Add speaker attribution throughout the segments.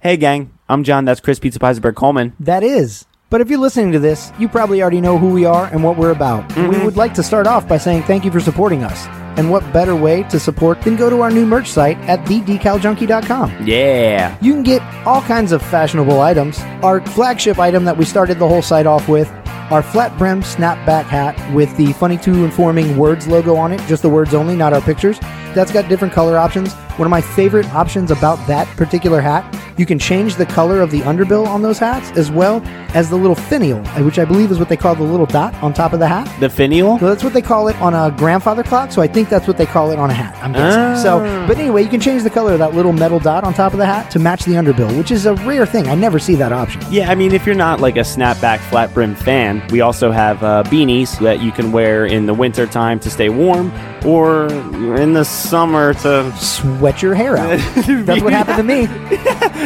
Speaker 1: Hey, gang. I'm John. That's Chris Pizza Piesenberg Coleman.
Speaker 2: That is. But if you're listening to this, you probably already know who we are and what we're about. We would like to start off by saying thank you for supporting us. And what better way to support than go to our new merch site at thedecaljunkey.com.
Speaker 1: Yeah.
Speaker 2: You can get all kinds of fashionable items. Our flagship item that we started the whole site off with, our flat brim snapback hat with the Funny Two Informing Words logo on it, just the words only, not our pictures. That's got different color options. One of my favorite options about that particular hat, you can change the color of the underbill on those hats as well as the little finial, which I believe is what they call the little dot on top of the hat.
Speaker 1: The finial?
Speaker 2: Well, that's what they call it on a grandfather clock, so I think that's what they call it on a hat. I'm guessing. So, but anyway, you can change the color of that little metal dot on top of the hat to match the underbill, which is a rare thing. I never see that option.
Speaker 1: Yeah, I mean, if you're not like a snapback flat brim fan, we also have uh, beanies that you can wear in the winter time to stay warm or in the summer to.
Speaker 2: Sweat your hair out. That's what happened to me.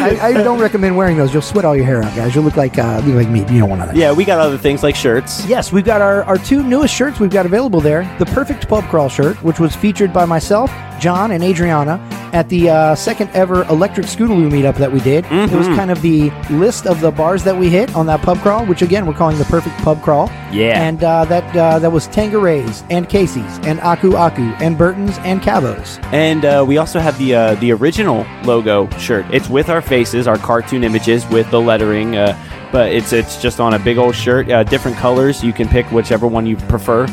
Speaker 2: I, I don't recommend wearing those. You'll sweat all your hair out, guys. You'll look like uh, look like me. You don't want to.
Speaker 1: Yeah, we got other things like shirts.
Speaker 2: Yes, we've got our, our two newest shirts we've got available there. The Perfect Pub Crawl shirt, which was featured by myself, John, and Adriana at the uh, second ever Electric Scootaloo meetup that we did. It
Speaker 1: Mm-hmm.
Speaker 2: was kind of the list of the bars that we hit on that pub crawl, which again, we're calling the Perfect Pub Crawl.
Speaker 1: Yeah.
Speaker 2: And uh, that uh, that was Tangeray's, and Casey's, and Aku Aku, and Burton's, and Cavo's.
Speaker 1: And uh, we also have the uh, the original logo shirt. It's with our faces, our cartoon images with the lettering, uh, but it's it's just on a big old shirt. Uh, different colors. You can pick whichever one you prefer.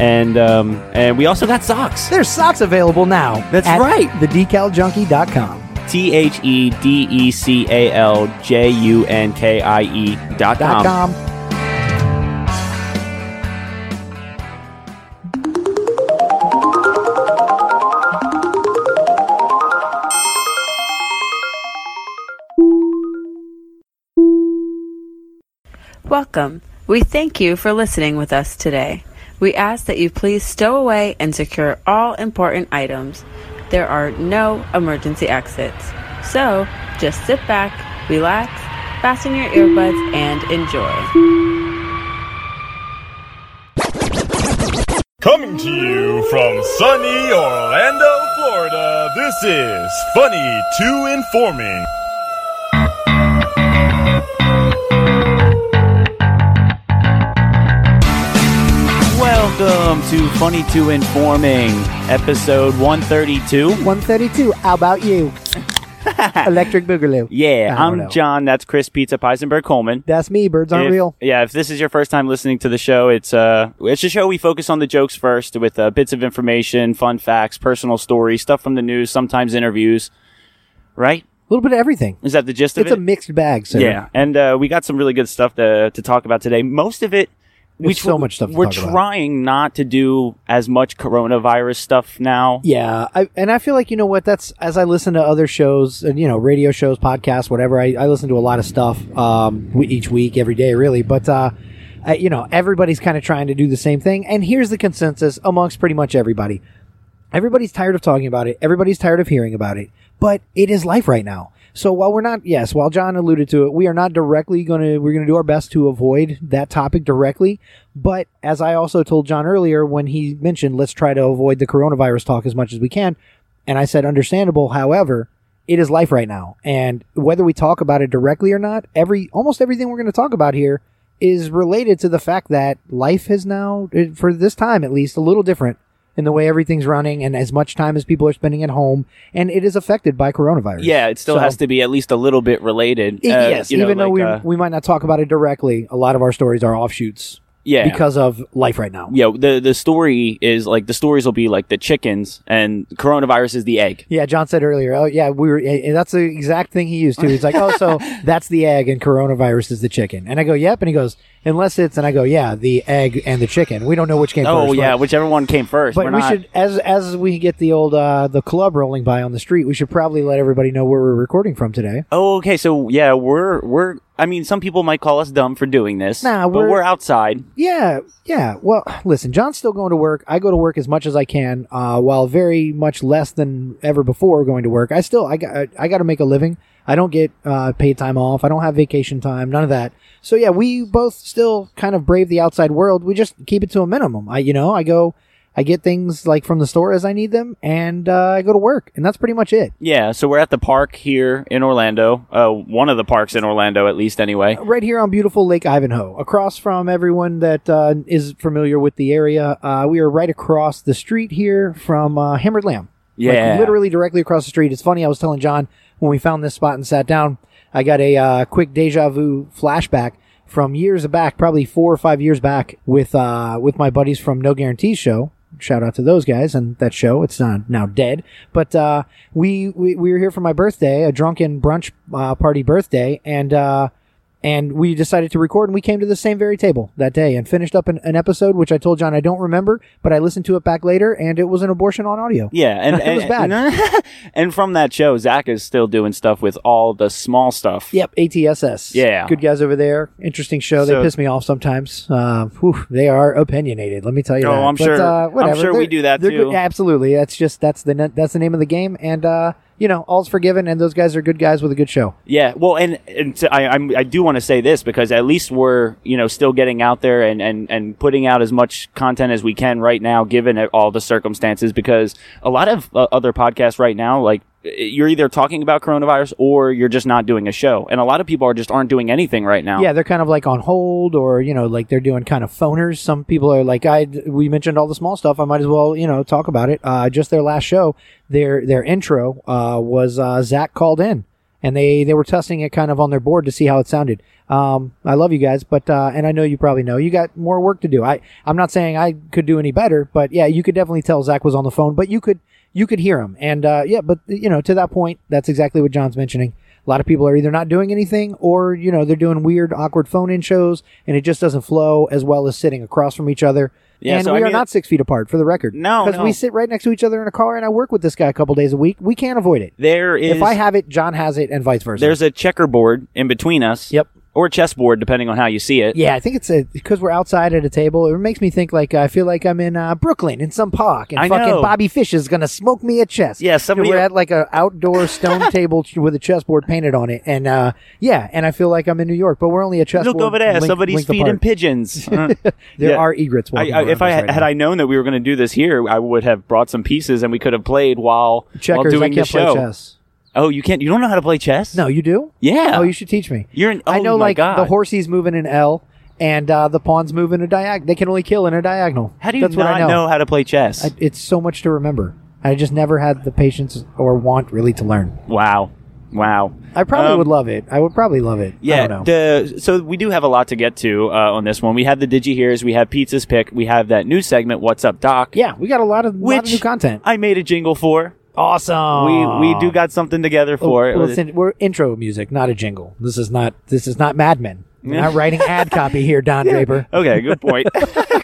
Speaker 1: And um, and we also got socks.
Speaker 2: There's socks available now.
Speaker 1: That's
Speaker 2: at
Speaker 1: right.
Speaker 2: TheDecalJunkie.com.
Speaker 1: T H E D E C A L J U N K I E dot
Speaker 2: Dot
Speaker 1: com.
Speaker 2: com.
Speaker 3: Welcome. We thank you for listening with us today. We ask that you please stow away and secure all important items. There are no emergency exits. So just sit back, relax, fasten your earbuds, and enjoy.
Speaker 4: Coming to you from sunny Orlando, Florida, this is Funny to Informing.
Speaker 1: Welcome to Funny to Informing, episode 132.
Speaker 2: 132. How about you? Electric Boogaloo.
Speaker 1: Yeah,
Speaker 2: I don't
Speaker 1: I'm
Speaker 2: know.
Speaker 1: John. That's Chris Pizza Peisenberg Coleman.
Speaker 2: That's me. Birds aren't
Speaker 1: If-
Speaker 2: real.
Speaker 1: Yeah, if this is your first time listening to the show, it's uh, it's a show we focus on the jokes first with uh, bits of information, fun facts, personal stories, stuff from the news, sometimes interviews. Right?
Speaker 2: A little bit of everything.
Speaker 1: Is that the gist of
Speaker 2: It's
Speaker 1: it?
Speaker 2: a mixed bag. So
Speaker 1: Yeah, and uh, we got some really good stuff to to talk about today. Most of it, we
Speaker 2: There's so much stuff to
Speaker 1: We're
Speaker 2: talk about.
Speaker 1: trying not to do as much coronavirus stuff now.
Speaker 2: Yeah, I, and I feel like you know what? That's as I listen to other shows and you know radio shows, podcasts, whatever. I, I listen to a lot of stuff um, we- each week, every day, really. But uh, I, you know, everybody's kind of trying to do the same thing. And here's the consensus amongst pretty much everybody: everybody's tired of talking about it. Everybody's tired of hearing about it. But it is life right now. So while we're not, yes, while John alluded to it, we are not directly going to. We're going to do our best to avoid that topic directly. But as I also told John earlier when he mentioned, let's try to avoid the coronavirus talk as much as we can. And I said, understandable. However, it is life right now, and whether we talk about it directly or not, every almost everything we're going to talk about here is related to the fact that life is now, eh, for this time at least, a little different in the way everything's running and as much time as people are spending at home, and it is affected by coronavirus.
Speaker 1: Yeah, it still
Speaker 2: So-
Speaker 1: has to be at least a little bit related.
Speaker 2: E-
Speaker 1: uh,
Speaker 2: yes,
Speaker 1: you know,
Speaker 2: even though
Speaker 1: like,
Speaker 2: we,
Speaker 1: uh,
Speaker 2: we might not talk about it directly, a lot of our stories are offshoots
Speaker 1: yeah,
Speaker 2: because of life right now.
Speaker 1: yeah, the the story is like the stories will be like the chickens and coronavirus is the egg.
Speaker 2: Yeah, John said earlier. Oh, yeah, we were. eh, eh, That's the exact thing he used too. He's like, oh, so that's the egg and coronavirus is the chicken. And I go, yep. And he goes, unless it's. And I go, yeah, the egg and the chicken. We don't know which came
Speaker 1: Oh
Speaker 2: first.
Speaker 1: yeah,
Speaker 2: but,
Speaker 1: whichever one came first.
Speaker 2: but
Speaker 1: we're
Speaker 2: we
Speaker 1: not,
Speaker 2: should, as as we get the old uh, the club rolling by on the street, we should probably let everybody know where we're recording from today.
Speaker 1: Oh, okay. So yeah, we're we're. I mean, some people might call us dumb for doing this.
Speaker 2: Nah,
Speaker 1: but
Speaker 2: we're-
Speaker 1: we're outside.
Speaker 2: Yeah, yeah. Well, listen, John's still going to work. I go to work as much as I can, uh, while very much less than ever before going to work. I still, I got, I got to make a living. I don't get uh, paid time off. I don't have vacation time. None of that. So yeah, we both still kind of brave the outside world. We just keep it to a minimum. I, you know, I go. I get things like from the store as I need them, and uh, I go to work, and that's pretty much it.
Speaker 1: Yeah, so we're at the park here in Orlando. Uh, one of the parks in Orlando, at least, anyway.
Speaker 2: Right here on beautiful Lake Ivanhoe, across from everyone that uh, is familiar with the area, uh, we are right across the street here from uh, Hammered Lamb.
Speaker 1: Yeah.
Speaker 2: Like literally directly across the street. It's funny, I was telling John when we found this spot and sat down, I got a uh, quick deja vu flashback from years back, probably four or five years back, with uh, with my buddies from No Guarantees show. Shout out to those guys and that show. It's not now dead, but uh, we, we we were here for my birthday, a drunken brunch uh, party birthday, and uh, and we decided to record and we came to the same very table that day and finished up an, an episode which I told John I don't remember, but I listened to it back later and it was an abortion on audio.
Speaker 1: Yeah, and
Speaker 2: It was
Speaker 1: and- and from that show, Zach is still doing stuff with all the small stuff.
Speaker 2: Yep, ATSS.
Speaker 1: Yeah.
Speaker 2: good guys over there. Interesting show.
Speaker 1: So-
Speaker 2: they piss me off sometimes. Uh, whew, they are opinionated. Let me tell you.
Speaker 1: Oh,
Speaker 2: that.
Speaker 1: I'm
Speaker 2: But,
Speaker 1: sure-
Speaker 2: Uh,
Speaker 1: I'm
Speaker 2: whatever.
Speaker 1: sure we
Speaker 2: They're-
Speaker 1: do that
Speaker 2: they're
Speaker 1: too.
Speaker 2: good- Absolutely. That's just that's the net- that's the name of the game. And uh, you know, all's forgiven. And those guys are good guys with a good show.
Speaker 1: Yeah, well, and, and to, I I'm, I do want to say this because at least we're you know still getting out there and, and and putting out as much content as we can right now, given all the circumstances. Because a lot of uh, other podcasts right now, like you're either talking about coronavirus or you're just not doing a show, and a lot of people are just aren't doing anything right now.
Speaker 2: Yeah, they're kind of like on hold, or you know, like they're doing kind of phoners. Some people are like, I we mentioned all the small stuff. I might as well you know talk about it. Uh, just their last show, their their intro uh, was uh, Zach called in, and they they were testing it kind of on their board to see how it sounded. Um, I love you guys, but uh, and I know you probably know you got more work to do. I I'm not saying I could do any better, but yeah, you could definitely tell Zach was on the phone, but you could you could hear him, and uh, yeah, but you know to that point, that's exactly what John's mentioning. A lot of people are either not doing anything or, you know, they're doing weird, awkward phone in shows and it just doesn't flow as well as sitting across from each other.
Speaker 1: Yeah,
Speaker 2: and
Speaker 1: so
Speaker 2: we
Speaker 1: I
Speaker 2: are
Speaker 1: mean-
Speaker 2: not six feet apart for the record.
Speaker 1: No,
Speaker 2: Because
Speaker 1: no.
Speaker 2: we sit right next to each other in a car and I work with this guy a couple days a week. We can't avoid it.
Speaker 1: there is
Speaker 2: if I have it, John has it and vice versa.
Speaker 1: there's a checkerboard in between us.
Speaker 2: Yep.
Speaker 1: Or chessboard, depending on how you see it.
Speaker 2: yeah, I think it's a, because we're outside at a table. It makes me think like I feel like I'm in uh, Brooklyn in some park, and
Speaker 1: I
Speaker 2: fucking
Speaker 1: know.
Speaker 2: Bobby Fish is gonna smoke me a chest.
Speaker 1: Yeah, somebody-
Speaker 2: And we're at like an outdoor stone table ch- with a chessboard painted on it, and uh, yeah, and I feel like I'm in New York, but we're only a chessboard.
Speaker 1: Look over there.
Speaker 2: link-
Speaker 1: somebody's
Speaker 2: link
Speaker 1: feeding
Speaker 2: apart.
Speaker 1: pigeons. Uh,
Speaker 2: There
Speaker 1: yeah.
Speaker 2: are egrets.
Speaker 1: I,
Speaker 2: Walking
Speaker 1: I, if I had,
Speaker 2: had
Speaker 1: I known that we were going to do this here, I would have brought some pieces and we could have played while
Speaker 2: checkers,
Speaker 1: while doing
Speaker 2: I can't
Speaker 1: the
Speaker 2: play
Speaker 1: show.
Speaker 2: chess.
Speaker 1: Oh, you can't. You don't know how to play chess?
Speaker 2: No, you do.
Speaker 1: Yeah.
Speaker 2: Oh, you should teach me.
Speaker 1: You're an-
Speaker 2: I
Speaker 1: oh
Speaker 2: know,
Speaker 1: my
Speaker 2: like
Speaker 1: God.
Speaker 2: the horsey's moving an L, and uh, the pawn's moving a diagonal. They can only kill in a diagonal.
Speaker 1: How do you
Speaker 2: That's
Speaker 1: not
Speaker 2: what I
Speaker 1: know. how to play chess?
Speaker 2: I, it's so much to remember. I just never had the patience or want really to learn.
Speaker 1: wow. Wow.
Speaker 2: I probably
Speaker 1: Um,
Speaker 2: would love it. I would probably love it. I
Speaker 1: Yeah.
Speaker 2: don't know.
Speaker 1: The so we do have a lot to get to uh, on this one. We have the Digi Hears, we have Pizza's Pick, we have that new segment, What's Up Doc?
Speaker 2: yeah, we got a lot of, lot of
Speaker 1: Which
Speaker 2: new content.
Speaker 1: I made a jingle for.
Speaker 2: Awesome.
Speaker 1: We we do got something together for
Speaker 2: Well,
Speaker 1: it.
Speaker 2: listen, we're intro music, not a jingle. This is not. This is not Mad Men. We're not writing ad copy here, Don Draper.
Speaker 1: Okay, good point.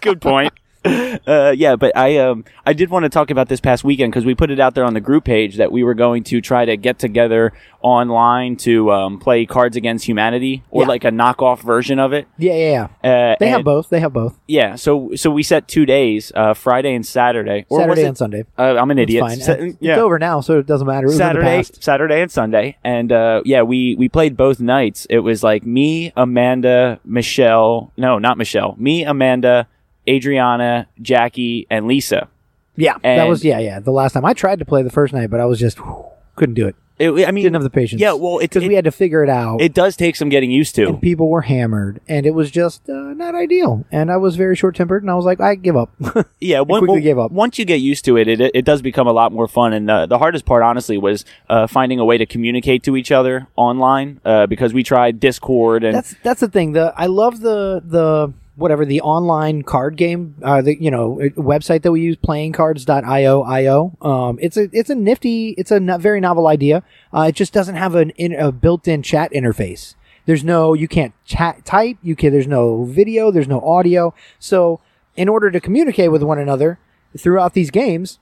Speaker 1: good point. Uh, yeah, but I um I did want to talk about this past weekend because we put it out there on the group page that we were going to try to get together online to um, play Cards Against Humanity or
Speaker 2: Yeah.
Speaker 1: like a knockoff version of it.
Speaker 2: Yeah, yeah, yeah.
Speaker 1: Uh,
Speaker 2: They have
Speaker 1: and-
Speaker 2: both. They have both.
Speaker 1: Yeah, so so we set two days, uh, Friday and Saturday. Or was
Speaker 2: Saturday
Speaker 1: it-
Speaker 2: and Sunday.
Speaker 1: Uh, I'm an
Speaker 2: It's
Speaker 1: idiot.
Speaker 2: fine.
Speaker 1: Sa-
Speaker 2: it's,
Speaker 1: yeah.
Speaker 2: it's over now, so it doesn't matter. It was in the
Speaker 1: Saturday,
Speaker 2: past.
Speaker 1: Saturday and Sunday, and uh, yeah, we we played both nights. It was like me, Amanda, Michelle. No, not Michelle. Me, Amanda, Adriana, Jackie, and Lisa.
Speaker 2: Yeah, that
Speaker 1: And-
Speaker 2: was yeah, yeah. The last time I tried to play the first night, but I was just whew, couldn't do it.
Speaker 1: It, I mean,
Speaker 2: Didn't have the patience.
Speaker 1: Yeah, well, it,
Speaker 2: because
Speaker 1: it-
Speaker 2: we had to figure it out.
Speaker 1: it does take some getting used to.
Speaker 2: and people were hammered, and it was just uh, not ideal. And I was very short tempered, and I was like, I give up.
Speaker 1: yeah, one-
Speaker 2: quickly
Speaker 1: well,
Speaker 2: gave up.
Speaker 1: Once you get used to it, it, it does become a lot more fun. And uh, the, the hardest part, honestly, was uh, finding a way to communicate to each other online uh, because we tried Discord and
Speaker 2: that's that's the thing. The I love the the whatever the online card game uh the you know uh, website that we use playingcards.io io um it's a it's a nifty it's a no- very novel idea uh it just doesn't have an in, a built-in chat interface there's no you can't chat type you can there's no video there's no audio so in order to communicate with one another throughout these games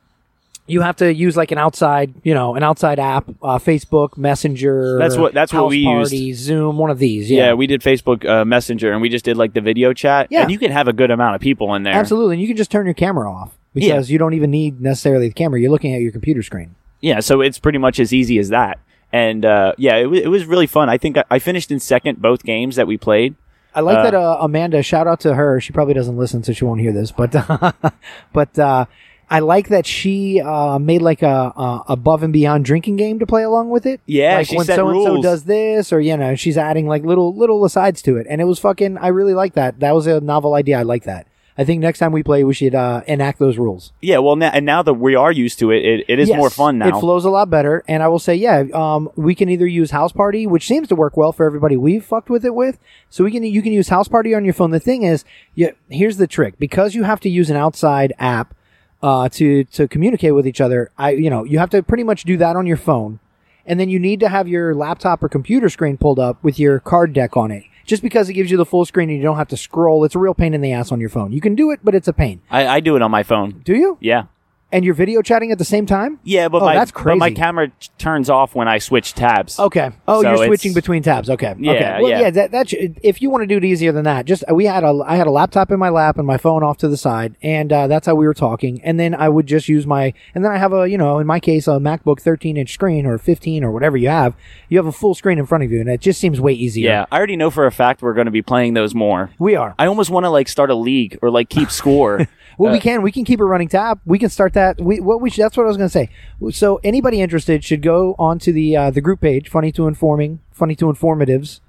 Speaker 2: you have to use like an outside, you know, an outside app, uh, Facebook Messenger.
Speaker 1: That's what- that's what
Speaker 2: House
Speaker 1: we used.
Speaker 2: party, Zoom, one of these.
Speaker 1: yeah.
Speaker 2: Yeah,
Speaker 1: we did Facebook uh, Messenger and we just did like the video chat.
Speaker 2: Yeah.
Speaker 1: and you can have a good amount of people in there.
Speaker 2: Absolutely, and you can just turn your camera off because you don't even need necessarily the camera. You're looking at your computer screen.
Speaker 1: yeah so it's pretty much as easy as that and uh, yeah it, w- it was really fun i think I, I finished in second both games that we played
Speaker 2: I like
Speaker 1: Uh,
Speaker 2: that uh, Amanda. Shout out to her. She probably doesn't listen, so she won't hear this. But but uh, I like that she uh, made like a, a above and beyond drinking game to play along with it.
Speaker 1: Yeah,
Speaker 2: like
Speaker 1: she
Speaker 2: when
Speaker 1: set
Speaker 2: so and so
Speaker 1: rules.
Speaker 2: does this, or you know, she's adding like little little asides to it, and it was fucking. I really like that. That was a novel idea. I like that. I think next time we play, we should uh, enact those rules.
Speaker 1: Yeah, well, now, and now that we are used to it, it, it is
Speaker 2: Yes,
Speaker 1: more fun now.
Speaker 2: It flows a lot better, and I will say, yeah, um, we can either use House Party, which seems to work well for everybody we've fucked with it with. So we can you can use House Party on your phone. The thing is, yeah, here's the trick: because you have to use an outside app uh, to to communicate with each other, I you know you have to pretty much do that on your phone, and then you need to have your laptop or computer screen pulled up with your card deck on it. Just because it gives you the full screen and you don't have to scroll, it's a real pain in the ass on your phone. You can do it, but it's a pain.
Speaker 1: I, I do it on my phone.
Speaker 2: Do you?
Speaker 1: Yeah.
Speaker 2: And you're video chatting at the same time?
Speaker 1: Yeah, but
Speaker 2: Oh,
Speaker 1: my
Speaker 2: that's
Speaker 1: but my
Speaker 2: crazy.
Speaker 1: camera t- turns off when I switch tabs.
Speaker 2: Okay. Oh,
Speaker 1: So
Speaker 2: you're
Speaker 1: it's-
Speaker 2: switching between tabs. Okay.
Speaker 1: Yeah,
Speaker 2: okay. Well,
Speaker 1: yeah.
Speaker 2: yeah. that, that should, if you want to do it easier than that, just uh, we had a I had a laptop in my lap and my phone off to the side, and uh, that's how we were talking. And then I would just use my and then I have a you know in my case a MacBook 13 inch screen or 15 or whatever you have. You have a full screen in front of you, and it just seems way easier.
Speaker 1: Yeah, I already know for a fact we're going to be playing those more.
Speaker 2: We are.
Speaker 1: I almost want to like start a league or like keep score.
Speaker 2: Well, we can we can keep a running tab. We can start that. We what we should, that's what I was going to say. So anybody interested should go onto the uh, the group page, funny to informing, funny to informatives,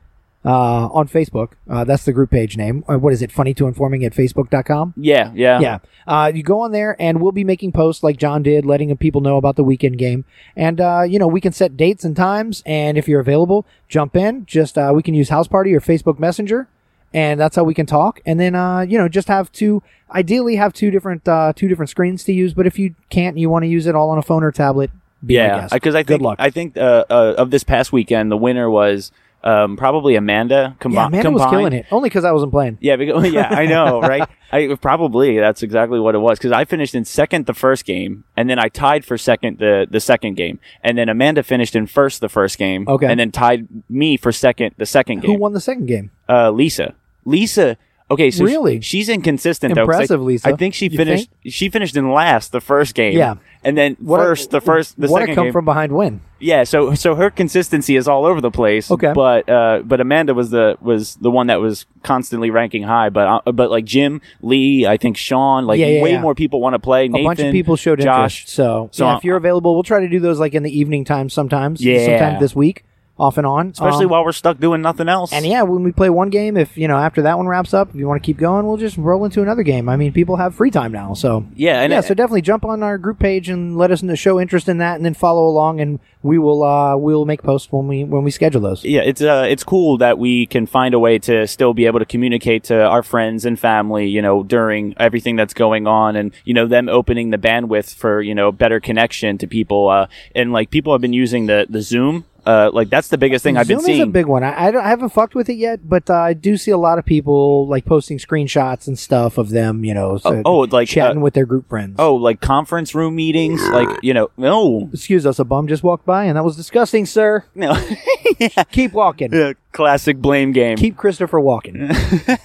Speaker 2: uh, on Facebook. Uh, that's the group page name. Uh, what is it? Funny to informing at facebook.com.
Speaker 1: yeah, yeah,
Speaker 2: Yeah, uh, you go on there, and we'll be making posts like John did, letting people know about the weekend game, and uh, you know we can set dates and times. And if you're available, jump in. Just uh, we can use House Party or Facebook Messenger, and that's how we can talk. And then uh, you know just have two, ideally have two different uh, two different screens to use. But if you can't, and you want to use it all on a phone or tablet. Be my
Speaker 1: yeah.
Speaker 2: guest.
Speaker 1: Because I
Speaker 2: Good
Speaker 1: think
Speaker 2: luck.
Speaker 1: I think uh, uh, of this past weekend, the winner was um, probably Amanda. Combi-
Speaker 2: yeah, man, it was
Speaker 1: combined.
Speaker 2: killing it. Only because I wasn't playing.
Speaker 1: Yeah, because, yeah, I know, right? I probably that's exactly what it was because I finished in second the first game, and then I tied for second the the second game, and then Amanda finished in first the first game,
Speaker 2: Okay.
Speaker 1: and then tied me for second the second
Speaker 2: Who
Speaker 1: game.
Speaker 2: won the second game?
Speaker 1: Uh, Lisa, Lisa. Okay, so
Speaker 2: Really?
Speaker 1: she- she's inconsistent though. 'cause
Speaker 2: Impressive,
Speaker 1: I,
Speaker 2: Lisa.
Speaker 1: I think she
Speaker 2: You
Speaker 1: finished. She finished in last the first game.
Speaker 2: Yeah.
Speaker 1: and then
Speaker 2: a-
Speaker 1: first the first the
Speaker 2: what a
Speaker 1: second
Speaker 2: come
Speaker 1: game.
Speaker 2: from behind win.
Speaker 1: Yeah, so so her consistency is all over the place.
Speaker 2: Okay.
Speaker 1: but uh, but Amanda was the was the one that was constantly ranking high. But uh, but like Jim Lee, I think Sean, like
Speaker 2: Yeah, yeah,
Speaker 1: way
Speaker 2: yeah.
Speaker 1: more people want to play.
Speaker 2: a bunch of people showed
Speaker 1: Josh.
Speaker 2: interest. So,
Speaker 1: So,
Speaker 2: yeah,
Speaker 1: uh,
Speaker 2: if you're available, we'll try to do those like in the evening time sometimes.
Speaker 1: Yeah.
Speaker 2: sometime this week, off and on.
Speaker 1: especially
Speaker 2: Um,
Speaker 1: while we're stuck doing nothing else.
Speaker 2: and yeah, when we play one game, if you know after that one wraps up, if you want to keep going, we'll just roll into another game. I mean, people have free time now, so
Speaker 1: yeah, and
Speaker 2: yeah.
Speaker 1: uh,
Speaker 2: so definitely jump on our group page and let us kn- show interest in that, and then follow along, and we will uh, we'll make posts when we when we schedule those.
Speaker 1: yeah, it's uh, it's cool that we can find a way to still be able to communicate to our friends and family, you know, during everything that's going on, and you know, them opening the bandwidth for you know better connection to people. Uh, and like people have been using the the Zoom. Uh, like that's the biggest thing I've been
Speaker 2: Zoom
Speaker 1: seeing.
Speaker 2: is a big one. I, I, don't- I haven't fucked with it yet, but uh, I do see a lot of people like posting screenshots and stuff of them, you know, so
Speaker 1: oh, like,
Speaker 2: chatting
Speaker 1: uh,
Speaker 2: with their group friends.
Speaker 1: Oh, like conference room meetings, like you know, no,
Speaker 2: Excuse us, a bum just walked by, and that was disgusting, sir.
Speaker 1: no,
Speaker 2: Keep walking.
Speaker 1: Yeah, classic blame game.
Speaker 2: Keep Christopher walking.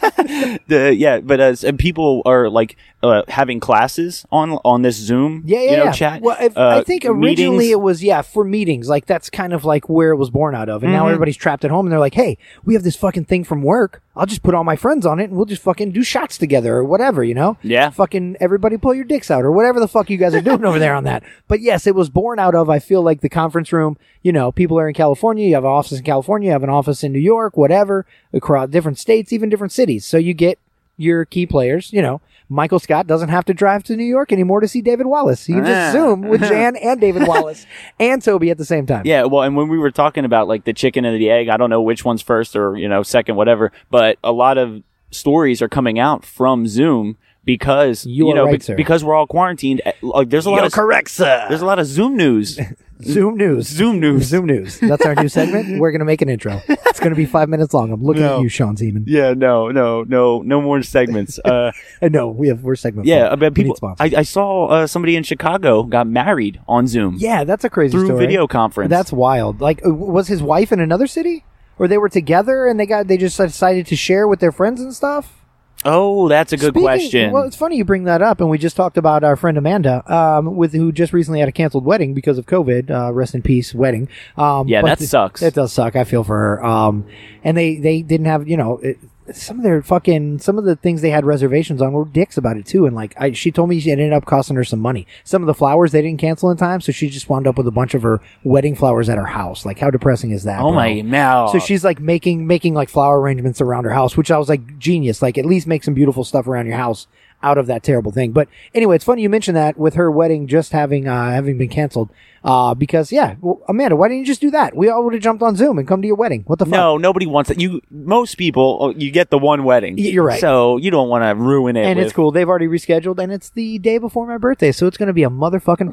Speaker 1: The- yeah, but as and people are like uh, having classes on on this Zoom,
Speaker 2: Yeah, yeah,
Speaker 1: you know,
Speaker 2: yeah.
Speaker 1: chat.
Speaker 2: Well, if,
Speaker 1: uh,
Speaker 2: I think originally
Speaker 1: meetings.
Speaker 2: it was yeah for meetings. Like that's kind of like where it was born out of, and
Speaker 1: Mm-hmm.
Speaker 2: now everybody's trapped at home, and they're like, "Hey, we have this fucking thing from work. I'll just put all my friends on it, and we'll just fucking do shots together or whatever, you know?
Speaker 1: Yeah.
Speaker 2: Fucking everybody pull your dicks out or whatever the fuck you guys are doing over there on that. But yes, it was born out of. I feel like the conference room. You know, people are in California. You have an office in California. You have an office in New York. Whatever across different states, even different cities. So you get your key players. You know, Michael Scott doesn't have to drive to New York anymore to see David Wallace. He can
Speaker 1: Ah.
Speaker 2: just Zoom with Jan and David Wallace and Toby at the same time.
Speaker 1: Yeah, well, and when we were talking about like the chicken and the egg, I don't know which one's first or you know second, whatever. But a lot of stories are coming out from Zoom because
Speaker 2: You are
Speaker 1: know
Speaker 2: right,
Speaker 1: be-
Speaker 2: sir.
Speaker 1: because we're all quarantined. eh, Like there's a lot of correct, sir. There's a lot of Zoom news.
Speaker 2: Zoom news.
Speaker 1: Zoom news.
Speaker 2: Zoom news. That's our new segment. We're gonna make an intro. It's gonna be five minutes long. I'm looking
Speaker 1: No.
Speaker 2: at you, Sean Zeman.
Speaker 1: Yeah, no, no, no, no more segments. Uh,
Speaker 2: Uh, No, we have we're segment.
Speaker 1: yeah,
Speaker 2: four.
Speaker 1: but
Speaker 2: We need
Speaker 1: people.
Speaker 2: sponsors.
Speaker 1: I, I saw uh, somebody in Chicago got married on Zoom
Speaker 2: yeah, that's a crazy
Speaker 1: through
Speaker 2: story.
Speaker 1: video conference.
Speaker 2: That's wild. Like, uh, was his wife in another city, or they were together and they got they just decided to share with their friends and stuff?
Speaker 1: oh, that's a good
Speaker 2: Speaking-
Speaker 1: question.
Speaker 2: Well, it's funny you bring that up, and we just talked about our friend Amanda, um, with who just recently had a canceled wedding because of COVID. Uh, rest in peace, wedding. Um,
Speaker 1: Yeah,
Speaker 2: but
Speaker 1: that
Speaker 2: th-
Speaker 1: sucks.
Speaker 2: It does suck. I feel for her. Um, and they they didn't have you know. It, some of their fucking some of the things they had reservations on were dicks about it too. And like I, she told me, she ended up costing her some money. Some of the flowers they didn't cancel in time, so she just wound up with a bunch of her wedding flowers at her house. Like how depressing is that?
Speaker 1: Oh
Speaker 2: bro?
Speaker 1: my now.
Speaker 2: So she's like making making like flower arrangements around her house, which I was like genius. Like at least make some beautiful stuff around your house out of that terrible thing. But anyway, it's funny you mentioned that with her wedding just having uh, having been canceled uh, because yeah, well, Amanda, why didn't you just do that? We all would have jumped on Zoom and come to your wedding. What the fuck?
Speaker 1: No, nobody wants it. You most people oh, you get the one wedding.
Speaker 2: Y- you're right.
Speaker 1: So you don't want to ruin it.
Speaker 2: And it's cool. They've already rescheduled, and it's the day before my birthday, so it's going to be a motherfucking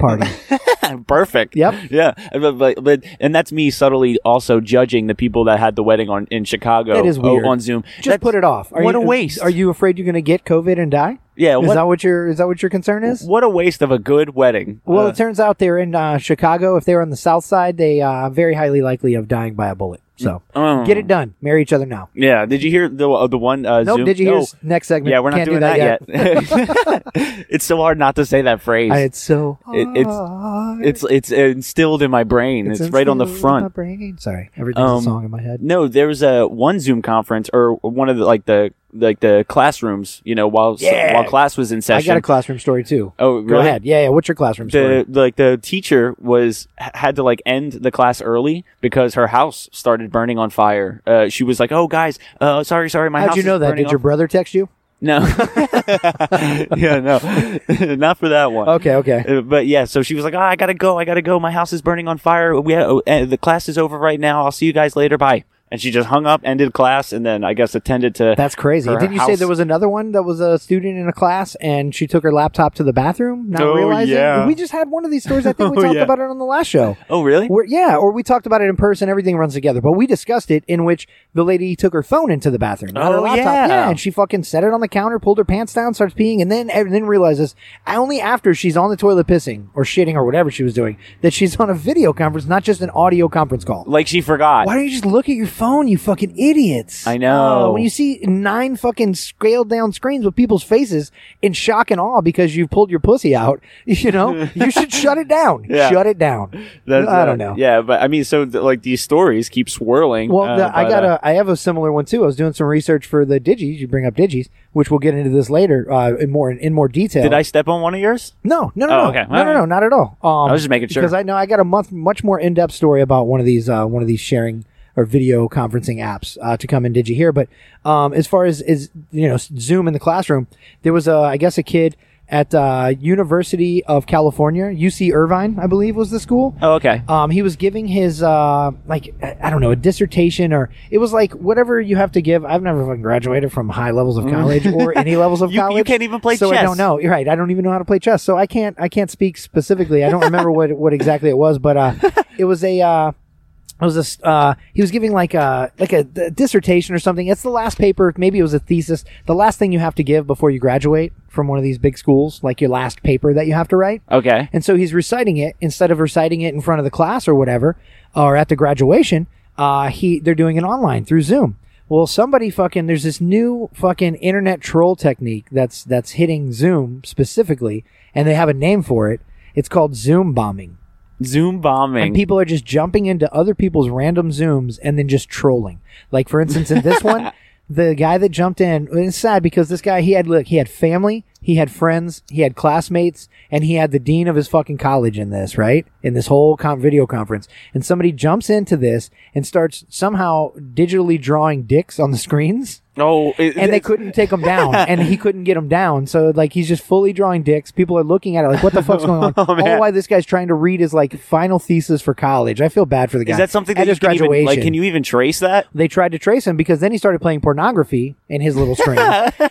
Speaker 2: party.
Speaker 1: cool. Perfect.
Speaker 2: Yep.
Speaker 1: Yeah. But, but, but- and that's me subtly also judging the people that had the wedding on in Chicago.
Speaker 2: That is
Speaker 1: o-
Speaker 2: weird.
Speaker 1: on Zoom.
Speaker 2: Just put it off.
Speaker 1: what
Speaker 2: you,
Speaker 1: a waste.
Speaker 2: Are you afraid you're going to get COVID and die?
Speaker 1: Yeah,
Speaker 2: Is
Speaker 1: what-
Speaker 2: that what your is that what your concern is?
Speaker 1: What a waste of a good wedding.
Speaker 2: Well,
Speaker 1: Uh,
Speaker 2: it turns out they're in uh, Chicago. If they're on the south side, they uh, very highly likely of dying by a bullet. So
Speaker 1: Oh.
Speaker 2: get it done. Marry each other now.
Speaker 1: yeah. Did you hear the uh, the one uh,
Speaker 2: Nope.
Speaker 1: Zoom?
Speaker 2: Did you hear
Speaker 1: Oh,
Speaker 2: s- next segment?
Speaker 1: Yeah, we're not
Speaker 2: Can't
Speaker 1: doing
Speaker 2: do that,
Speaker 1: that, yet. it's so hard not to say that phrase.
Speaker 2: I- it's so
Speaker 1: It- it's-
Speaker 2: hard.
Speaker 1: it's it's instilled in my brain. It's, right on the
Speaker 2: instilled in
Speaker 1: front.
Speaker 2: my brain. Sorry, everything's a
Speaker 1: Um,
Speaker 2: song in my head.
Speaker 1: No, there was a one Zoom conference or one of the like the like the classrooms. You know, while
Speaker 2: Yeah.
Speaker 1: while class was in
Speaker 2: I
Speaker 1: session.
Speaker 2: got a classroom story too.
Speaker 1: oh,
Speaker 2: Go
Speaker 1: really?
Speaker 2: ahead. Yeah, yeah. What's your classroom story?
Speaker 1: The like the teacher was h- had to like end the class early because her house started burning on fire. Uh, she was like, "Oh guys, uh, sorry, sorry, my
Speaker 2: How'd
Speaker 1: house."
Speaker 2: you
Speaker 1: is
Speaker 2: know that?
Speaker 1: burning
Speaker 2: Did your
Speaker 1: off."
Speaker 2: brother text you?
Speaker 1: no? yeah, no, not for that one.
Speaker 2: Okay, okay.
Speaker 1: Uh, but yeah, so she was like, oh, I gotta go, I gotta go. My house is burning on fire. We ha- uh, the class is over right now. I'll see you guys later. Bye. And she just hung up, ended class, and then I guess attended to.
Speaker 2: That's crazy.
Speaker 1: her
Speaker 2: Didn't you say
Speaker 1: house.
Speaker 2: there was another one that was a student in a class and she took her laptop to the bathroom, not
Speaker 1: Oh,
Speaker 2: realizing?
Speaker 1: yeah.
Speaker 2: We just had one of these stories. I think we
Speaker 1: Oh,
Speaker 2: talked
Speaker 1: yeah.
Speaker 2: about it on the last show.
Speaker 1: Oh really?
Speaker 2: Where, yeah, or we talked about it in person. Everything runs together, but we discussed it in which the lady took her phone into the bathroom, not her
Speaker 1: Oh,
Speaker 2: laptop.
Speaker 1: yeah.
Speaker 2: and she fucking set it on the counter, pulled her pants down, starts peeing, and then and then realizes only after she's on the toilet pissing or shitting or whatever she was doing that she's on a video conference, not just an audio conference call.
Speaker 1: Like she forgot.
Speaker 2: Why don't you just look at your phone, you fucking idiots?
Speaker 1: I know.
Speaker 2: Oh, when you see nine fucking scaled down screens with people's faces in shock and awe because you've pulled your pussy out, you know, you should shut it down.
Speaker 1: Yeah.
Speaker 2: Shut it down.
Speaker 1: That's,
Speaker 2: I
Speaker 1: uh,
Speaker 2: don't know.
Speaker 1: Yeah, but I mean, so th- like these stories keep swirling.
Speaker 2: Well,
Speaker 1: uh,
Speaker 2: the, I
Speaker 1: but,
Speaker 2: got
Speaker 1: uh,
Speaker 2: a, I have a similar one too. I was doing some research for the digis. You bring up digis, which we'll get into this later uh, in more in more detail.
Speaker 1: Did I step on one of yours?
Speaker 2: No, no,
Speaker 1: Oh,
Speaker 2: no,
Speaker 1: okay.
Speaker 2: no, no, no, no, not at all. Um,
Speaker 1: I was just making sure.
Speaker 2: because I know I got a month, much more in depth story about one of these uh, one of these sharing or video conferencing apps uh, to come in. Did you hear? But um, as far as is you know Zoom in the classroom, there was a I guess a kid at uh, University of California, UC Irvine, I believe was the school.
Speaker 1: Oh, okay.
Speaker 2: Um, he was giving his uh, like I I don't know a dissertation or it was like whatever you have to give. I've never fucking graduated from high levels of college or any levels of
Speaker 1: Mm. You- you
Speaker 2: college.
Speaker 1: can't even play
Speaker 2: so I
Speaker 1: chess.
Speaker 2: don't know. You're right. I don't even know how to play chess, so I can't. I can't speak specifically. I don't remember what what exactly it was, but uh, it was a. Uh, it was a s uh, he was giving like a like a, d- dissertation or something. It's the last paper, maybe it was a thesis, the last thing you have to give before you graduate from one of these big schools, like your last paper that you have to write.
Speaker 1: Okay.
Speaker 2: And so he's reciting it instead of reciting it in front of the class or whatever, or at the graduation. Uh, he they're doing it online through Zoom. Well, somebody fucking there's this new fucking internet troll technique that's that's hitting Zoom specifically, and they have a name for it. It's called Zoom bombing.
Speaker 1: Zoom
Speaker 2: And
Speaker 1: bombing.
Speaker 2: people are just jumping into other people's random Zooms and then just trolling. Like for instance, in this one, the guy that jumped in, and it's sad because this guy he had look, he had family, he had friends, he had classmates, and he had the dean of his fucking college in this, right? In this whole con- video conference, and somebody jumps into this and starts somehow digitally drawing dicks on the screens
Speaker 1: oh, it,
Speaker 2: and they
Speaker 1: it's-
Speaker 2: couldn't take him down, and he couldn't get him down. So like he's just fully drawing dicks. People are looking at it like, what the fuck's going on? All
Speaker 1: Oh, man.
Speaker 2: while this guy's trying to read his like final thesis for college. I feel bad for the guy.
Speaker 1: Is that something
Speaker 2: at
Speaker 1: that you
Speaker 2: his
Speaker 1: can
Speaker 2: graduation?
Speaker 1: even, like? Can you even trace that?
Speaker 2: They tried to trace him because then he started playing pornography in his little screen,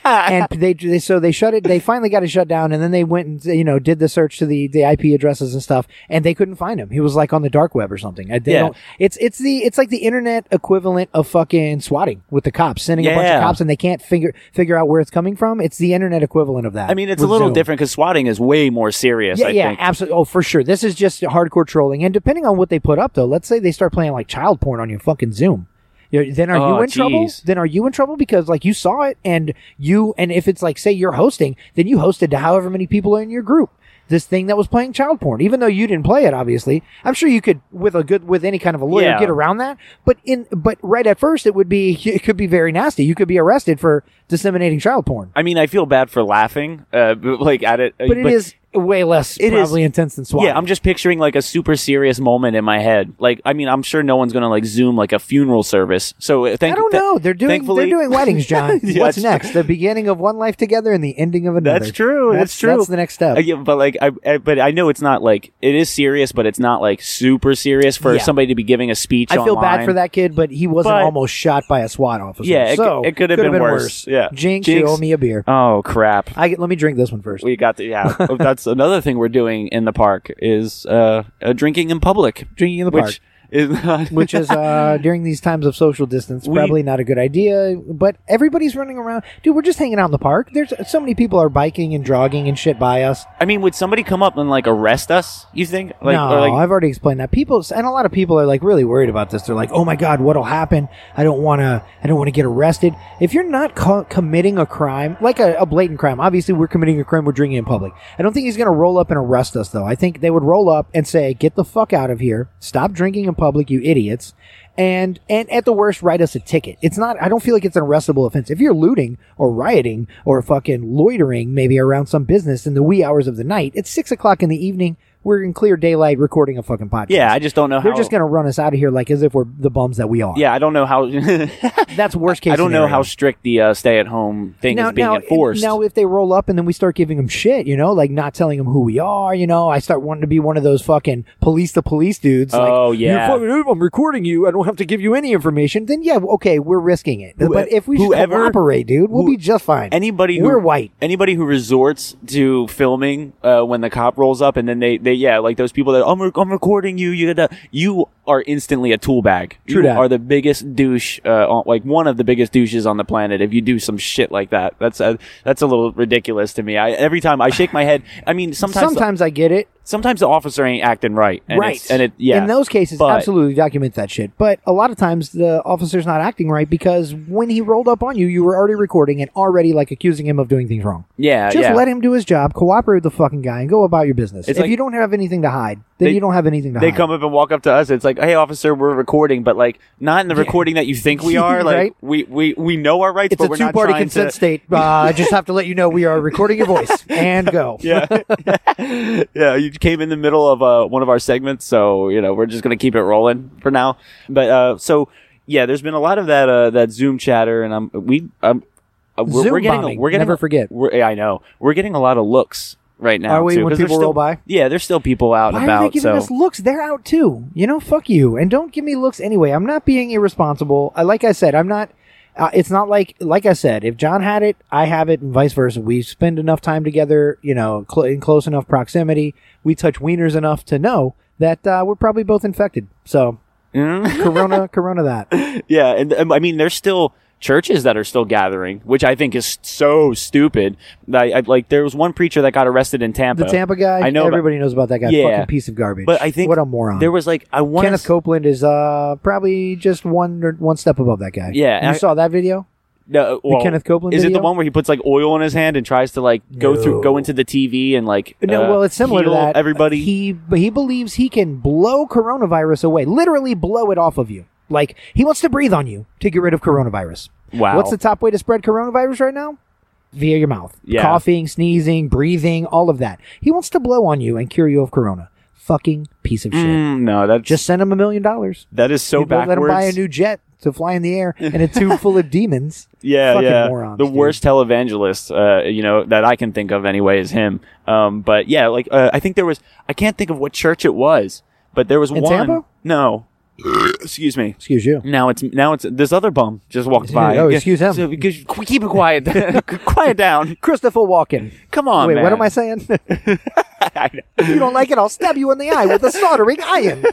Speaker 2: and they, they so they shut it. They finally got it shut down, and then they went and you know did the search to the the IP addresses and stuff, and they couldn't find him. He was like on the dark web or something. I, they
Speaker 1: Yeah.
Speaker 2: don't, it's it's the it's like the internet equivalent of fucking swatting with the cops, sending a bunch of
Speaker 1: Yeah.
Speaker 2: cops, and they can't figure figure out where it's coming from. It's the internet equivalent of that.
Speaker 1: I mean, it's a
Speaker 2: with
Speaker 1: little
Speaker 2: Zoom.
Speaker 1: different because swatting is way more serious.
Speaker 2: Yeah,
Speaker 1: I
Speaker 2: yeah,
Speaker 1: think.
Speaker 2: absolutely. Oh, for sure. This is just hardcore trolling, and depending on what they put up, though, let's say they start playing like child porn on your fucking Zoom. You're- Then are you
Speaker 1: Oh,
Speaker 2: in trouble?
Speaker 1: jeez.
Speaker 2: Then are you in trouble because like you saw it and you and if it's like say you're hosting, then you hosted to however many people are in your group. this thing that was playing child porn, even though you didn't play it. Obviously, I'm sure you could with a good with any kind of a lawyer
Speaker 1: Yeah.
Speaker 2: get around that. But in but right at first, it would be it could be very nasty. You could be arrested for disseminating child porn.
Speaker 1: I mean, I feel bad for laughing, uh, but, like at it. uh,
Speaker 2: But it is way less
Speaker 1: It is-
Speaker 2: probably intense than swat.
Speaker 1: Yeah, I'm just picturing like a super serious moment in my head. Like, I mean, I'm sure no one's gonna like zoom like a funeral service. So uh, thank.
Speaker 2: I don't
Speaker 1: th-
Speaker 2: know. They're doing
Speaker 1: thankfully-
Speaker 2: they're doing weddings, John.
Speaker 1: Yeah,
Speaker 2: What's
Speaker 1: that's
Speaker 2: next? The beginning of one life together and the ending of another.
Speaker 1: That's true. That's, true.
Speaker 2: That's the next step.
Speaker 1: Uh, yeah, but like, I, I but I know it's not like it is serious, but it's not like super serious for
Speaker 2: Yeah.
Speaker 1: somebody to be giving a speech.
Speaker 2: I feel bad
Speaker 1: online.
Speaker 2: for that kid, but he wasn't
Speaker 1: But-
Speaker 2: almost shot by a SWAT officer.
Speaker 1: Yeah, it
Speaker 2: so
Speaker 1: c- it could have
Speaker 2: could've
Speaker 1: been worse. Yeah.
Speaker 2: Jinx, you
Speaker 1: Jinx.
Speaker 2: owe me a beer.
Speaker 1: Oh crap!
Speaker 2: I get, let me drink this one first.
Speaker 1: We got the yeah. Oh, That's another thing we're doing in the park is uh, uh drinking in public,
Speaker 2: Drinking in the park,
Speaker 1: which is not
Speaker 2: which is uh, during these times of social distance,
Speaker 1: We-
Speaker 2: probably not a good idea. But everybody's running around, dude. We're just hanging out in the park. There's so many people are biking and jogging and shit by us.
Speaker 1: I mean, would somebody come up and like arrest us? You think? Like,
Speaker 2: no,
Speaker 1: or, like-
Speaker 2: I've already explained that. People and a lot of people are like really worried about this. They're like, "Oh my God, what'll happen? I don't want to. I don't want to get arrested." If you're not co- committing a crime, like a, a blatant crime, obviously we're committing a crime. We're drinking in public. I don't think he's going to roll up and arrest us, though. I think they would roll up and say, "Get the fuck out of here! Stop drinking in public, you idiots!" And and at the worst, write us a ticket. It's not. I don't feel like it's an arrestable offense. If you're looting or rioting or fucking loitering, maybe around some business in the wee hours of the night, it's six o'clock in the evening. We're in clear daylight recording a fucking podcast.
Speaker 1: yeah, I just don't know.
Speaker 2: They're
Speaker 1: how,
Speaker 2: just gonna run us out of here like as if we're the bums that we are.
Speaker 1: Yeah, I don't know how.
Speaker 2: that's worst case.
Speaker 1: I don't know
Speaker 2: scenario.
Speaker 1: how strict the uh, stay-at-home thing
Speaker 2: now,
Speaker 1: is being
Speaker 2: now,
Speaker 1: enforced.
Speaker 2: Now, if they roll up and then we start giving them shit, you know, like not telling them who we are, you know, I start wanting to be one of those fucking police the police dudes. like,
Speaker 1: Oh,
Speaker 2: "You're
Speaker 1: yeah.
Speaker 2: fucking- I'm recording you. I don't have to give you any information. Then yeah, okay, we're risking it. but if we just
Speaker 1: whoever-
Speaker 2: cooperate, dude, we'll
Speaker 1: who-
Speaker 2: be just fine.
Speaker 1: anybody who,
Speaker 2: we're white.
Speaker 1: Anybody who resorts to filming uh, when the cop rolls up and then they, they yeah, like those people that I'm, rec- I'm recording you. You gotta, you are instantly a tool bag.
Speaker 2: True
Speaker 1: you
Speaker 2: dat.
Speaker 1: are the biggest douche, uh, on, like one of the biggest douches on the planet. If you do some shit like that, that's uh, that's a little ridiculous to me. I every time I shake my head. I mean, sometimes
Speaker 2: Sometimes I get it.
Speaker 1: sometimes the officer ain't acting right. And
Speaker 2: right.
Speaker 1: It's, and it yeah.
Speaker 2: In those cases,
Speaker 1: But-
Speaker 2: absolutely document that shit. But a lot of times the officer's not acting right because when he rolled up on you, you were already recording and already like accusing him of doing things wrong.
Speaker 1: yeah,
Speaker 2: Just
Speaker 1: Uh, yeah.
Speaker 2: let him do his job, cooperate with the fucking guy, and go about your business.
Speaker 1: It's
Speaker 2: if
Speaker 1: like-
Speaker 2: you don't have anything to hide, then
Speaker 1: They-
Speaker 2: you don't have anything to
Speaker 1: they
Speaker 2: hide.
Speaker 1: come up and walk up to us. It's like, hey, officer, we're recording, but like not in the recording that you think we are. Like
Speaker 2: Right.
Speaker 1: we, we we know our rights,
Speaker 2: it's
Speaker 1: but
Speaker 2: a
Speaker 1: we're not
Speaker 2: two-party
Speaker 1: trying
Speaker 2: consent
Speaker 1: to.
Speaker 2: state. Uh, I just have to let you know we are recording your voice and go.
Speaker 1: yeah, yeah. You came in the middle of uh, one of our segments, so you know we're just gonna keep it rolling for now. But uh, so yeah, there's been a lot of that uh, that Zoom chatter, and I'm we um, uh, we're,
Speaker 2: Zoom
Speaker 1: we're getting
Speaker 2: bombing.
Speaker 1: we're getting
Speaker 2: Never forget.
Speaker 1: We're, yeah, I know we're getting a lot of looks right now.
Speaker 2: Are we
Speaker 1: too,
Speaker 2: when
Speaker 1: 'cause there's
Speaker 2: people roll
Speaker 1: still-
Speaker 2: by?
Speaker 1: Yeah, there's still people out
Speaker 2: Why
Speaker 1: and about.
Speaker 2: are they giving
Speaker 1: so
Speaker 2: us looks? They're out too. You know, fuck you, and don't give me looks anyway. I'm not being irresponsible. I like I said, I'm not. Uh, it's not like like I said. If John had it, I have it, and vice versa. We spend enough time together, you know, cl- in close enough proximity. We touch wieners enough to know that uh, we're probably both infected. So,
Speaker 1: Hmm?
Speaker 2: corona, corona, that.
Speaker 1: Yeah, and um, I mean, there's still churches that are still gathering, which I think is so stupid. I, I, like there was one preacher that got arrested in Tampa.
Speaker 2: The Tampa guy.
Speaker 1: I know about-
Speaker 2: everybody knows about that guy.
Speaker 1: Yeah.
Speaker 2: fucking piece of garbage.
Speaker 1: but I think
Speaker 2: what a moron.
Speaker 1: There was like I want
Speaker 2: Kenneth Copeland is uh, probably just one or one step above that guy.
Speaker 1: Yeah,
Speaker 2: you
Speaker 1: I-
Speaker 2: saw that video.
Speaker 1: no, uh, well,
Speaker 2: Kenneth Copeland
Speaker 1: Is it
Speaker 2: video?
Speaker 1: the one where he puts like oil in his hand and tries to like go through, go into the TV and like
Speaker 2: No,
Speaker 1: uh,
Speaker 2: well, it's similar to
Speaker 1: heal
Speaker 2: that.
Speaker 1: Everybody,
Speaker 2: he he believes he can blow coronavirus away, literally blow it off of you. Like he wants to breathe on you to get rid of coronavirus.
Speaker 1: Wow.
Speaker 2: What's the top way to spread coronavirus right now? Via your mouth.
Speaker 1: Yeah.
Speaker 2: Coughing, sneezing, breathing, all of that. He wants to blow on you and cure you of corona. Fucking piece of shit.
Speaker 1: Mm, no, that's
Speaker 2: Just send him a million dollars.
Speaker 1: that is so
Speaker 2: You'd let him
Speaker 1: backwards.
Speaker 2: buy a new jet to fly in the air and a tube full of demons.
Speaker 1: yeah,
Speaker 2: Fucking
Speaker 1: yeah.
Speaker 2: morons,
Speaker 1: the
Speaker 2: dude.
Speaker 1: worst televangelist, uh, you know, that I can think of anyway is him. Um, but yeah, like uh, I think there was, I can't think of what church it was, but there was
Speaker 2: In
Speaker 1: one.
Speaker 2: Tampa?
Speaker 1: No, excuse me.
Speaker 2: Excuse you.
Speaker 1: Now it's now it's this other bum just walked by.
Speaker 2: Oh, excuse him.
Speaker 1: So, because- qu- keep it quiet, quiet down.
Speaker 2: Christopher Walken.
Speaker 1: Come on,
Speaker 2: Wait,
Speaker 1: man.
Speaker 2: what am I saying? If you don't like it, I'll stab you in the eye with a soldering iron.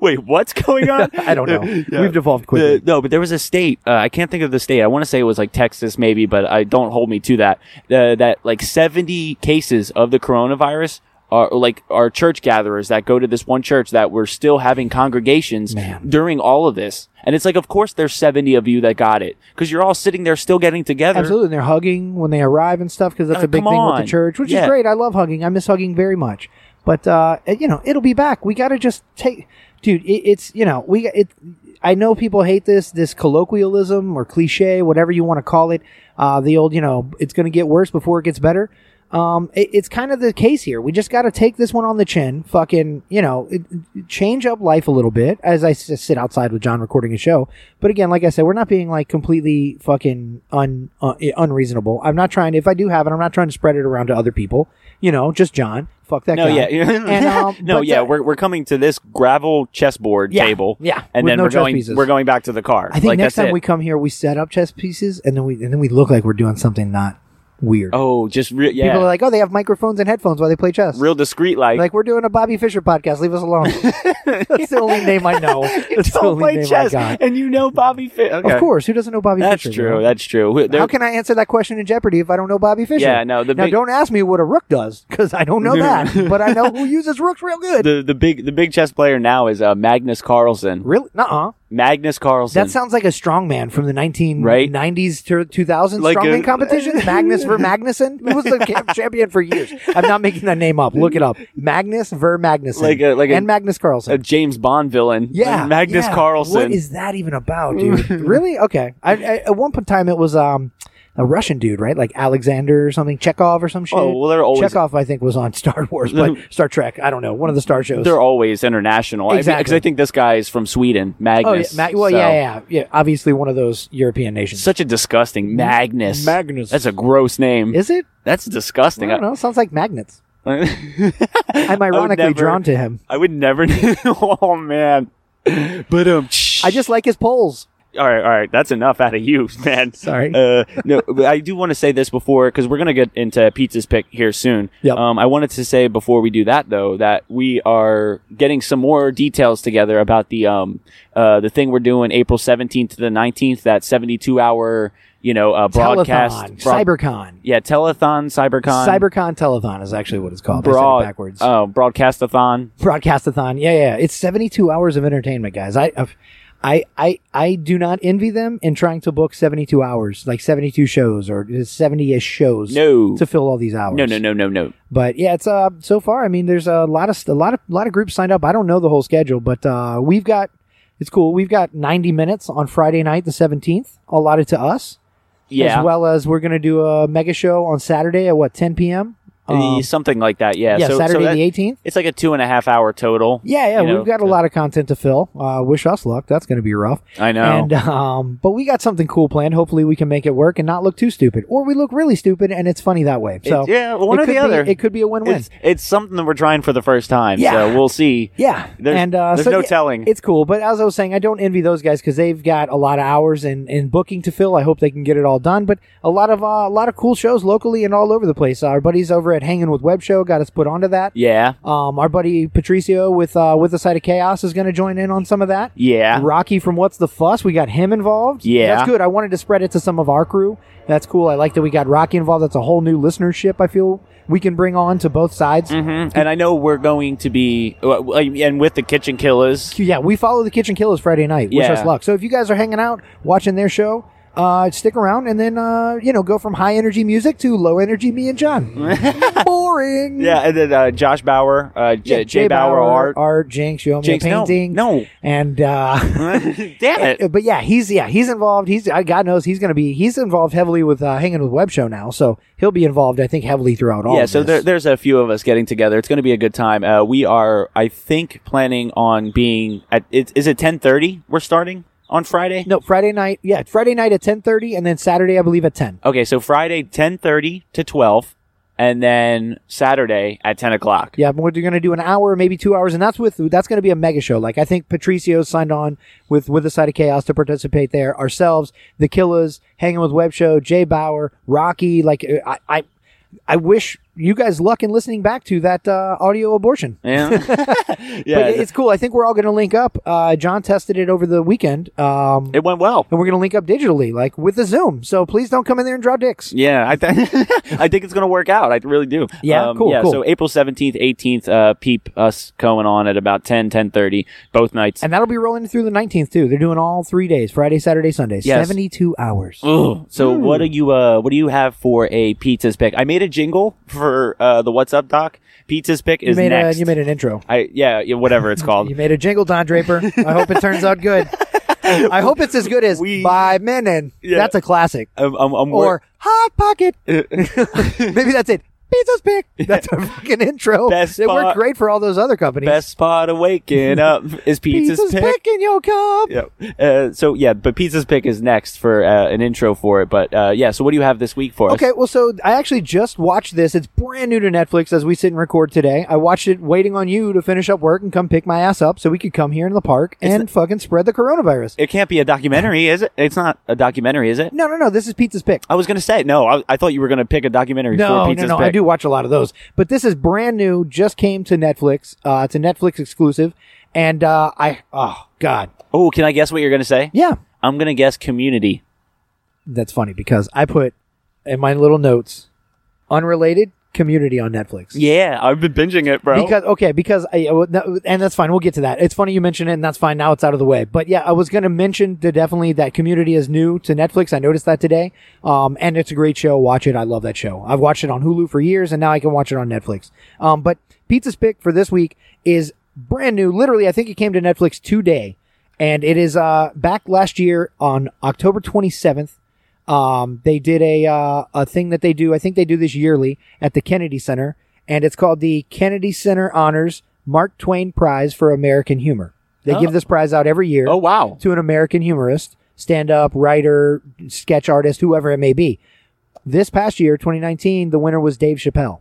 Speaker 1: Wait, what's going on?
Speaker 2: I don't know.
Speaker 1: Yeah.
Speaker 2: We've devolved quickly.
Speaker 1: The, no, but there was a state. Uh, I can't think of the state. I want to say it was like Texas, maybe, but I don't hold me to that. Uh, that like seventy cases of the coronavirus our like our church gatherers that go to this one church that we're still having congregations
Speaker 2: Man.
Speaker 1: during all of this. And it's like, of course, there's 70 of you that got it because you're all sitting there still getting together.
Speaker 2: Absolutely, and they're hugging when they arrive and stuff because that's
Speaker 1: Uh,
Speaker 2: a big
Speaker 1: come
Speaker 2: thing
Speaker 1: on.
Speaker 2: with the church, which
Speaker 1: Yeah.
Speaker 2: is great. I love hugging. I miss hugging very much. But uh, you know, it'll be back. We got to just take, dude. It, it's you know, we it. I know people hate this this colloquialism or cliche, whatever you want to call it. Uh, the old, you know, it's going to get worse before it gets better. Um, it, it's kind of the case here. We just got to take this one on the chin. Fucking, you know, it, it- change up life a little bit. As I s- sit outside with John recording a show, but again, like I said, we're not being like completely fucking un uh, unreasonable. I'm not trying. If I do have it, I'm not trying to spread it around to other people. You know, just John. Fuck that
Speaker 1: No,
Speaker 2: guy.
Speaker 1: yeah.
Speaker 2: And, um,
Speaker 1: no,
Speaker 2: but,
Speaker 1: yeah.
Speaker 2: uh,
Speaker 1: we're, we're coming to this gravel chessboard
Speaker 2: Yeah,
Speaker 1: table.
Speaker 2: yeah,
Speaker 1: And
Speaker 2: with
Speaker 1: then
Speaker 2: no
Speaker 1: we're
Speaker 2: chess
Speaker 1: going,
Speaker 2: pieces.
Speaker 1: we're going back to the car.
Speaker 2: I think
Speaker 1: like,
Speaker 2: next
Speaker 1: that's
Speaker 2: time
Speaker 1: it.
Speaker 2: we come here, we set up chess pieces, and then we and then we look like we're doing something not weird.
Speaker 1: Oh, just re- yeah.
Speaker 2: People are like, oh, they have microphones and headphones while they play chess.
Speaker 1: real discreet like.
Speaker 2: Like we're doing a Bobby Fischer podcast. Leave us alone. That's the only name I know. That's the
Speaker 1: don't
Speaker 2: only
Speaker 1: play
Speaker 2: name
Speaker 1: chess,
Speaker 2: I got.
Speaker 1: and you know Bobby Fischer.
Speaker 2: Of course, who doesn't know Bobby
Speaker 1: that's
Speaker 2: Fischer?
Speaker 1: true.
Speaker 2: you know?
Speaker 1: That's true. There-
Speaker 2: How can I answer that question in Jeopardy if I don't know Bobby Fischer?
Speaker 1: Yeah, no, the
Speaker 2: now
Speaker 1: big-
Speaker 2: don't ask me what a rook does because I don't know that, but I know who uses rooks real good.
Speaker 1: the the big the big chess player now is uh, Magnus Carlsen.
Speaker 2: really? Nuh-uh.
Speaker 1: Magnus Carlsen.
Speaker 2: That sounds like a strongman from the 1990s
Speaker 1: Right.
Speaker 2: to 2000s
Speaker 1: Like
Speaker 2: strongman
Speaker 1: a-
Speaker 2: competitions. Magnus for Magnuson. He was the camp champion for years. I'm not making that name up. Look it up. Magnus ver Magnuson.
Speaker 1: Like a- like a-
Speaker 2: and Magnus Carlsen.
Speaker 1: a James Bond villain.
Speaker 2: Yeah,
Speaker 1: Magnus
Speaker 2: yeah.
Speaker 1: Carlsen.
Speaker 2: What is that even about, dude? really? Okay. I, I, at one point in time, it was um a Russian dude, right? Like Alexander or something, Chekhov or some shit.
Speaker 1: Oh, well, they're always-
Speaker 2: Chekhov. I think was on Star Wars, but Star Trek. I don't know. One of the Star shows.
Speaker 1: They're always international. Because I,
Speaker 2: Exactly.
Speaker 1: think this guy is from Sweden.
Speaker 2: oh, yeah,
Speaker 1: Magnus.
Speaker 2: Ma- well,
Speaker 1: so-
Speaker 2: yeah, yeah, yeah. Obviously, one of those European nations.
Speaker 1: Such a disgusting Magnus.
Speaker 2: Magnus.
Speaker 1: That's a gross name.
Speaker 2: Is it?
Speaker 1: That's
Speaker 2: I
Speaker 1: disgusting.
Speaker 2: don't know. Sounds like magnets. I'm ironically
Speaker 1: never-
Speaker 2: drawn to him.
Speaker 1: I would never. oh man. But um.
Speaker 2: I just like his poles.
Speaker 1: all right, all right. That's enough out of you, man.
Speaker 2: Sorry.
Speaker 1: Uh, no, but I do want to say this before because we're gonna get into pizza's pick here soon.
Speaker 2: Yep.
Speaker 1: Um, I wanted to say before we do that though that we are getting some more details together about the um uh the thing we're doing April seventeenth to the nineteenth that seventy two hour you know uh, broadcast
Speaker 2: Telethon,
Speaker 1: broad-
Speaker 2: Cybercon.
Speaker 1: yeah telethon cybercon
Speaker 2: Cybercon Telethon is actually what it's called. I said it
Speaker 1: broad
Speaker 2: backwards.
Speaker 1: oh broadcastathon
Speaker 2: broadcastathon. Yeah, yeah. It's 72 hours of entertainment, guys. I, I've- I, I, I do not envy them in trying to book 72 hours, like 72 shows or 70-ish shows
Speaker 1: no
Speaker 2: to fill all these hours.
Speaker 1: no no no no no
Speaker 2: But yeah, it's uh so far. I mean, there's a lot of a lot of lot of groups signed up. I don't know the whole schedule, but uh, we've got it's cool. We've got 90 minutes on Friday night, the 17th, allotted to us.
Speaker 1: yeah
Speaker 2: As well as we're gonna do a mega show on Saturday at what 10 p.m.
Speaker 1: Uh, something like that yeah,
Speaker 2: Um, yeah,
Speaker 1: so, so
Speaker 2: Saturday
Speaker 1: that-
Speaker 2: the 18th.
Speaker 1: it's like a two and a half hour total
Speaker 2: Yeah, yeah,
Speaker 1: you know,
Speaker 2: we've got a lot of content to fill. Uh, wish us luck. That's going to be rough.
Speaker 1: I know.
Speaker 2: And um, but we got something cool planned. Hopefully, we can make it work and not look too stupid, or we look really stupid and it's funny that way. So
Speaker 1: It- yeah, one
Speaker 2: it
Speaker 1: or
Speaker 2: could
Speaker 1: the other.
Speaker 2: Be, it could be a win-win.
Speaker 1: it's, it's something that we're trying for the first time.
Speaker 2: Yeah.
Speaker 1: So we'll see.
Speaker 2: Yeah,
Speaker 1: There's-
Speaker 2: and uh,
Speaker 1: there's
Speaker 2: so,
Speaker 1: no
Speaker 2: yeah,
Speaker 1: telling.
Speaker 2: It's cool, but as I was saying, I don't envy those guys because they've got a lot of hours and, and booking to fill. I hope they can get it all done. But a lot of uh, a lot of cool shows locally and all over the place. our buddies over at Hanging with Web Show got us put onto that.
Speaker 1: Yeah.
Speaker 2: Um, our buddy Patricio with uh, with the Side of Chaos is going to join in on some of that.
Speaker 1: Yeah.
Speaker 2: Rocky from What's the Fuss. We got him involved.
Speaker 1: Yeah.
Speaker 2: That's good. I wanted to spread it to some of our crew. That's cool. I like that we got Rocky involved. That's a whole new listenership I feel we can bring on to both sides.
Speaker 1: Mhm. And I know we're going to be, uh, and with the Kitchen Killers,
Speaker 2: Yeah, we follow the Kitchen Killers Friday night. Wish
Speaker 1: Yeah.
Speaker 2: us luck. So if you guys are hanging out, watching their show, uh, stick around and then, uh, you know, go from high energy music to low energy me and John. Boring.
Speaker 1: yeah, and then uh, Josh Bauer, uh, J- Jay, Bauer, Art,
Speaker 2: Art, Jinx, show me
Speaker 1: Jinx,
Speaker 2: a
Speaker 1: no,
Speaker 2: painting.
Speaker 1: no.
Speaker 2: And, uh,
Speaker 1: Damn it.
Speaker 2: Uh, but yeah, he's yeah he's involved. He's I- God knows he's going to be he's involved heavily with uh, hanging with Web Show now, so he'll be involved I think heavily throughout all.
Speaker 1: Yeah,
Speaker 2: of
Speaker 1: so
Speaker 2: this.
Speaker 1: there, there's a few of us getting together. It's going to be a good time. Uh, we are, I think, planning on being at. It, is it 10:30? We're starting on Friday.
Speaker 2: no Friday night. Yeah, Friday night at ten thirty, and then Saturday I believe at ten.
Speaker 1: Okay, so Friday 10:30 to 12, and then Saturday at 10 o'clock.
Speaker 2: Yeah, but we're going to do an hour, maybe two hours, and that's with that's going to be a mega show. Like I think Patricio signed on with with the side of chaos to participate there. Ourselves, the Killers, hanging with Web Show, Jay Bauer, Rocky. Like uh, I, I, I wish you guys' luck in listening back to that uh, audio abortion.
Speaker 1: Yeah,
Speaker 2: But
Speaker 1: yeah.
Speaker 2: it-
Speaker 1: It,
Speaker 2: it's cool. I think we're all going to link up. Uh, John tested it over the weekend, um,
Speaker 1: it went well.
Speaker 2: and we're going to link up digitally, like with the Zoom. So please don't come in there and draw dicks.
Speaker 1: Yeah, I, th- I think it's going to work out. I really do. Um,
Speaker 2: Yeah? Cool,
Speaker 1: Yeah,
Speaker 2: cool.
Speaker 1: so April 17th, 18th, uh, peep us going on at about 10, 10.30, both nights.
Speaker 2: And that'll be rolling through the 19th, too. They're doing all three days Friday, Saturday, Sunday.
Speaker 1: Yes.
Speaker 2: 72 hours.
Speaker 1: Ugh. So
Speaker 2: Hmm.
Speaker 1: what do you uh what do you have for a pizzas pick? I made a jingle for uh the What's Up Doc. Pizzas pick
Speaker 2: You
Speaker 1: is
Speaker 2: made, a,
Speaker 1: next. Um,
Speaker 2: you made an intro.
Speaker 1: I yeah, yeah, whatever it's called.
Speaker 2: You made a jingle, Don Draper. I hope it turns out good. I hope it's as good as
Speaker 1: We-
Speaker 2: By Menon.
Speaker 1: Yeah. Um,
Speaker 2: That's a classic.
Speaker 1: I'm, I'm, I'm
Speaker 2: Or
Speaker 1: wor-
Speaker 2: Hot Pocket. Maybe that's it. Pizza's pick. That's a fucking intro.
Speaker 1: Best
Speaker 2: it worked
Speaker 1: spot-
Speaker 2: great for all those other companies.
Speaker 1: best part of waking up is pizzas,
Speaker 2: Pizza's
Speaker 1: pick.
Speaker 2: pick in your cup.
Speaker 1: Yep. Uh, so yeah, but pizzas pick is next for uh, an intro for it. But uh, yeah, so what do you have this week for us?
Speaker 2: Okay, well, so I actually just watched this. It's brand new to Netflix as we sit and record today. I watched it waiting on you to finish up work and come pick my ass up so we could come here in the park and fucking spread the coronavirus.
Speaker 1: It can't be a documentary, is it? It's not a documentary, is it?
Speaker 2: no, no, no. This is Pizza's Pick.
Speaker 1: I was gonna say no. I, I thought you were gonna pick a documentary
Speaker 2: No,
Speaker 1: for
Speaker 2: no,
Speaker 1: pizzas
Speaker 2: no.
Speaker 1: pick.
Speaker 2: I do watch a lot of those, but this is brand new. Just came to Netflix. Uh, it's a Netflix exclusive, and uh, I oh god,
Speaker 1: Oh, can I guess what you're gonna say?
Speaker 2: yeah,
Speaker 1: I'm gonna guess Community.
Speaker 2: that's funny because I put in my little notes unrelated community on Netflix.
Speaker 1: Yeah, I've been binging it, bro.
Speaker 2: Because okay, because I I would- no, and that's fine. We'll get to that. It's funny you mention it, and that's fine. Now it's out of the way. But yeah, I was going to mention the, definitely that Community is new to Netflix. I noticed that today. Um, and it's a great show. Watch it. I love that show. I've watched it on Hulu for years, and now I can watch it on Netflix. Um, but Pizza's pick for this week is brand new. Literally, I think it came to Netflix today, and it is uh back last year on October twenty seventh. Um, they did a uh, a thing that they do. I think they do this yearly at the Kennedy Center, and it's called the Kennedy Center Honors Mark Twain Prize for American Humor. They give this prize out every year
Speaker 1: oh wow.
Speaker 2: to an American humorist, stand up, writer, sketch artist, whoever it may be. This past year, 2019, the winner was Dave Chappelle.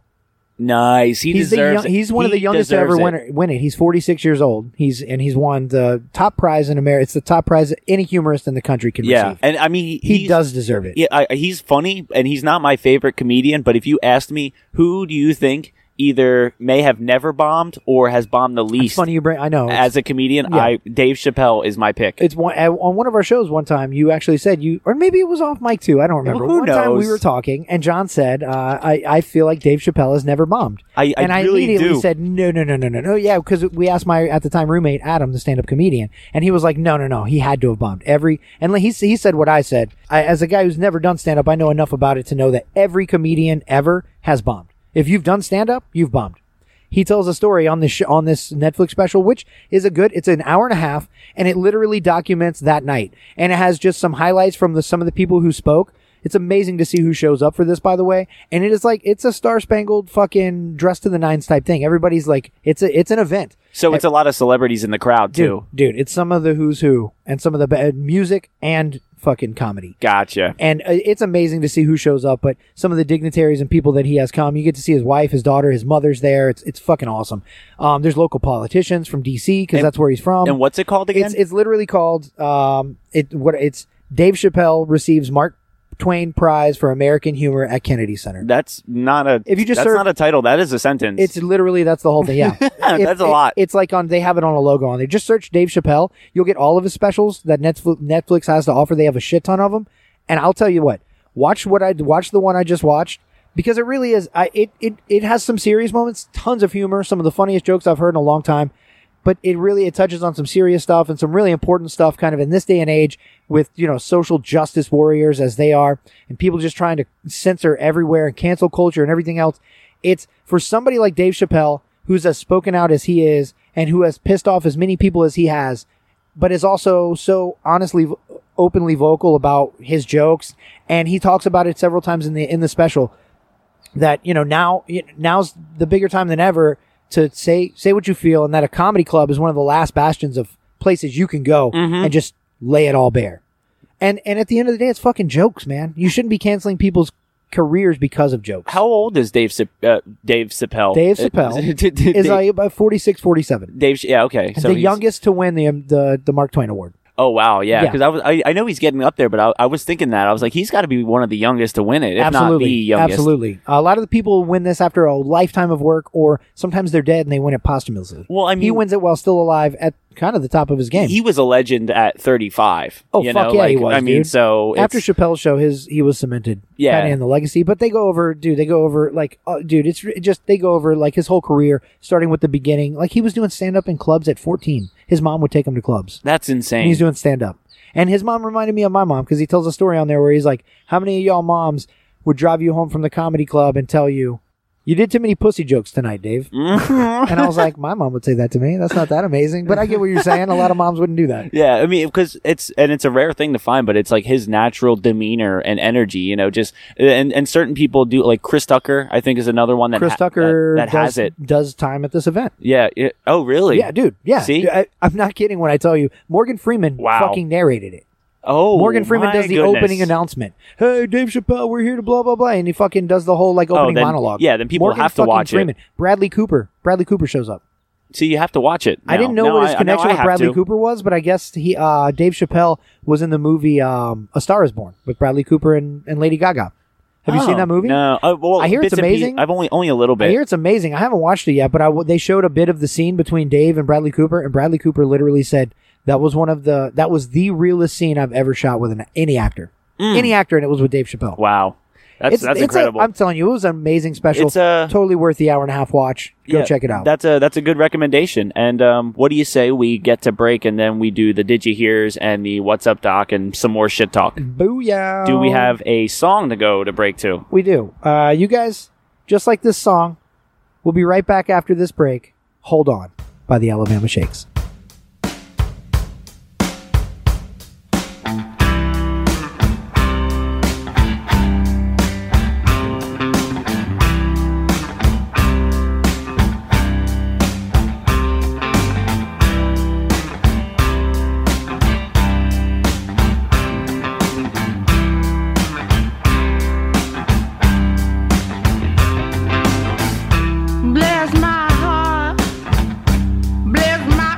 Speaker 1: Nice. He
Speaker 2: He's the
Speaker 1: deserves.
Speaker 2: young, he's one of
Speaker 1: he
Speaker 2: the youngest to
Speaker 1: deserves
Speaker 2: ever
Speaker 1: it.
Speaker 2: win it. win it. He's 46 years old. He's and he's won the top prize in America. It's the top prize that any humorist in the country can
Speaker 1: Yeah,
Speaker 2: receive.
Speaker 1: and I mean
Speaker 2: He
Speaker 1: he's-
Speaker 2: does deserve it.
Speaker 1: Yeah, I, he's funny, and he's not my favorite comedian. But if you asked me, who do you think either may have never bombed or has bombed the
Speaker 2: It's
Speaker 1: least
Speaker 2: funny you bring. I know. It's-
Speaker 1: as a comedian? I Dave Chappelle is my pick.
Speaker 2: it's one uh, on one of our shows one time you actually said you or maybe it was off mic too i don't remember
Speaker 1: Who
Speaker 2: one time we
Speaker 1: knows?
Speaker 2: were talking and john said uh, I, I feel like dave chappelle has never bombed
Speaker 1: I- I
Speaker 2: and i
Speaker 1: really
Speaker 2: immediately
Speaker 1: do.
Speaker 2: said no no no no no no yeah because we asked my at the time roommate adam the stand-up comedian and he was like no no no he had to have bombed every and he, he said what i said I, as a guy who's never done stand-up i know enough about it to know that every comedian ever has bombed if you've done stand-up you've bombed he tells a story on this sh- on this Netflix special, which is a good. It's an hour and a half, and it literally documents that night, and it has just some highlights from the some of the people who spoke. It's amazing to see who shows up for this, by the way, and it is like it's a star spangled fucking dress to the nines type thing. Everybody's like, it's a it's an event,
Speaker 1: so it's a lot of celebrities in the crowd too.
Speaker 2: dude. It's some of the who's who and some of the ba- music and fucking comedy.
Speaker 1: Gotcha.
Speaker 2: And uh, it's amazing to see who shows up, but some of the dignitaries and people that he has come, you get to see his wife, his daughter, his mother's there. It's it's fucking awesome. Um, there's local politicians from DC because that's where he's from.
Speaker 1: And what's it called again?
Speaker 2: it's it's literally called um it what it's Dave Chappelle receives Mark Twain Prize for American Humor at Kennedy Center.
Speaker 1: that's not a.
Speaker 2: If you just
Speaker 1: that's
Speaker 2: serve-
Speaker 1: not a title. That is a sentence.
Speaker 2: It's literally that's the whole thing. Yeah, If-
Speaker 1: That's a
Speaker 2: it-
Speaker 1: lot.
Speaker 2: It's like on they have it on a logo on there. Just search Dave Chappelle. You'll get all of his specials that Netflix Netflix has to offer. They have a shit ton of them. And I'll tell you what, watch what I watch the one I just watched because it really is. I it it it has some serious moments, tons of humor, some of the funniest jokes I've heard in a long time. But it really it touches on some serious stuff and some really important stuff, kind of in this day and age with you know social justice warriors as they are, and people just trying to censor everywhere and cancel culture and everything else. It's for somebody like Dave Chappelle, who's as spoken out as he is and who has pissed off as many people as he has, but is also so honestly v- openly vocal about his jokes and he talks about it several times in the in the special that you know now y- now's the bigger time than ever to say say what you feel and that a comedy club is one of the last bastions of places you can go
Speaker 1: Mm-hmm.
Speaker 2: and just lay it all bare. And and at the end of the day it's fucking jokes, man. You shouldn't be canceling people's careers because of jokes.
Speaker 1: How old is Dave? Sip- uh, Dave Chappelle.
Speaker 2: Dave Chappelle
Speaker 1: Dave,
Speaker 2: is like about 46, 47.
Speaker 1: Dave- Yeah. Okay. So
Speaker 2: the
Speaker 1: he's-
Speaker 2: youngest to win um, the, the the Mark Twain Award.
Speaker 1: Oh wow, yeah.
Speaker 2: Yeah.
Speaker 1: Because I was, I, I know he's getting up there, but I, I was thinking that I was like, he's got to be one of the youngest to win it, if not the
Speaker 2: Absolutely.
Speaker 1: youngest.
Speaker 2: Absolutely. A lot of the people win this after a lifetime of work, or sometimes they're dead and they win it posthumously.
Speaker 1: Well, I mean,
Speaker 2: he wins it while still alive at kind of the top of his game.
Speaker 1: He was a legend at 35.
Speaker 2: Oh,
Speaker 1: you
Speaker 2: fuck
Speaker 1: know?
Speaker 2: yeah,
Speaker 1: like,
Speaker 2: he was,
Speaker 1: I mean,
Speaker 2: dude.
Speaker 1: so it's-
Speaker 2: after Chappelle's show, his he was cemented,
Speaker 1: Yeah.
Speaker 2: kind of in the legacy. But they go over, dude. They go over like, uh, dude. It's re- just they go over like his whole career, starting with the beginning. Like he was doing stand up in clubs at fourteen. His mom would take him to clubs.
Speaker 1: that's
Speaker 2: and
Speaker 1: insane.
Speaker 2: he's doing stand up. And his mom reminded me of my mom because he tells a story on there where he's like, "How many of y'all moms would drive you home from the comedy club and tell you you did too many pussy jokes tonight, Dave?" and I was like, "My mom would say that to me. That's not that amazing, but I get what you're saying. A lot of moms wouldn't do that."
Speaker 1: yeah, I mean, because it's and it's a rare thing to find, but it's like his natural demeanor and energy, you know, just and and certain people do like Chris Tucker, I think, is another one that
Speaker 2: Chris
Speaker 1: ha-
Speaker 2: Tucker
Speaker 1: that, that
Speaker 2: does,
Speaker 1: has it.
Speaker 2: does time at this event.
Speaker 1: Yeah, yeah. Oh, really?
Speaker 2: Yeah, dude. Yeah.
Speaker 1: See?
Speaker 2: I, I'm not kidding when I tell you Morgan Freeman
Speaker 1: Wow.
Speaker 2: fucking narrated it.
Speaker 1: Oh,
Speaker 2: Morgan Freeman
Speaker 1: my
Speaker 2: does the
Speaker 1: goodness.
Speaker 2: opening announcement. Hey, Dave Chappelle, we're here to blah blah blah, and he fucking does the whole like opening
Speaker 1: Oh, then-
Speaker 2: monologue.
Speaker 1: yeah, then people
Speaker 2: Morgan
Speaker 1: have to
Speaker 2: fucking
Speaker 1: watch it.
Speaker 2: Freeman. Bradley Cooper. Bradley Cooper shows up.
Speaker 1: See, you have to watch it.
Speaker 2: I
Speaker 1: now.
Speaker 2: didn't know
Speaker 1: No,
Speaker 2: what his
Speaker 1: I- no,
Speaker 2: connection
Speaker 1: I
Speaker 2: with
Speaker 1: have
Speaker 2: Bradley
Speaker 1: to.
Speaker 2: Cooper was, but I guess he uh, Dave Chappelle was in the movie um, A Star Is Born with Bradley Cooper and, and Lady Gaga. Have you
Speaker 1: Oh,
Speaker 2: seen that movie?
Speaker 1: No. Uh, well,
Speaker 2: I hear it's
Speaker 1: bits and pieces-
Speaker 2: amazing.
Speaker 1: I've only only a little bit.
Speaker 2: I hear it's amazing. I haven't watched it yet, but I w they showed a bit of the scene between Dave and Bradley Cooper, and Bradley Cooper literally said that was one of the that was the realest scene I've ever shot with an, any actor, any actor, and it was with Dave Chappelle.
Speaker 1: Mm. wow, that's
Speaker 2: it's,
Speaker 1: that's
Speaker 2: it's a-
Speaker 1: incredible.
Speaker 2: I'm telling you, it was an amazing special.
Speaker 1: It's a-
Speaker 2: totally worth the hour and a half watch. Go
Speaker 1: Yeah,
Speaker 2: check it out.
Speaker 1: That's a that's a good recommendation. And um, what do you say we get to break and then we do the digi hears and the what's up doc and some more shit talk?
Speaker 2: Booyah!
Speaker 1: Do we have a song to go to break to?
Speaker 2: We do. Uh, you guys, just like this song, we'll be right back after this break. Hold on, by the Alabama Shakes.
Speaker 5: Bless my heart, bless my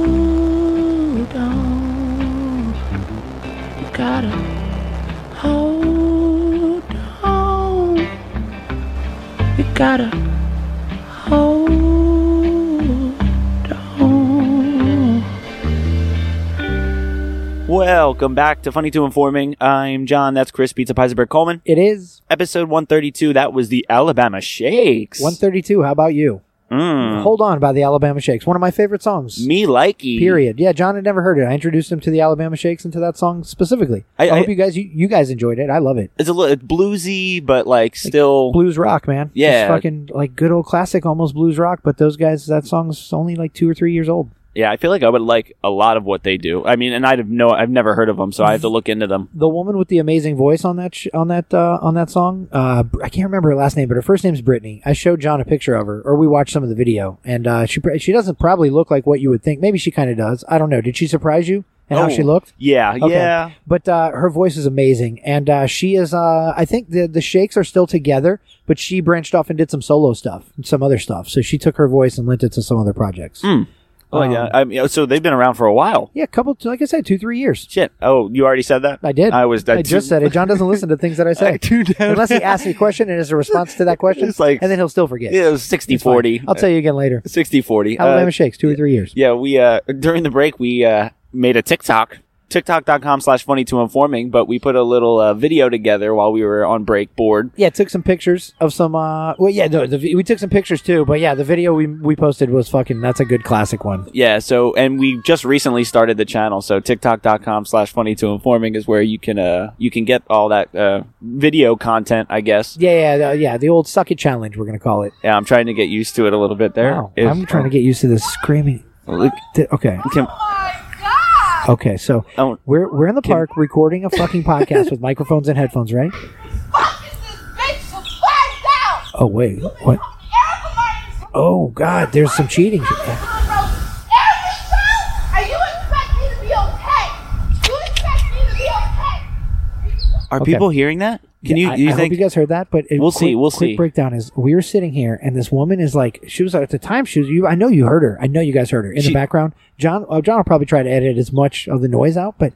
Speaker 5: Hold on. You gotta hold on. You gotta hold on.
Speaker 1: Welcome back to Funny to Informing. I'm John. That's Chris Pizza Peisenberg Coleman.
Speaker 2: It is
Speaker 1: Episode 132. That was the Alabama Shakes.
Speaker 2: 132. How about you?
Speaker 1: Mm.
Speaker 2: Hold on by the Alabama Shakes. One of my favorite songs.
Speaker 1: Me likey.
Speaker 2: Period. Yeah, John had never heard it. I introduced him to the Alabama Shakes and to that song specifically.
Speaker 1: I-
Speaker 2: I,
Speaker 1: I-
Speaker 2: hope you guys you, you guys enjoyed it. I love it.
Speaker 1: It's a little it's bluesy, but like still.
Speaker 2: Blues rock, man.
Speaker 1: Yeah.
Speaker 2: Just fucking like good old classic, almost blues rock. But those guys, that song's only like two or three years old.
Speaker 1: yeah, I feel like I would like a lot of what they do. I mean, and I'd have no, I've never heard of them, so I have to look into them.
Speaker 2: The woman with the amazing voice on that sh- on that uh, on that song, uh, Br- I can't remember her last name, but her first name's Brittany. I showed John a picture of her, or we watched some of the video, and uh, she pr- she doesn't probably look like what you would think. Maybe she kind of does. I don't know. Did she surprise you and how
Speaker 1: Oh.
Speaker 2: she looked?
Speaker 1: Yeah,
Speaker 2: Okay.
Speaker 1: yeah.
Speaker 2: but uh, her voice is amazing, and uh, she is. Uh, I think the the Shakes are still together, but she branched off and did some solo stuff, and some other stuff. So she took her voice and lent it to some other projects.
Speaker 1: Oh, yeah. I
Speaker 2: Um,
Speaker 1: mean, so they've been around for a while.
Speaker 2: Yeah, a couple, like I said, two three years.
Speaker 1: Shit. Oh, you already said that.
Speaker 2: I did.
Speaker 1: I was.
Speaker 2: I just said it. John doesn't listen to things that I say.
Speaker 1: tuned out.
Speaker 2: Unless he asks me a question and is a response to that question,
Speaker 1: It's like-
Speaker 2: and then he'll still forget.
Speaker 1: Yeah, it was 60
Speaker 2: It's fine.
Speaker 1: 40.
Speaker 2: I'll tell you again later.
Speaker 1: 60 40.
Speaker 2: Alabama Shakes, two or three years.
Speaker 1: Uh, Yeah, we uh during the break we uh made a TikTok. TikTok.com slash funny to informing, but we put a little uh, video together while we were on break board.
Speaker 2: Yeah, took some pictures of some. Uh, well, yeah, no, the, vi- we took some pictures too, but yeah, the video we we posted was fucking. That's a good classic one.
Speaker 1: Yeah, so and we just recently started the channel, so TikTok.com slash funny to informing is where you can uh you can get all that uh video content, I guess.
Speaker 2: Yeah, yeah, the, yeah. The old suck it challenge, we're gonna call it.
Speaker 1: Yeah, I'm trying to get used to it a little bit there.
Speaker 2: Wow. I'm trying to get used to this screaming.
Speaker 1: look
Speaker 2: Th- Okay,
Speaker 5: Oh
Speaker 1: can,
Speaker 2: okay. So
Speaker 1: oh,
Speaker 2: we're we're in the park recording a fucking podcast with microphones and headphones, right? Oh wait, what? Oh god, there's some cheating.
Speaker 1: are
Speaker 2: Okay.
Speaker 1: people hearing that? Can
Speaker 2: Yeah,
Speaker 1: you
Speaker 2: I,
Speaker 1: you
Speaker 2: I hope
Speaker 1: think
Speaker 2: you guys heard that? But it-
Speaker 1: We'll
Speaker 2: quick-
Speaker 1: see, we'll
Speaker 2: quick
Speaker 1: see.
Speaker 2: Breakdown is we were sitting here, and this woman is like, she was at the time. She was you. I know you heard her. I know you guys heard her in
Speaker 1: She-
Speaker 2: the background. John, uh, John will probably try to edit as much of the noise out, but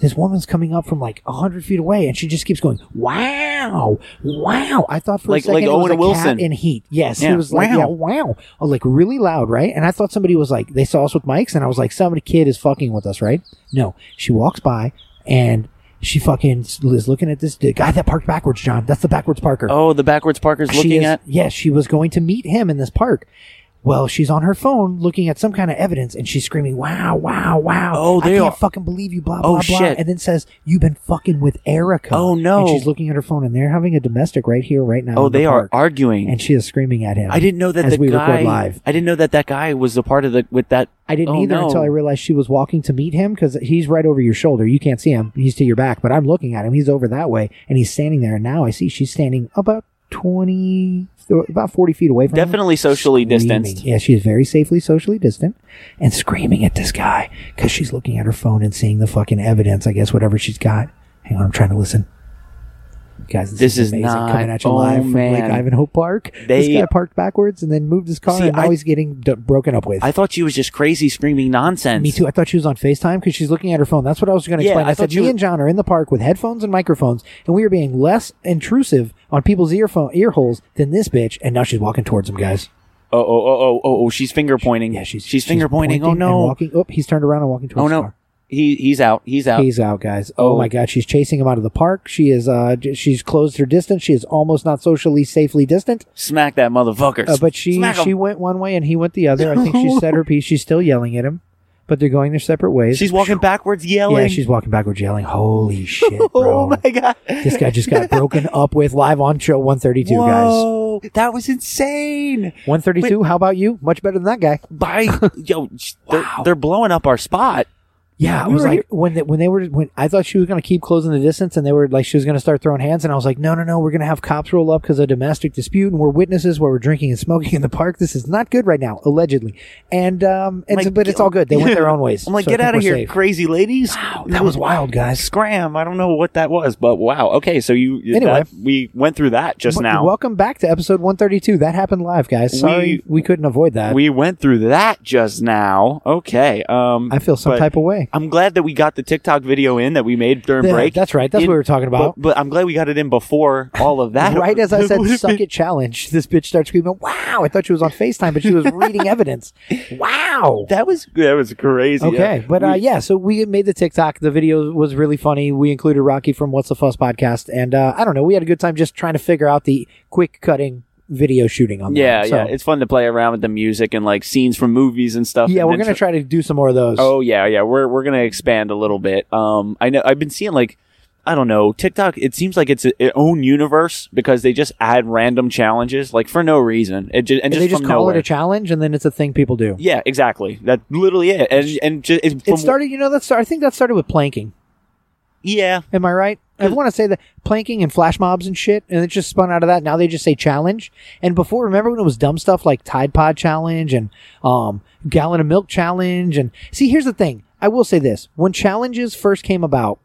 Speaker 2: this woman's coming up from like hundred feet away, and she just keeps going, "Wow, wow!" I thought for
Speaker 1: Like-
Speaker 2: a second
Speaker 1: like
Speaker 2: it was
Speaker 1: Owen
Speaker 2: a
Speaker 1: Wilson.
Speaker 2: cat in heat. Yes,
Speaker 1: Yeah,
Speaker 2: he was like,
Speaker 1: wow.
Speaker 2: "Yeah, wow," Oh, like really loud, right? And I thought somebody was like, they saw us with mics, and I was like, somebody kid is fucking with us, right? No, she walks by and she fucking is looking at this dude. guy that parked backwards, John. That's the backwards parker.
Speaker 1: Oh, the backwards parker's
Speaker 2: She
Speaker 1: looking
Speaker 2: is-
Speaker 1: at
Speaker 2: Yes, she was going to meet him in this park. Well, she's on her phone looking at some kind of evidence, and she's screaming, "Wow, wow, wow!
Speaker 1: Oh, they
Speaker 2: I can't
Speaker 1: are-
Speaker 2: fucking believe you!" Blah
Speaker 1: Oh,
Speaker 2: blah blah,
Speaker 1: shit.
Speaker 2: and then says, "You've been fucking with Erica."
Speaker 1: Oh, no.
Speaker 2: And she's looking at her phone, and they're having a domestic right here, right now.
Speaker 1: Oh,
Speaker 2: in the
Speaker 1: they are
Speaker 2: park.
Speaker 1: arguing.
Speaker 2: and she is screaming at him.
Speaker 1: I didn't know that
Speaker 2: as
Speaker 1: the
Speaker 2: we
Speaker 1: guy.
Speaker 2: record live.
Speaker 1: I didn't know that that guy was a part of the with that.
Speaker 2: I didn't
Speaker 1: Oh,
Speaker 2: either
Speaker 1: no.
Speaker 2: until I realized she was walking to meet him because he's right over your shoulder. You can't see him; he's to your back. But I'm looking at him; he's over that way, and he's standing there. And now I see she's standing about twenty, about forty feet away from him.
Speaker 1: Definitely socially
Speaker 2: screaming.
Speaker 1: distanced.
Speaker 2: Yeah, she is very safely socially distant and screaming at this guy because she's looking at her phone and seeing the fucking evidence, I guess, whatever she's got. Hang on, I'm trying to listen. Guys, this,
Speaker 1: This is
Speaker 2: amazing
Speaker 1: not-
Speaker 2: coming at you
Speaker 1: oh,
Speaker 2: live from Lake
Speaker 1: man.
Speaker 2: Ivanhoe Park.
Speaker 1: They-
Speaker 2: this guy parked backwards and then moved his car,
Speaker 1: See,
Speaker 2: and now
Speaker 1: I-
Speaker 2: he's getting d- broken up with.
Speaker 1: I thought she was just crazy screaming nonsense.
Speaker 2: me too. I thought she was on FaceTime because she's looking at her phone. That's what I was going to
Speaker 1: Yeah,
Speaker 2: explain.
Speaker 1: I
Speaker 2: I,
Speaker 1: thought
Speaker 2: said,
Speaker 1: you
Speaker 2: me
Speaker 1: were-
Speaker 2: and John are in the park with headphones and microphones, and we are being less intrusive on people's earphone ear holes than this bitch. And now she's walking towards them, guys.
Speaker 1: Oh oh oh oh oh! oh she's finger pointing.
Speaker 2: Yeah, she's
Speaker 1: she's, finger pointing.
Speaker 2: and
Speaker 1: oh no!
Speaker 2: walking. Oh, he's turned around and walking towards.
Speaker 1: Oh
Speaker 2: the
Speaker 1: no!
Speaker 2: car.
Speaker 1: He he's out. He's out.
Speaker 2: He's out, guys. Oh,
Speaker 1: Oh.
Speaker 2: my God, she's chasing him out of the park. She is. Uh, j- she's closed her distance. She is almost not socially safely distant.
Speaker 1: Smack that motherfucker!
Speaker 2: Uh, but she
Speaker 1: Smack 'em.
Speaker 2: she went one way and he went the other. I think she said her piece. She's still yelling at him, but they're going their separate ways.
Speaker 1: she's walking backwards, yelling.
Speaker 2: Yeah, she's walking backwards, yelling. Holy shit, bro!
Speaker 1: oh my god!
Speaker 2: This guy just got broken up with live on show 132, guys.
Speaker 1: Whoa! That was insane.
Speaker 2: 132. How about you? Much better than that guy.
Speaker 1: By yo, sh- they're, they're blowing up our spot.
Speaker 2: Yeah, I
Speaker 1: We
Speaker 2: was
Speaker 1: were
Speaker 2: like when they, when they were when I thought she was going to keep closing the distance, and they were like she was going to start throwing hands, and I was like, no, no, no, we're going to have cops roll up because of domestic dispute, and we're witnesses where we're drinking and smoking in the park. This is not good right now, allegedly. And um, and
Speaker 1: I'm
Speaker 2: so- but it's all good. They went their own ways.
Speaker 1: I'm like,
Speaker 2: so I
Speaker 1: get
Speaker 2: think
Speaker 1: out of
Speaker 2: we're
Speaker 1: here,
Speaker 2: safe."
Speaker 1: crazy ladies. Wow,
Speaker 2: that was wild, guys.
Speaker 1: Scram. I don't know what that was, but wow. Okay, so you
Speaker 2: Anyway.
Speaker 1: that- we went through that just
Speaker 2: But
Speaker 1: now.
Speaker 2: Welcome back to episode 132. That happened live, guys. Sorry, we, couldn't avoid that.
Speaker 1: we went through that just now. Okay. Um
Speaker 2: I feel some
Speaker 1: but
Speaker 2: type of way.
Speaker 1: I'm glad that we got the TikTok video in that we made during
Speaker 2: Yeah,
Speaker 1: break.
Speaker 2: that's right. That's
Speaker 1: In-
Speaker 2: what we were talking about.
Speaker 1: But, but I'm glad we got it in before all of that.
Speaker 2: right as I said,
Speaker 1: Would've
Speaker 2: suck
Speaker 1: been-
Speaker 2: it challenge, this bitch starts screaming, wow. I thought she was on FaceTime, but she was reading evidence. Wow.
Speaker 1: That was that was crazy.
Speaker 2: Okay. But uh,
Speaker 1: We-
Speaker 2: yeah, so we made the TikTok. The video was really funny. We included Rocky from What's the Fuss podcast. And uh, I don't know. We had a good time just trying to figure out the quick cutting video shooting on that.
Speaker 1: Yeah,
Speaker 2: So,
Speaker 1: yeah. It's fun to play around with the music and like scenes from movies and stuff.
Speaker 2: yeah,
Speaker 1: and
Speaker 2: we're
Speaker 1: then
Speaker 2: going to
Speaker 1: tr-
Speaker 2: try to do some more of those.
Speaker 1: Oh yeah, yeah. We're we're gonna expand a little bit. Um, I know I've been seeing like I don't know TikTok. It seems like it's a, its own universe because they just add random challenges like for no reason. It just, and
Speaker 2: and
Speaker 1: just
Speaker 2: they just
Speaker 1: from
Speaker 2: call
Speaker 1: nowhere.
Speaker 2: it a challenge, and then it's a thing people do.
Speaker 1: yeah, exactly. That literally it. And and just it's from,
Speaker 2: It started, you know, that start, I think that started with planking.
Speaker 1: Yeah,
Speaker 2: Am I right? I want to say that planking and flash mobs and shit, and it just spun out of that. Now they just say challenge. And before, remember when it was dumb stuff like Tide Pod challenge and um, gallon of milk challenge? And see, here's the thing. I will say this: when challenges first came about,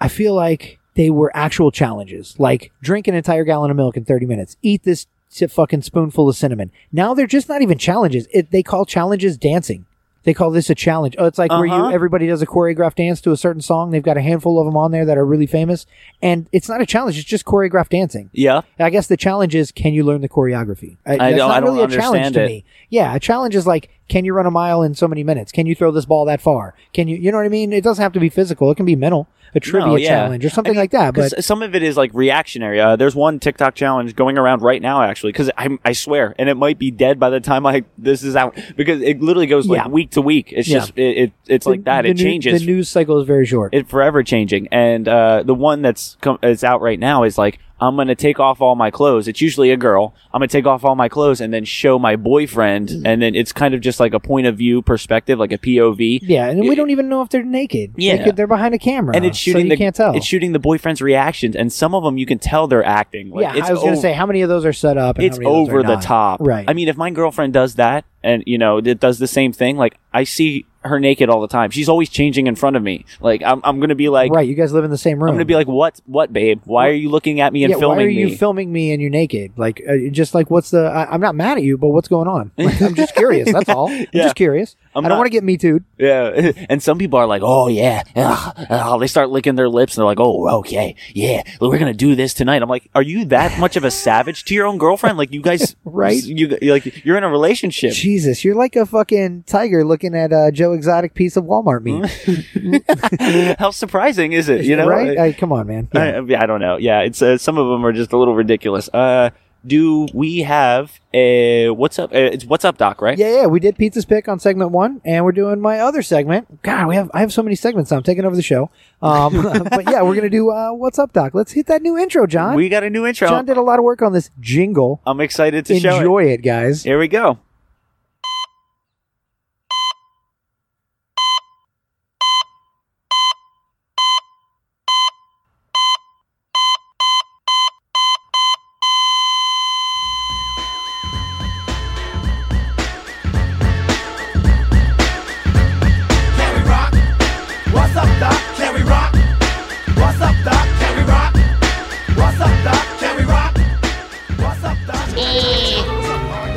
Speaker 2: I feel like they were actual challenges, like drink an entire gallon of milk in 30 minutes, eat this si- fucking spoonful of cinnamon. Now they're just not even challenges. It, they call challenges dancing. They call this a challenge. Oh, it's like where
Speaker 1: Uh-huh.
Speaker 2: you everybody does a choreographed dance to a certain song. They've got a handful of them on there that are really famous, and it's not a challenge. It's just choreographed dancing.
Speaker 1: yeah.
Speaker 2: I guess the challenge is can you learn the choreography? I, that's
Speaker 1: don't-
Speaker 2: not
Speaker 1: I don't
Speaker 2: really a challenge
Speaker 1: understand
Speaker 2: to
Speaker 1: it.
Speaker 2: me. Yeah, a challenge is like can you run a mile in so many minutes? Can you throw this ball that far? Can you you know what I mean? It doesn't have to be physical. It can be mental, a trivia
Speaker 1: No, yeah.
Speaker 2: challenge or something like that. But
Speaker 1: 'Cause some of it is like reactionary. Uh, there's one TikTok challenge going around right now, actually, because I, I swear, and it might be dead by the time I this is out because it literally goes like
Speaker 2: Yeah.
Speaker 1: week to week. It's
Speaker 2: Yeah.
Speaker 1: just it, it it's like that.
Speaker 2: the
Speaker 1: It
Speaker 2: new-
Speaker 1: changes.
Speaker 2: The news cycle is very short.
Speaker 1: it forever changing. And uh, the one that's com- is out right now is like I'm gonna take off all my clothes. It's usually a girl. I'm gonna take off all my clothes and then show my boyfriend,
Speaker 2: Mm.
Speaker 1: and then it's kind of just like a point of view perspective, like a POV.
Speaker 2: yeah, and we
Speaker 1: it-
Speaker 2: don't even know if they're naked. They
Speaker 1: Yeah.
Speaker 2: could- they're behind a camera,
Speaker 1: And it's
Speaker 2: so
Speaker 1: shooting
Speaker 2: you
Speaker 1: the
Speaker 2: can't tell.
Speaker 1: it's shooting the boyfriend's reactions, and some of them you can tell they're acting. Like,
Speaker 2: yeah,
Speaker 1: it's
Speaker 2: I was going to
Speaker 1: over-
Speaker 2: say how many of those are set up. And
Speaker 1: it's
Speaker 2: how many of those are
Speaker 1: over the
Speaker 2: not.
Speaker 1: top.
Speaker 2: right?
Speaker 1: I mean, if my girlfriend does that and, you know, it does the same thing, like, I see her naked all the time. She's always changing in front of me. Like, I'm, I'm going to be like,
Speaker 2: right? You guys live in the same room.
Speaker 1: I'm going to be like, what, what, babe? Why are you looking at me and
Speaker 2: yeah,
Speaker 1: filming
Speaker 2: why are
Speaker 1: me?
Speaker 2: you filming me and you're naked? Like, uh, just like what's the? I, I'm not mad at you, but what's going on? Like, I'm just curious. That's all. I'm
Speaker 1: Yeah.
Speaker 2: just curious. I'm
Speaker 1: I'm
Speaker 2: I do not
Speaker 1: not-
Speaker 2: want to get me too.
Speaker 1: yeah. And some people are like, oh, yeah. Ugh, ugh." They start licking their lips and they're like, oh, okay. Yeah. We're going to do this tonight. I'm like, are you that much of a savage to your own girlfriend? Like, you guys,
Speaker 2: Right.
Speaker 1: You, you're like, you're in a relationship.
Speaker 2: Jesus, you're like a fucking tiger looking at a Joe Exotic piece of Walmart meat.
Speaker 1: How surprising is it? You know,
Speaker 2: right? Like, come on, man. Yeah.
Speaker 1: I, I don't know. Yeah, it's uh, some of them are just a little ridiculous. Uh, do we have a what's up? Uh, it's what's up, Doc? Right?
Speaker 2: yeah, yeah, we did pizza's pick on segment one, and we're doing my other segment. God, we have I have so many segments. now. I'm taking over the show. Um, but yeah, we're gonna do uh, what's up, Doc. Let's hit that new intro, John.
Speaker 1: We got a new intro.
Speaker 2: John did a lot of work on this jingle.
Speaker 1: I'm excited to show it.
Speaker 2: Enjoy it, guys.
Speaker 1: Here we go.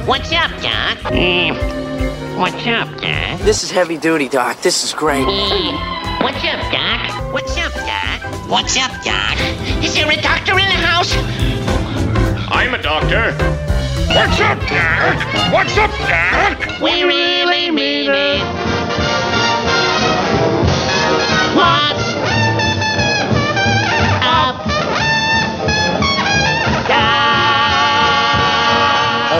Speaker 6: What's up, Doc? Mm. What's up, Doc?
Speaker 7: This is heavy duty, Doc. This is great.
Speaker 6: Mm. What's up, Doc? What's up, Doc? What's up, Doc? Is there a doctor in the house?
Speaker 4: I'm a doctor. What's up, Doc? What's up, Doc?
Speaker 6: We really mean it. What's up, Doc?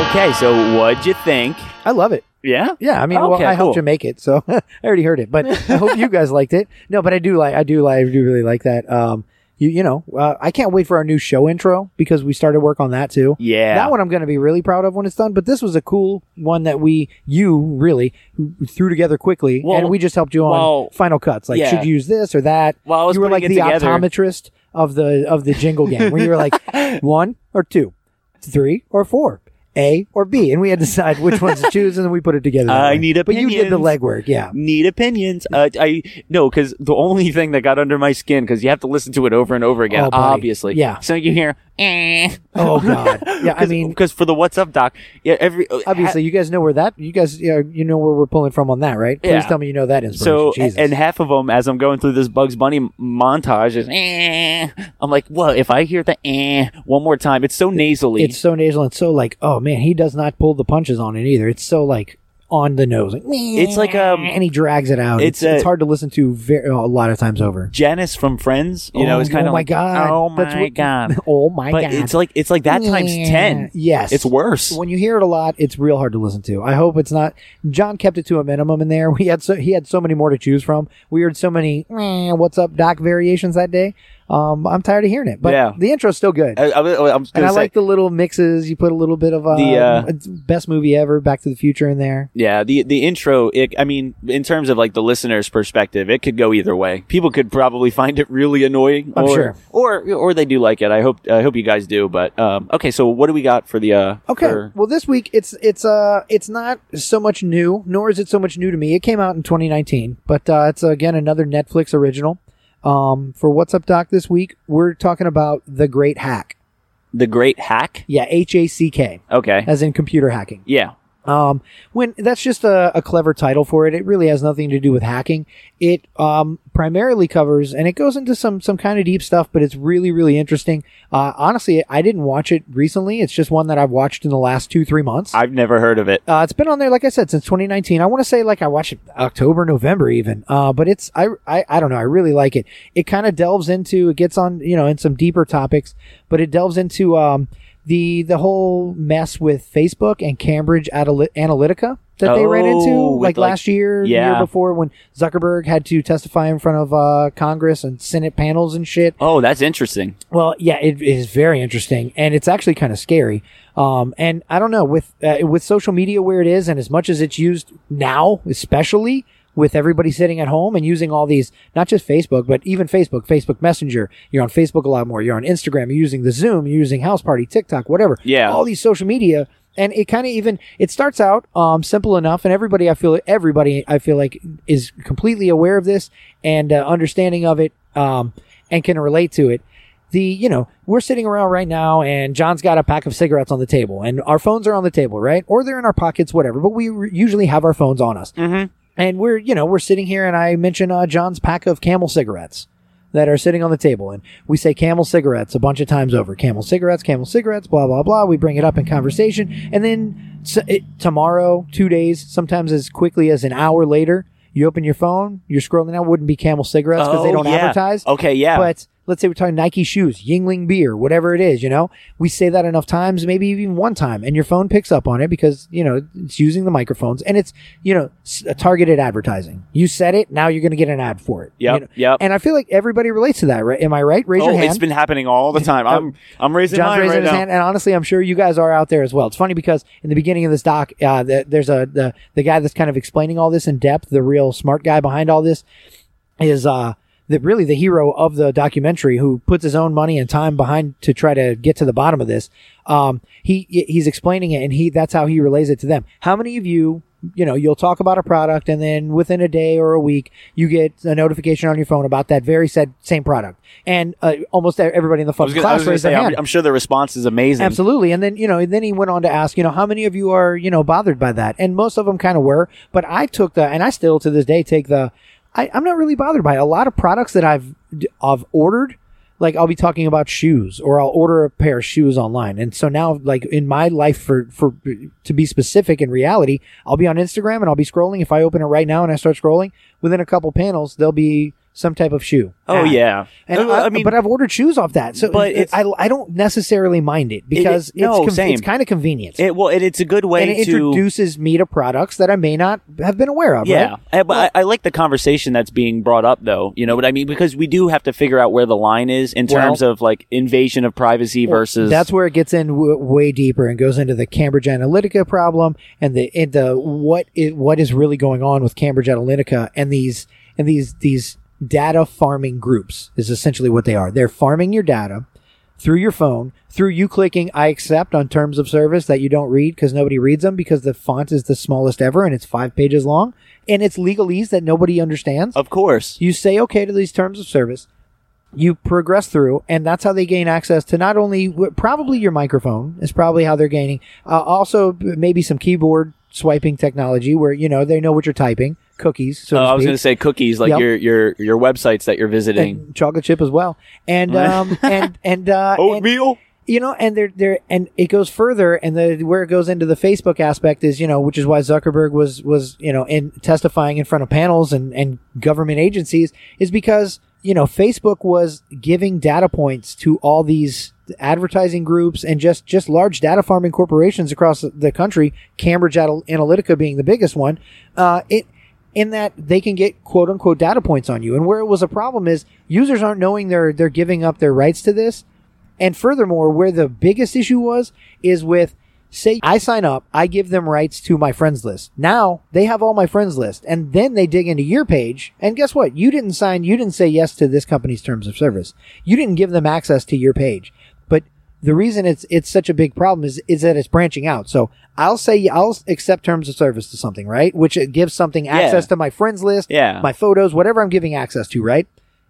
Speaker 1: Okay, so what'd you think?
Speaker 2: I love it.
Speaker 1: Yeah.
Speaker 2: Yeah, I mean, well,
Speaker 1: Okay,
Speaker 2: I
Speaker 1: cool.
Speaker 2: helped you make it, so I already heard it, but I hope you guys liked it. No, but I do like, I do like, I do really like that. Um, you you know, uh, I can't wait for our new show intro because we started work on that too.
Speaker 1: Yeah.
Speaker 2: That one I'm going to be really proud of when it's done, but this was a cool one that we, you really, who threw together quickly,
Speaker 1: Well-
Speaker 2: and we just helped you on
Speaker 1: well,
Speaker 2: final cuts. Like,
Speaker 1: yeah.
Speaker 2: should you use this or that?
Speaker 1: While I was
Speaker 2: you were
Speaker 1: putting
Speaker 2: like
Speaker 1: it
Speaker 2: the
Speaker 1: together-
Speaker 2: optometrist of the of the jingle game, where you were like one or two, three or four, A or B, and we had to decide which ones to choose, and then we put it together. that
Speaker 1: I
Speaker 2: way.
Speaker 1: need
Speaker 2: But you did the
Speaker 1: opinions.
Speaker 2: legwork, yeah.
Speaker 1: Need opinions. Uh, I no, because the only thing that got under my skin because you have to listen to it over and over again.
Speaker 2: Oh, buddy.
Speaker 1: obviously,
Speaker 2: Yeah.
Speaker 1: So you hear, eh.
Speaker 2: Oh God, yeah. I mean,
Speaker 1: because for the what's up doc, yeah, every uh,
Speaker 2: obviously you guys know where that you guys you know, you know where we're pulling from on that right please
Speaker 1: Yeah.
Speaker 2: tell me you know that inspiration
Speaker 1: So
Speaker 2: Jesus.
Speaker 1: and half of them, as I'm going through this Bugs Bunny m- montage, is eh. I'm like, well, if I hear the eh one more time, it's so nasally.
Speaker 2: it's so nasal and so like oh man he does not pull the punches on it either it's so like on the nose like
Speaker 1: It's like, um,
Speaker 2: and he drags it out it's
Speaker 1: it's
Speaker 2: it's,
Speaker 1: a-
Speaker 2: hard to listen to very, a lot of times over
Speaker 1: Janice from Friends, you know,
Speaker 2: Oh,
Speaker 1: it's kind
Speaker 2: oh
Speaker 1: of
Speaker 2: my
Speaker 1: like,
Speaker 2: God.
Speaker 1: oh my
Speaker 2: That's what-
Speaker 1: god,
Speaker 2: oh my
Speaker 1: but
Speaker 2: god
Speaker 1: it's like it's like that times
Speaker 2: Yeah.
Speaker 1: ten.
Speaker 2: yes
Speaker 1: It's worse.
Speaker 2: when you hear it a lot it's real hard to listen to i hope it's not john kept it to a minimum in there we had so he had so many more to choose from we heard so many "Eh, what's up doc variations that day um i'm tired of hearing it but
Speaker 1: Yeah.
Speaker 2: the intro's still good
Speaker 1: I, I, am just
Speaker 2: And
Speaker 1: gonna
Speaker 2: I
Speaker 1: say,
Speaker 2: like the little mixes. You put a little bit of uh,
Speaker 1: The, uh,
Speaker 2: it's best movie ever, Back to the Future, in there.
Speaker 1: Yeah, the the intro. It, I mean, in terms of like the listener's perspective, it could go either way. People could probably find it really annoying,
Speaker 2: I'm
Speaker 1: or,
Speaker 2: sure.
Speaker 1: or or they do like it. I hope I hope you guys do. But um, okay, so what do we got for the uh?
Speaker 2: Okay.
Speaker 1: for-
Speaker 2: Well, this week it's it's uh it's not so much new, nor is it so much new to me. It came out in 2019, but uh, it's again another Netflix original. Um, for what's up, Doc? This week we're talking about the Great Hack.
Speaker 1: the Great Hack.
Speaker 2: Yeah, H A C K,
Speaker 1: Okay.
Speaker 2: as in computer hacking.
Speaker 1: Yeah.
Speaker 2: Um, when that's just a, a clever title for it. It really has nothing to do with hacking. It um, primarily covers and it goes into some some kind of deep stuff, but it's really really interesting. Uh, honestly, I didn't watch it recently. It's just one that I've watched in the last two three months.
Speaker 1: I've never heard of it.
Speaker 2: Uh, it's been on there, like I said, since 2019. I want to say like I watched it October, November, even. Uh, but it's I, I I don't know. I really like it. It kind of delves into it gets on you know in some deeper topics, but it delves into um the the whole mess with Facebook and Cambridge Adali- Analytica that they ran into
Speaker 1: Oh, with,
Speaker 2: like,
Speaker 1: like-
Speaker 2: last year, the year
Speaker 1: yeah.
Speaker 2: before when Zuckerberg had to testify in front of uh, Congress and Senate panels and shit.
Speaker 1: Oh, that's interesting.
Speaker 2: Well, yeah, it is very interesting, and it's actually kind of scary. Um, and I don't know with uh, with social media where it is, and as much as it's used now, especially with everybody sitting at home and using all these, not just Facebook, but even Facebook, Facebook Messenger. You're on Facebook a lot more. You're on Instagram. You're using the Zoom. You're using House Party, TikTok, whatever.
Speaker 1: Yeah.
Speaker 2: all these social media. And it kind of even it starts out um, simple enough, and everybody I feel everybody I feel like is completely aware of this and uh, understanding of it, um, and can relate to it the you know we're sitting around right now and john's got a pack of cigarettes on the table and our phones are on the table right or they're in our pockets whatever but we re- usually have our phones on us
Speaker 1: Mhm.
Speaker 2: and we're you know we're sitting here and i mention uh, john's pack of camel cigarettes that are sitting on the table and we say camel cigarettes a bunch of times over camel cigarettes camel cigarettes blah blah blah we bring it up in conversation and then s it, tomorrow two days sometimes as quickly as an hour later you open your phone you're scrolling now wouldn't be camel cigarettes because they
Speaker 1: Oh,
Speaker 2: don't
Speaker 1: yeah.
Speaker 2: advertise
Speaker 1: Okay. Yeah.
Speaker 2: but let's say we're talking Nike shoes, Yingling beer, whatever it is, you know, we say that enough times, maybe even one time, and your phone picks up on it because, you know, it's using the microphones and it's, you know, s- targeted advertising. You said it, now you're going to get an ad for it.
Speaker 1: Yep,
Speaker 2: you know?
Speaker 1: yep.
Speaker 2: And I feel like everybody relates to that, right? Am I right? Raise
Speaker 1: oh,
Speaker 2: your hand.
Speaker 1: it's been happening all the time. I'm I'm raising
Speaker 2: John's
Speaker 1: mine
Speaker 2: raising
Speaker 1: right
Speaker 2: his
Speaker 1: now.
Speaker 2: hand, and honestly, I'm sure you guys are out there as well. It's funny because in the beginning of this doc, uh, the, there's a the, the guy that's kind of explaining all this in depth. The real smart guy behind all this is uh, the, really the hero of the documentary, who puts his own money and time behind to try to get to the bottom of this. Um, he he's explaining it, and he that's how he relays it to them. How many of you? You know, you'll talk about a product, and then within a day or a week, you get a notification on your phone about that very said same product. And uh, almost everybody in the
Speaker 1: I was
Speaker 2: fucking
Speaker 1: gonna, I was
Speaker 2: class
Speaker 1: gonna
Speaker 2: raised their
Speaker 1: say,
Speaker 2: hand.
Speaker 1: I'm, I'm sure the response is amazing.
Speaker 2: Absolutely. And then, you know, and then he went on to ask, you know, how many of you are, you know, bothered by that? And most of them kind of were, but I took the, and I still to this day take the, I, I'm not really bothered by it. a lot of products that I've, I've ordered. Like I'll be talking about shoes or I'll order a pair of shoes online. And so now, like in my life for, for, to be specific in reality, I'll be on Instagram and I'll be scrolling. If I open it right now and I start scrolling within a couple panels, there'll be some type of shoe.
Speaker 1: Oh
Speaker 2: ad.
Speaker 1: yeah.
Speaker 2: And
Speaker 1: Uh,
Speaker 2: I,
Speaker 1: I mean-
Speaker 2: but I've ordered shoes off that, so
Speaker 1: But
Speaker 2: but I, I don't necessarily mind it because
Speaker 1: it- no,
Speaker 2: it's,
Speaker 1: same.
Speaker 2: it's kind of convenient,
Speaker 1: It, well, and it's a good way
Speaker 2: and it
Speaker 1: to
Speaker 2: introduces me to products that I may not have been aware of.
Speaker 1: Yeah,
Speaker 2: right?
Speaker 1: I, but I, I like the conversation that's being brought up, though. You know what I mean? Because we do have to figure out where the line is in terms of like invasion of privacy versus.
Speaker 2: that's where it gets in w- way deeper and goes into the Cambridge Analytica problem and the into what is what is really going on with Cambridge Analytica and these and these these data farming groups is essentially what they are. They're farming your data through your phone through you clicking I accept on terms of service that you don't read because nobody reads them because the font is the smallest ever and it's five pages long and it's legalese that nobody understands.
Speaker 1: of course.
Speaker 2: You say okay to these terms of service. You progress through, and that's how they gain access to not only probably your microphone is probably how they're gaining, uh, also maybe some keyboard swiping technology where you know they know what you're typing, cookies. So
Speaker 1: Uh, I was
Speaker 2: going
Speaker 1: going to say cookies, like
Speaker 2: Yep.
Speaker 1: your your your websites that you're visiting.
Speaker 2: and chocolate chip as well, and um, and and uh,
Speaker 4: Oh,
Speaker 2: and-
Speaker 1: Oatmeal.
Speaker 2: you know and they're they're and it goes further and the where it goes into the facebook aspect is you know which is why zuckerberg was was you know in testifying in front of panels and and government agencies is because you know facebook was giving data points to all these advertising groups and just just large data farming corporations across the country cambridge Anal- analytica being the biggest one uh it in that they can get quote unquote data points on you and where it was a problem is users aren't knowing they're they're giving up their rights to this and furthermore, where the biggest issue was is with say I sign up, I give them rights to my friends list. Now they have all my friends list and then they dig into your page and guess what? You didn't sign, you didn't say yes to this company's terms of service. You didn't give them access to your page. But the reason it's it's such a big problem is is that it's branching out. So I'll say I'll accept terms of service to something, right? Which it gives something access to my friends list,
Speaker 1: Yeah.
Speaker 2: my photos, whatever I'm giving access to, right?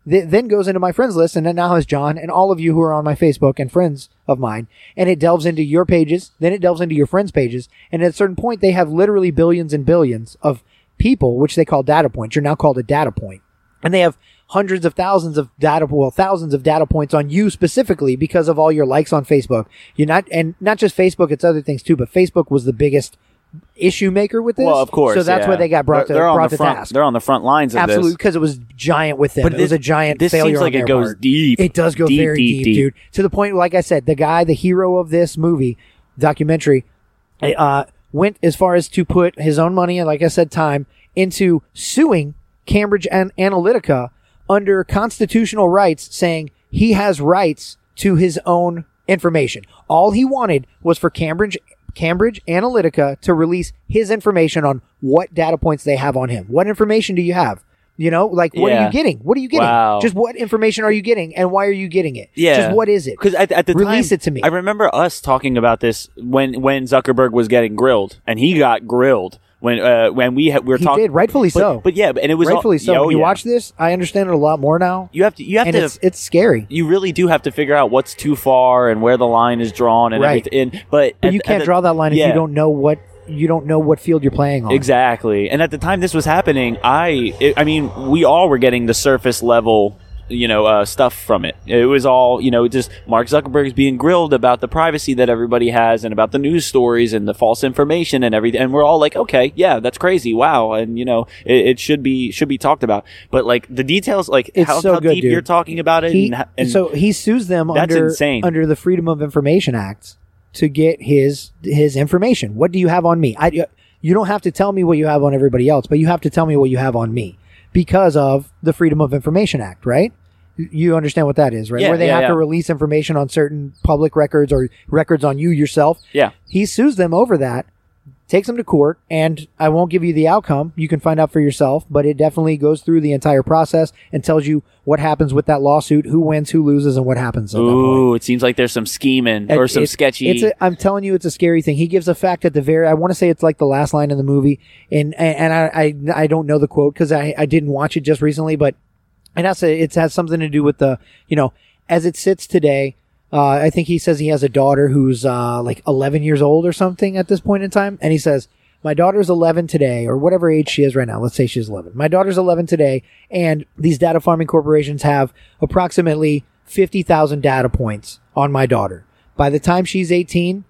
Speaker 2: Th- then goes into my friends list, and then now has John and all of you who are on my Facebook and friends of mine, and it delves into your pages, then it delves into your friends' pages, and at a certain point they have literally billions and billions of people, which they call data points. You're now called a data point, and they have hundreds of thousands of data, well, thousands of data points on you specifically because of all your likes on Facebook. You're not, and not just Facebook, it's other things too, but Facebook was the biggest issue maker with this.
Speaker 1: Well, of course.
Speaker 2: So that's
Speaker 1: yeah.
Speaker 2: where they got
Speaker 1: they're,
Speaker 2: brought to
Speaker 1: they're on
Speaker 2: brought
Speaker 1: the
Speaker 2: to
Speaker 1: front,
Speaker 2: task
Speaker 1: They're on the front lines of
Speaker 2: absolutely
Speaker 1: this.
Speaker 2: because it was giant with them.
Speaker 1: But
Speaker 2: it was
Speaker 1: this-
Speaker 2: a giant.
Speaker 1: this
Speaker 2: failure
Speaker 1: seems
Speaker 2: on
Speaker 1: like it
Speaker 2: their
Speaker 1: goes
Speaker 2: part.
Speaker 1: deep.
Speaker 2: It does go
Speaker 1: Deep,
Speaker 2: very
Speaker 1: deep,
Speaker 2: deep,
Speaker 1: deep.
Speaker 2: dude. To the point, like I said, the guy, the hero of this movie documentary, uh, went as far as to put his own money and, like I said, time into suing Cambridge An- Analytica under constitutional rights, saying he has rights to his own information. All he wanted was for Cambridge Cambridge Analytica to release his information on what data points they have on him. What information do you have? You know, like what are
Speaker 1: Yeah.
Speaker 2: you getting? What are you getting?
Speaker 1: Wow.
Speaker 2: Just what information are you getting, and why are you getting it?
Speaker 1: Yeah.
Speaker 2: just what is it?
Speaker 1: Because at, at the
Speaker 2: Release
Speaker 1: time,
Speaker 2: it to me.
Speaker 1: I remember us talking about this when when Zuckerberg was getting grilled, and he got grilled when uh, when we had, we were
Speaker 2: He
Speaker 1: talking.
Speaker 2: did, rightfully
Speaker 1: but,
Speaker 2: so.
Speaker 1: But yeah, but- and it was all-
Speaker 2: rightfully so.
Speaker 1: yeah, oh,
Speaker 2: when you
Speaker 1: yeah.
Speaker 2: watch this, I understand it a lot more now,
Speaker 1: You have to. You have
Speaker 2: and
Speaker 1: to.
Speaker 2: it's it's scary.
Speaker 1: you really do have to figure out what's too far and where the line is drawn and
Speaker 2: Right.
Speaker 1: everything. And, but
Speaker 2: But
Speaker 1: at-
Speaker 2: you
Speaker 1: at
Speaker 2: can't
Speaker 1: the-
Speaker 2: draw that line if
Speaker 1: yeah.
Speaker 2: you don't know what you don't know what field you're playing on.
Speaker 1: Exactly. And at the time this was happening, I I mean, we all were getting the surface level you know uh, stuff from it it was all you know just mark zuckerberg's being grilled about the privacy that everybody has and about the news stories and the false information and everything and we're all like okay yeah that's crazy wow and you know it, it should be should be talked about but like the details like
Speaker 2: It's
Speaker 1: how,
Speaker 2: so
Speaker 1: how
Speaker 2: good,
Speaker 1: deep
Speaker 2: dude.
Speaker 1: you're talking about it
Speaker 2: He-
Speaker 1: and, ho- and
Speaker 2: so he sues them
Speaker 1: That's
Speaker 2: under
Speaker 1: insane.
Speaker 2: under the Freedom of Information Act to get his his information. What do you have on me? I you don't have to tell me what you have on everybody else, but you have to tell me what you have on me because of the Freedom of Information Act, right? You- You understand what that is, right?
Speaker 1: Yeah,
Speaker 2: Where they
Speaker 1: yeah,
Speaker 2: have to
Speaker 1: yeah.
Speaker 2: release information on certain public records or records on you yourself.
Speaker 1: Yeah.
Speaker 2: He sues them over that takes them to court and i won't give you the outcome you can find out for yourself but it definitely goes through the entire process and tells you what happens with that lawsuit who wins who loses and what happens at that point.
Speaker 1: ooh it seems like there's some scheming or
Speaker 2: It-
Speaker 1: some
Speaker 2: it's-
Speaker 1: sketchy
Speaker 2: It's a, I'm telling you, it's a scary thing. He gives a fact at the very. I want to say it's like the last line in the movie, and and, and I, I I don't know the quote because I I didn't watch it just recently, but and that's a, it has something to do with the you know as it sits today. Uh, I think he says he has a daughter who's uh, like 11 years old or something at this point in time, and he says. My daughter's 11 today, or whatever age she is right now. Let's say she's 11. My daughter's 11 today, and these data farming corporations have approximately 50,000 data points on my daughter. By the time she's 18,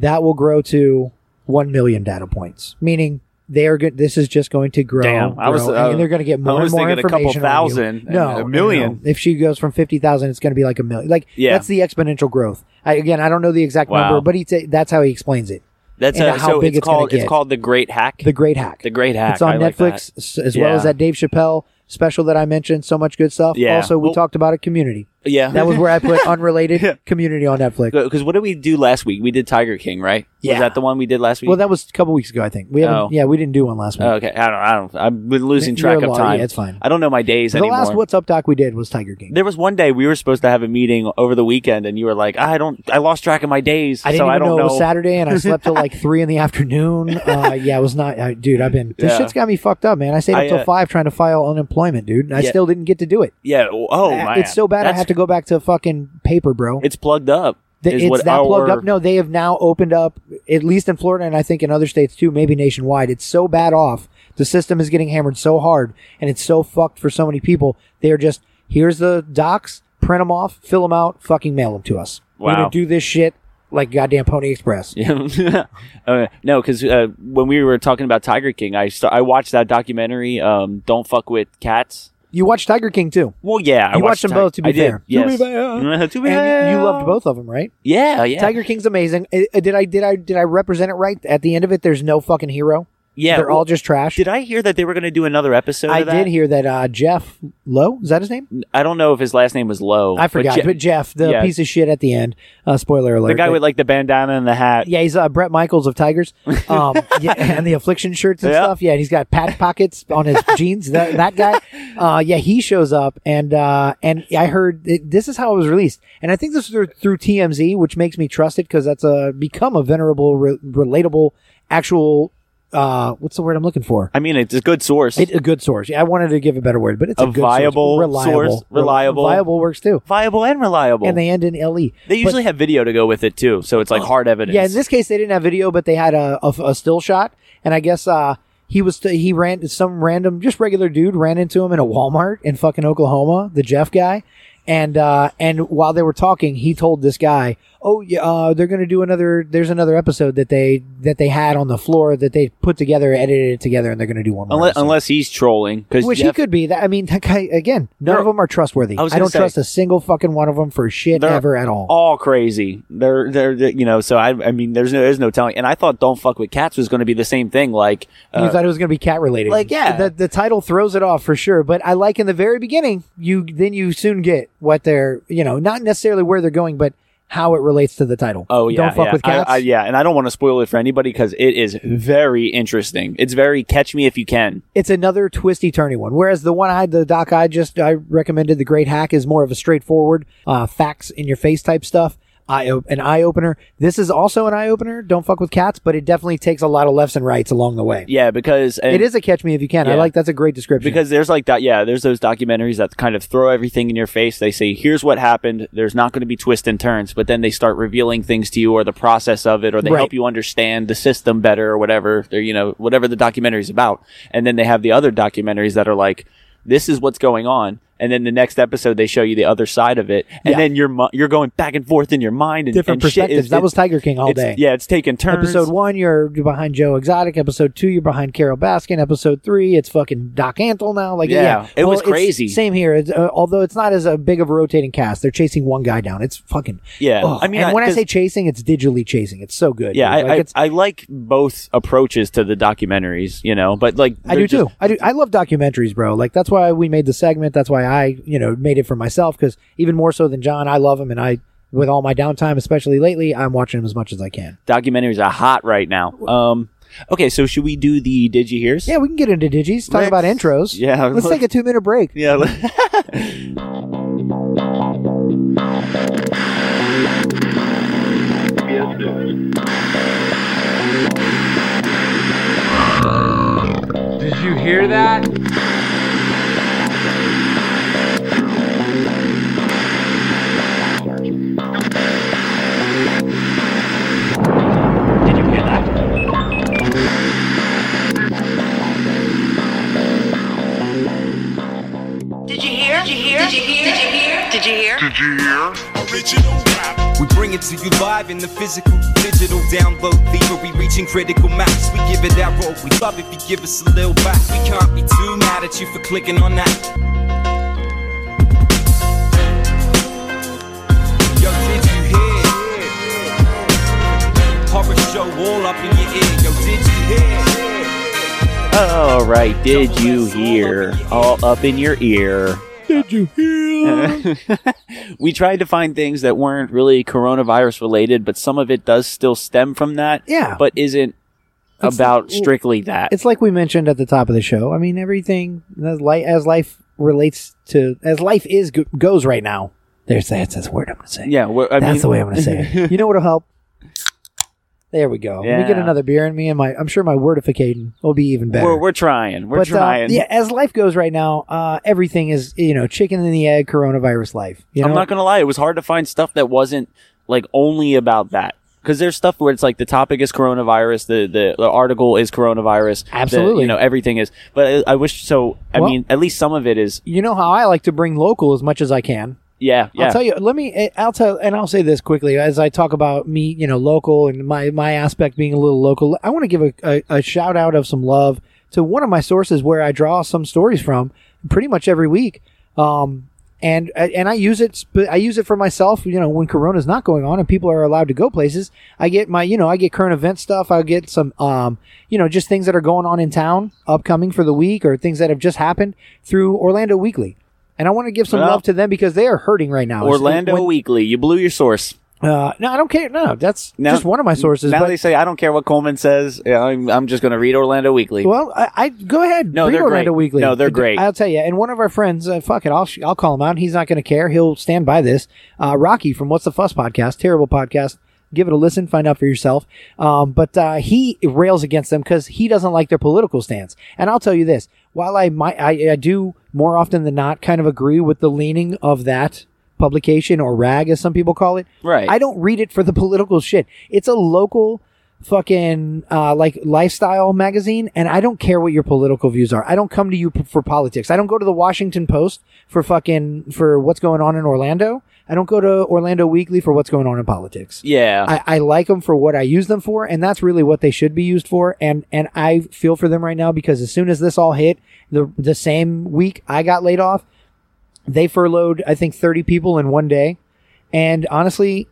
Speaker 2: that will grow to 1 million data points, meaning they are good. This is just going to grow.
Speaker 1: Damn, I was-
Speaker 2: grow,
Speaker 1: I-
Speaker 2: and they're going to get
Speaker 1: I
Speaker 2: more
Speaker 1: was
Speaker 2: and more
Speaker 1: thinking a couple
Speaker 2: information on you.
Speaker 1: thousand and
Speaker 2: no,
Speaker 1: a
Speaker 2: no, no.
Speaker 1: million.
Speaker 2: If she goes from fifty thousand, it's going to be like a million. Like
Speaker 1: Yeah.
Speaker 2: that's the exponential growth. I, again, I don't know the exact
Speaker 1: Wow.
Speaker 2: number, but he ta- that's how he explains it.
Speaker 1: That's
Speaker 2: And
Speaker 1: uh,
Speaker 2: how
Speaker 1: so
Speaker 2: big
Speaker 1: it's,
Speaker 2: it's gonna
Speaker 1: called. It's
Speaker 2: get.
Speaker 1: called the Great Hack.
Speaker 2: The Great Hack.
Speaker 1: The Great Hack.
Speaker 2: It's on
Speaker 1: I like
Speaker 2: Netflix s- as well as
Speaker 1: Yeah.
Speaker 2: that Dave Chappelle special that I mentioned. So much good stuff.
Speaker 1: Yeah.
Speaker 2: Also, we
Speaker 1: Well-
Speaker 2: talked about a community.
Speaker 1: that. Yeah,
Speaker 2: That was where I put unrelated community on Netflix.
Speaker 1: because what did we do last week? We did Tiger King, right?
Speaker 2: Yeah.
Speaker 1: Was that the one we did last week?
Speaker 2: Well, that was a couple weeks ago, I think. We haven't.
Speaker 1: Oh.
Speaker 2: Yeah, we didn't do one last week.
Speaker 1: okay. I don't. I don't. I've been losing
Speaker 2: You're
Speaker 1: track of
Speaker 2: lo-
Speaker 1: time.
Speaker 2: yeah, it's fine.
Speaker 1: I don't know my days
Speaker 2: the
Speaker 1: anymore.
Speaker 2: last what's up doc we did was Tiger King.
Speaker 1: There was one day we were supposed to have a meeting over the weekend, and you were like, "I don't. I lost track of my days,
Speaker 2: I didn't
Speaker 1: so
Speaker 2: even
Speaker 1: I don't
Speaker 2: know,
Speaker 1: know."
Speaker 2: it was Saturday, and I slept till like three in the afternoon. Uh, yeah, it was not, uh, dude. I've been this
Speaker 1: Yeah.
Speaker 2: shit's got me fucked up, man. I stayed up
Speaker 1: I,
Speaker 2: till
Speaker 1: uh,
Speaker 2: five trying to file unemployment, dude. And I
Speaker 1: Yeah.
Speaker 2: still didn't get to do it.
Speaker 1: Yeah. Oh man,
Speaker 2: it's so bad. I
Speaker 1: That's-
Speaker 2: have to go back to fucking paper, bro.
Speaker 1: It's plugged up.
Speaker 2: Th-
Speaker 1: is
Speaker 2: it's
Speaker 1: what
Speaker 2: that
Speaker 1: our-
Speaker 2: plugged up. No, they have now opened up, at least in Florida, and I think in other states too, maybe nationwide. It's so bad off. The system is getting hammered so hard, and it's so fucked for so many people. They are just here's the docs, print them off, fill them out, fucking mail them to us. We're
Speaker 1: Wow.
Speaker 2: gonna do this shit like goddamn Pony Express.
Speaker 1: Yeah. uh, no, because uh, when we were talking about Tiger King, I st- I watched that documentary. Um, Don't fuck with cats.
Speaker 2: You watch Tiger King too,
Speaker 1: Well, yeah, I
Speaker 2: You watched them
Speaker 1: Tiger-
Speaker 2: both, to be
Speaker 1: I did,
Speaker 2: fair. To be
Speaker 1: Yes. Mm-hmm.
Speaker 2: fair.
Speaker 1: To be
Speaker 2: and you, you
Speaker 1: fair.
Speaker 2: loved both of them, right?
Speaker 1: Yeah, yeah,
Speaker 2: Tiger King's amazing. I- I- did I did I did I represent it right? At the end of it, there's no fucking hero.
Speaker 1: yeah.
Speaker 2: They're all just trash.
Speaker 1: Did I hear that they were going to do another episode?
Speaker 2: I
Speaker 1: of that?
Speaker 2: did hear that uh, Jeff Lowe is that his name?
Speaker 1: I don't know if his last name was Lowe.
Speaker 2: I forgot,
Speaker 1: Je-
Speaker 2: but, Jeff, the
Speaker 1: yeah.
Speaker 2: piece of shit at the end. Uh, spoiler alert.
Speaker 1: the guy
Speaker 2: but-
Speaker 1: with like the bandana and the hat.
Speaker 2: yeah, he's uh, Brett Michaels of Tigers, um, yeah, and the affliction shirts and
Speaker 1: Yeah.
Speaker 2: stuff. Yeah, and he's got patch pockets on his jeans. That, that guy, uh, yeah, he shows up, and uh, and I heard that this is how it was released, and I think this was through, through TMZ, which makes me trust it because that's a become a venerable, re- relatable, actual. Uh, what's the word I'm looking for?
Speaker 1: I mean, it's a good source.
Speaker 2: It, a good source. Yeah, I wanted to give a better word, but it's a,
Speaker 1: A
Speaker 2: good source.
Speaker 1: viable source, reliable.
Speaker 2: Viable works too,
Speaker 1: Viable and reliable.
Speaker 2: and they end in le.
Speaker 1: They
Speaker 2: But- Oh.
Speaker 1: usually have video to go with it too, so it's like hard evidence.
Speaker 2: Yeah, in this case they didn't have video, but they had a, a, a still shot, and I guess uh, he was he ran some random, just regular dude ran into him in a Walmart in fucking Oklahoma, the Jeff guy, and uh, and while they were talking, he told this guy, "Oh yeah, uh, they're gonna do another. There's another episode that they that they had on the floor that they put together, edited it together, and they're gonna do one more."
Speaker 1: unless,
Speaker 2: episode."
Speaker 1: unless he's trolling, because
Speaker 2: Which he could be. That I mean, that guy again. None
Speaker 1: They're-
Speaker 2: of them are trustworthy.
Speaker 1: I was
Speaker 2: I,
Speaker 1: gonna
Speaker 2: don't
Speaker 1: say-
Speaker 2: trust a single fucking one of them for shit
Speaker 1: They're
Speaker 2: ever at all.
Speaker 1: all crazy. They're they're they're- you know. So I I mean, there's no there's no telling. And I thought "Don't fuck with cats" was going to be the same thing. Like
Speaker 2: you
Speaker 1: uh,
Speaker 2: thought it was going to be cat related.
Speaker 1: Like, yeah.
Speaker 2: the, the title throws it off for sure. But I like in the very beginning, you then you soon get what they're you know not necessarily where they're going, but how it relates to the title.
Speaker 1: oh yeah,
Speaker 2: don't fuck
Speaker 1: yeah.
Speaker 2: with
Speaker 1: I-
Speaker 2: cats.
Speaker 1: I- yeah, and I don't want to spoil it for anybody because it is very interesting. It's very catch me if you can.
Speaker 2: It's another twisty turny one. Whereas the one I the doc I just I recommended, the Great Hack, is more of a straightforward uh, facts in your face type stuff. Eye, op- an eye opener. This is also an eye opener. Don't fuck with cats, but it definitely takes a lot of lefts and rights along the way.
Speaker 1: Yeah, because and-
Speaker 2: It is a catch me if you can. I
Speaker 1: Yeah.
Speaker 2: like that's a great description.
Speaker 1: because there's like that yeah there's those documentaries that kind of throw everything in your face they say here's what happened there's not going to be twists and turns but then they start revealing things to you or the process of it or they
Speaker 2: Right.
Speaker 1: help you understand the system better or whatever or you know whatever the documentary's about and then they have the other documentaries that are like this is what's going on and then the next episode they show you the other side of it and
Speaker 2: Yeah.
Speaker 1: then you're mu- you're going back and forth in your mind and
Speaker 2: different
Speaker 1: and shit
Speaker 2: perspectives.
Speaker 1: is-
Speaker 2: that was Tiger King all
Speaker 1: it's-
Speaker 2: day.
Speaker 1: yeah it's taking turns
Speaker 2: Episode one, you're you're behind Joe Exotic. Episode two, you're behind Carol Baskin. Episode three, it's fucking Doc Antle now. Like, yeah,
Speaker 1: Yeah, it was
Speaker 2: it's
Speaker 1: crazy.
Speaker 2: Same here. It's, uh, although it's not as a big of a rotating cast, they're chasing one guy down. It's fucking
Speaker 1: Yeah,
Speaker 2: ugh.
Speaker 1: I mean,
Speaker 2: and
Speaker 1: I-
Speaker 2: when I
Speaker 1: 'cause-
Speaker 2: say chasing, it's digitally chasing. It's so good.
Speaker 1: yeah,
Speaker 2: dude.
Speaker 1: I,
Speaker 2: like it's,
Speaker 1: I, I like both approaches to the documentaries, you know, but like
Speaker 2: I
Speaker 1: they're
Speaker 2: do
Speaker 1: just-
Speaker 2: too. I do. I love documentaries, bro. Like that's why we made the segment. That's why I, you know, made it for myself because even more so than John, I love him, and I, with all my downtime, especially lately, I'm watching him as much as I can.
Speaker 1: documentaries are hot right now. Um, okay, so should we do the Did You Hears?
Speaker 2: Yeah, we can get into digis. Talk
Speaker 1: Let's-
Speaker 2: about intros.
Speaker 1: yeah,
Speaker 2: let's
Speaker 1: let's-
Speaker 2: take a two minute break.
Speaker 1: Yeah.
Speaker 8: Did you hear that?
Speaker 6: Did you hear? Did you hear? Did you hear? Did you hear?
Speaker 4: Original rap.
Speaker 9: We bring it to you live in the physical, digital download theory, reaching critical mass. We give it that roll. We love if you give us a little back. We can't be too mad at you for clicking on that. Yo, did you hear? Horror show all up in your ear. Yo, did you hear?
Speaker 1: All right, did you hear? All up in your ear.
Speaker 2: Did you hear?
Speaker 1: we tried to find things that weren't really coronavirus related, but some of it does still stem from that.
Speaker 2: Yeah.
Speaker 1: But isn't
Speaker 2: It's-
Speaker 1: about strictly that.
Speaker 2: it's like we mentioned at the top of the show. I mean, everything as life as life relates to as life is go- goes right now. There's that's that's the word I'm gonna say.
Speaker 1: yeah. wh- I
Speaker 2: that's
Speaker 1: mean-
Speaker 2: the way I'm gonna say it. You know what'll help? There we go. Let me get
Speaker 1: Yeah.
Speaker 2: another beer in me, and my I'm sure my wordification will be even better.
Speaker 1: We're, we're trying. We're
Speaker 2: but, uh,
Speaker 1: trying.
Speaker 2: yeah, as life goes right now, uh, everything is you know chicken in the egg, coronavirus life. You know,
Speaker 1: I'm not gonna lie, it was hard to find stuff that wasn't like only about that. Because there's stuff where it's like the topic is coronavirus, the, the, the article is coronavirus, the-
Speaker 2: Absolutely.
Speaker 1: you know everything is. But I, I wish so. I
Speaker 2: Well-
Speaker 1: mean, at least some of it is.
Speaker 2: you know how I like to bring local as much as I can.
Speaker 1: Yeah, yeah.
Speaker 2: I'll tell you. Let me. eh, I'll tell, and I'll say this quickly as I talk about me, you know, local and my my aspect being a little local. I want to give a, a, a shout out of some love to one of my sources where I draw some stories from pretty much every week. Um, and and I use it. sp- I use it for myself. You know, when Corona's not going on and people are allowed to go places, I get my you know I get current event stuff. I get some um you know just things that are going on in town, upcoming for the week, or things that have just happened through Orlando Weekly. And I want to give some
Speaker 1: Well-
Speaker 2: love to them because they are hurting right now.
Speaker 1: Orlando
Speaker 2: When-
Speaker 1: Weekly, you blew your source.
Speaker 2: uh, no, I don't care. No, that's
Speaker 1: Now-
Speaker 2: just one of my sources.
Speaker 1: Now
Speaker 2: but-
Speaker 1: they say I don't care what Coleman says. Yeah, I'm, I'm just gonna read Orlando Weekly.
Speaker 2: well, I, I go ahead.
Speaker 1: No,
Speaker 2: read
Speaker 1: they're
Speaker 2: Orlando
Speaker 1: great.
Speaker 2: Weekly.
Speaker 1: No, they're
Speaker 2: I-
Speaker 1: great.
Speaker 2: I'll tell you. And one of our friends, uh, fuck it, I'll sh- I'll call him out. He's not going to care. He'll stand by this. Uh, Rocky from What's the Fuss podcast, terrible podcast. Give it a listen. Find out for yourself. Um, but uh, he rails against them because he doesn't like their political stance. And I'll tell you this: while I might, I, I do more often than not kind of agree with the leaning of that publication or rag, as some people call it.
Speaker 1: Right.
Speaker 2: I don't read it for the political shit. It's a local fucking uh, like lifestyle magazine, and I don't care what your political views are. I don't come to you p- for politics. I don't go to the Washington Post for fucking for what's going on in Orlando. I don't go to Orlando Weekly for what's going on in politics.
Speaker 1: yeah,
Speaker 2: I, I like them for what I use them for, and that's really what they should be used for. And and I feel for them right now because as soon as this all hit, the the same week I got laid off, they furloughed I think thirty people in one day. And honestly,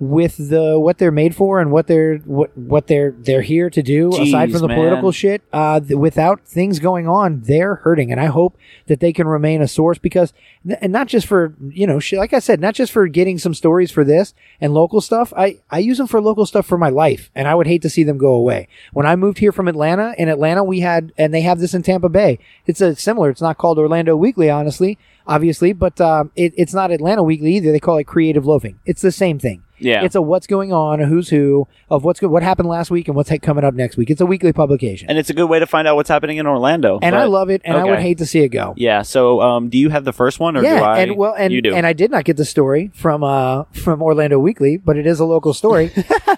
Speaker 2: with the what they're made for and what they're what what they're they're here to do, aside
Speaker 1: Jeez,
Speaker 2: from the
Speaker 1: man.
Speaker 2: political shit, uh, th- without things going on, they're hurting. And I hope that they can remain a source because, and not just for you know, shit, like I said, not just for getting some stories for this and local stuff. I I use them for local stuff for my life, and I would hate to see them go away. When I moved here from Atlanta, in Atlanta we had, and they have this in Tampa Bay. It's a similar. It's not called Orlando Weekly, honestly, obviously, but um, it, it's not Atlanta Weekly either. They call it Creative Loafing. It's the same thing.
Speaker 1: yeah.
Speaker 2: It's a what's going on, a who's who of what's go- what happened last week and what's coming up next week. It's a weekly publication.
Speaker 1: and it's a good way to find out what's happening in Orlando.
Speaker 2: And I
Speaker 1: but-
Speaker 2: love it, and I would
Speaker 1: okay.
Speaker 2: hate to see it go.
Speaker 1: Yeah. So, um, do you have the first one, or do I?
Speaker 2: and well, and
Speaker 1: you do.
Speaker 2: and I did not get the story from uh from Orlando Weekly, but it is a local story.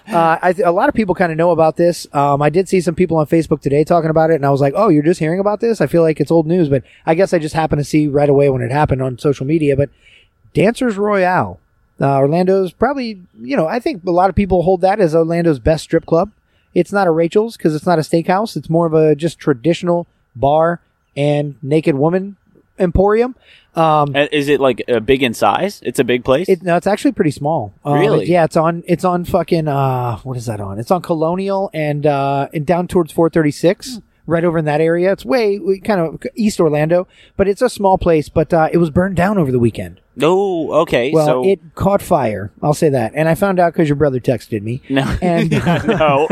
Speaker 2: uh, I th- a lot of people kind of know about this. Um, I did see some people on Facebook today talking about it, and I was like, "Oh, you're just hearing about this?" I feel like it's old news, but I guess I just happened to see right away when it happened on social media. But Dancers Royale, uh, Orlando's probably you know I think a lot of people hold that as Orlando's best strip club. It's not a Rachel's because it's not a steakhouse. It's more of a just traditional bar and naked woman emporium. Um,
Speaker 1: And is it like uh, big in size? It's a big place.
Speaker 2: it, no, it's actually pretty small. Um,
Speaker 1: Really?
Speaker 2: Yeah, it's on. It's on fucking. Uh, what is that on? It's on Colonial and uh, and down towards
Speaker 1: Hmm.
Speaker 2: 436, right over in that area. It's way we, kind of east Orlando, but it's a small place. But uh, it was burned down over the weekend.
Speaker 1: no. Oh, Okay.
Speaker 2: Well,
Speaker 1: so
Speaker 2: it caught fire. I'll say that. And I found out because your brother texted me.
Speaker 1: no.
Speaker 2: And
Speaker 1: no.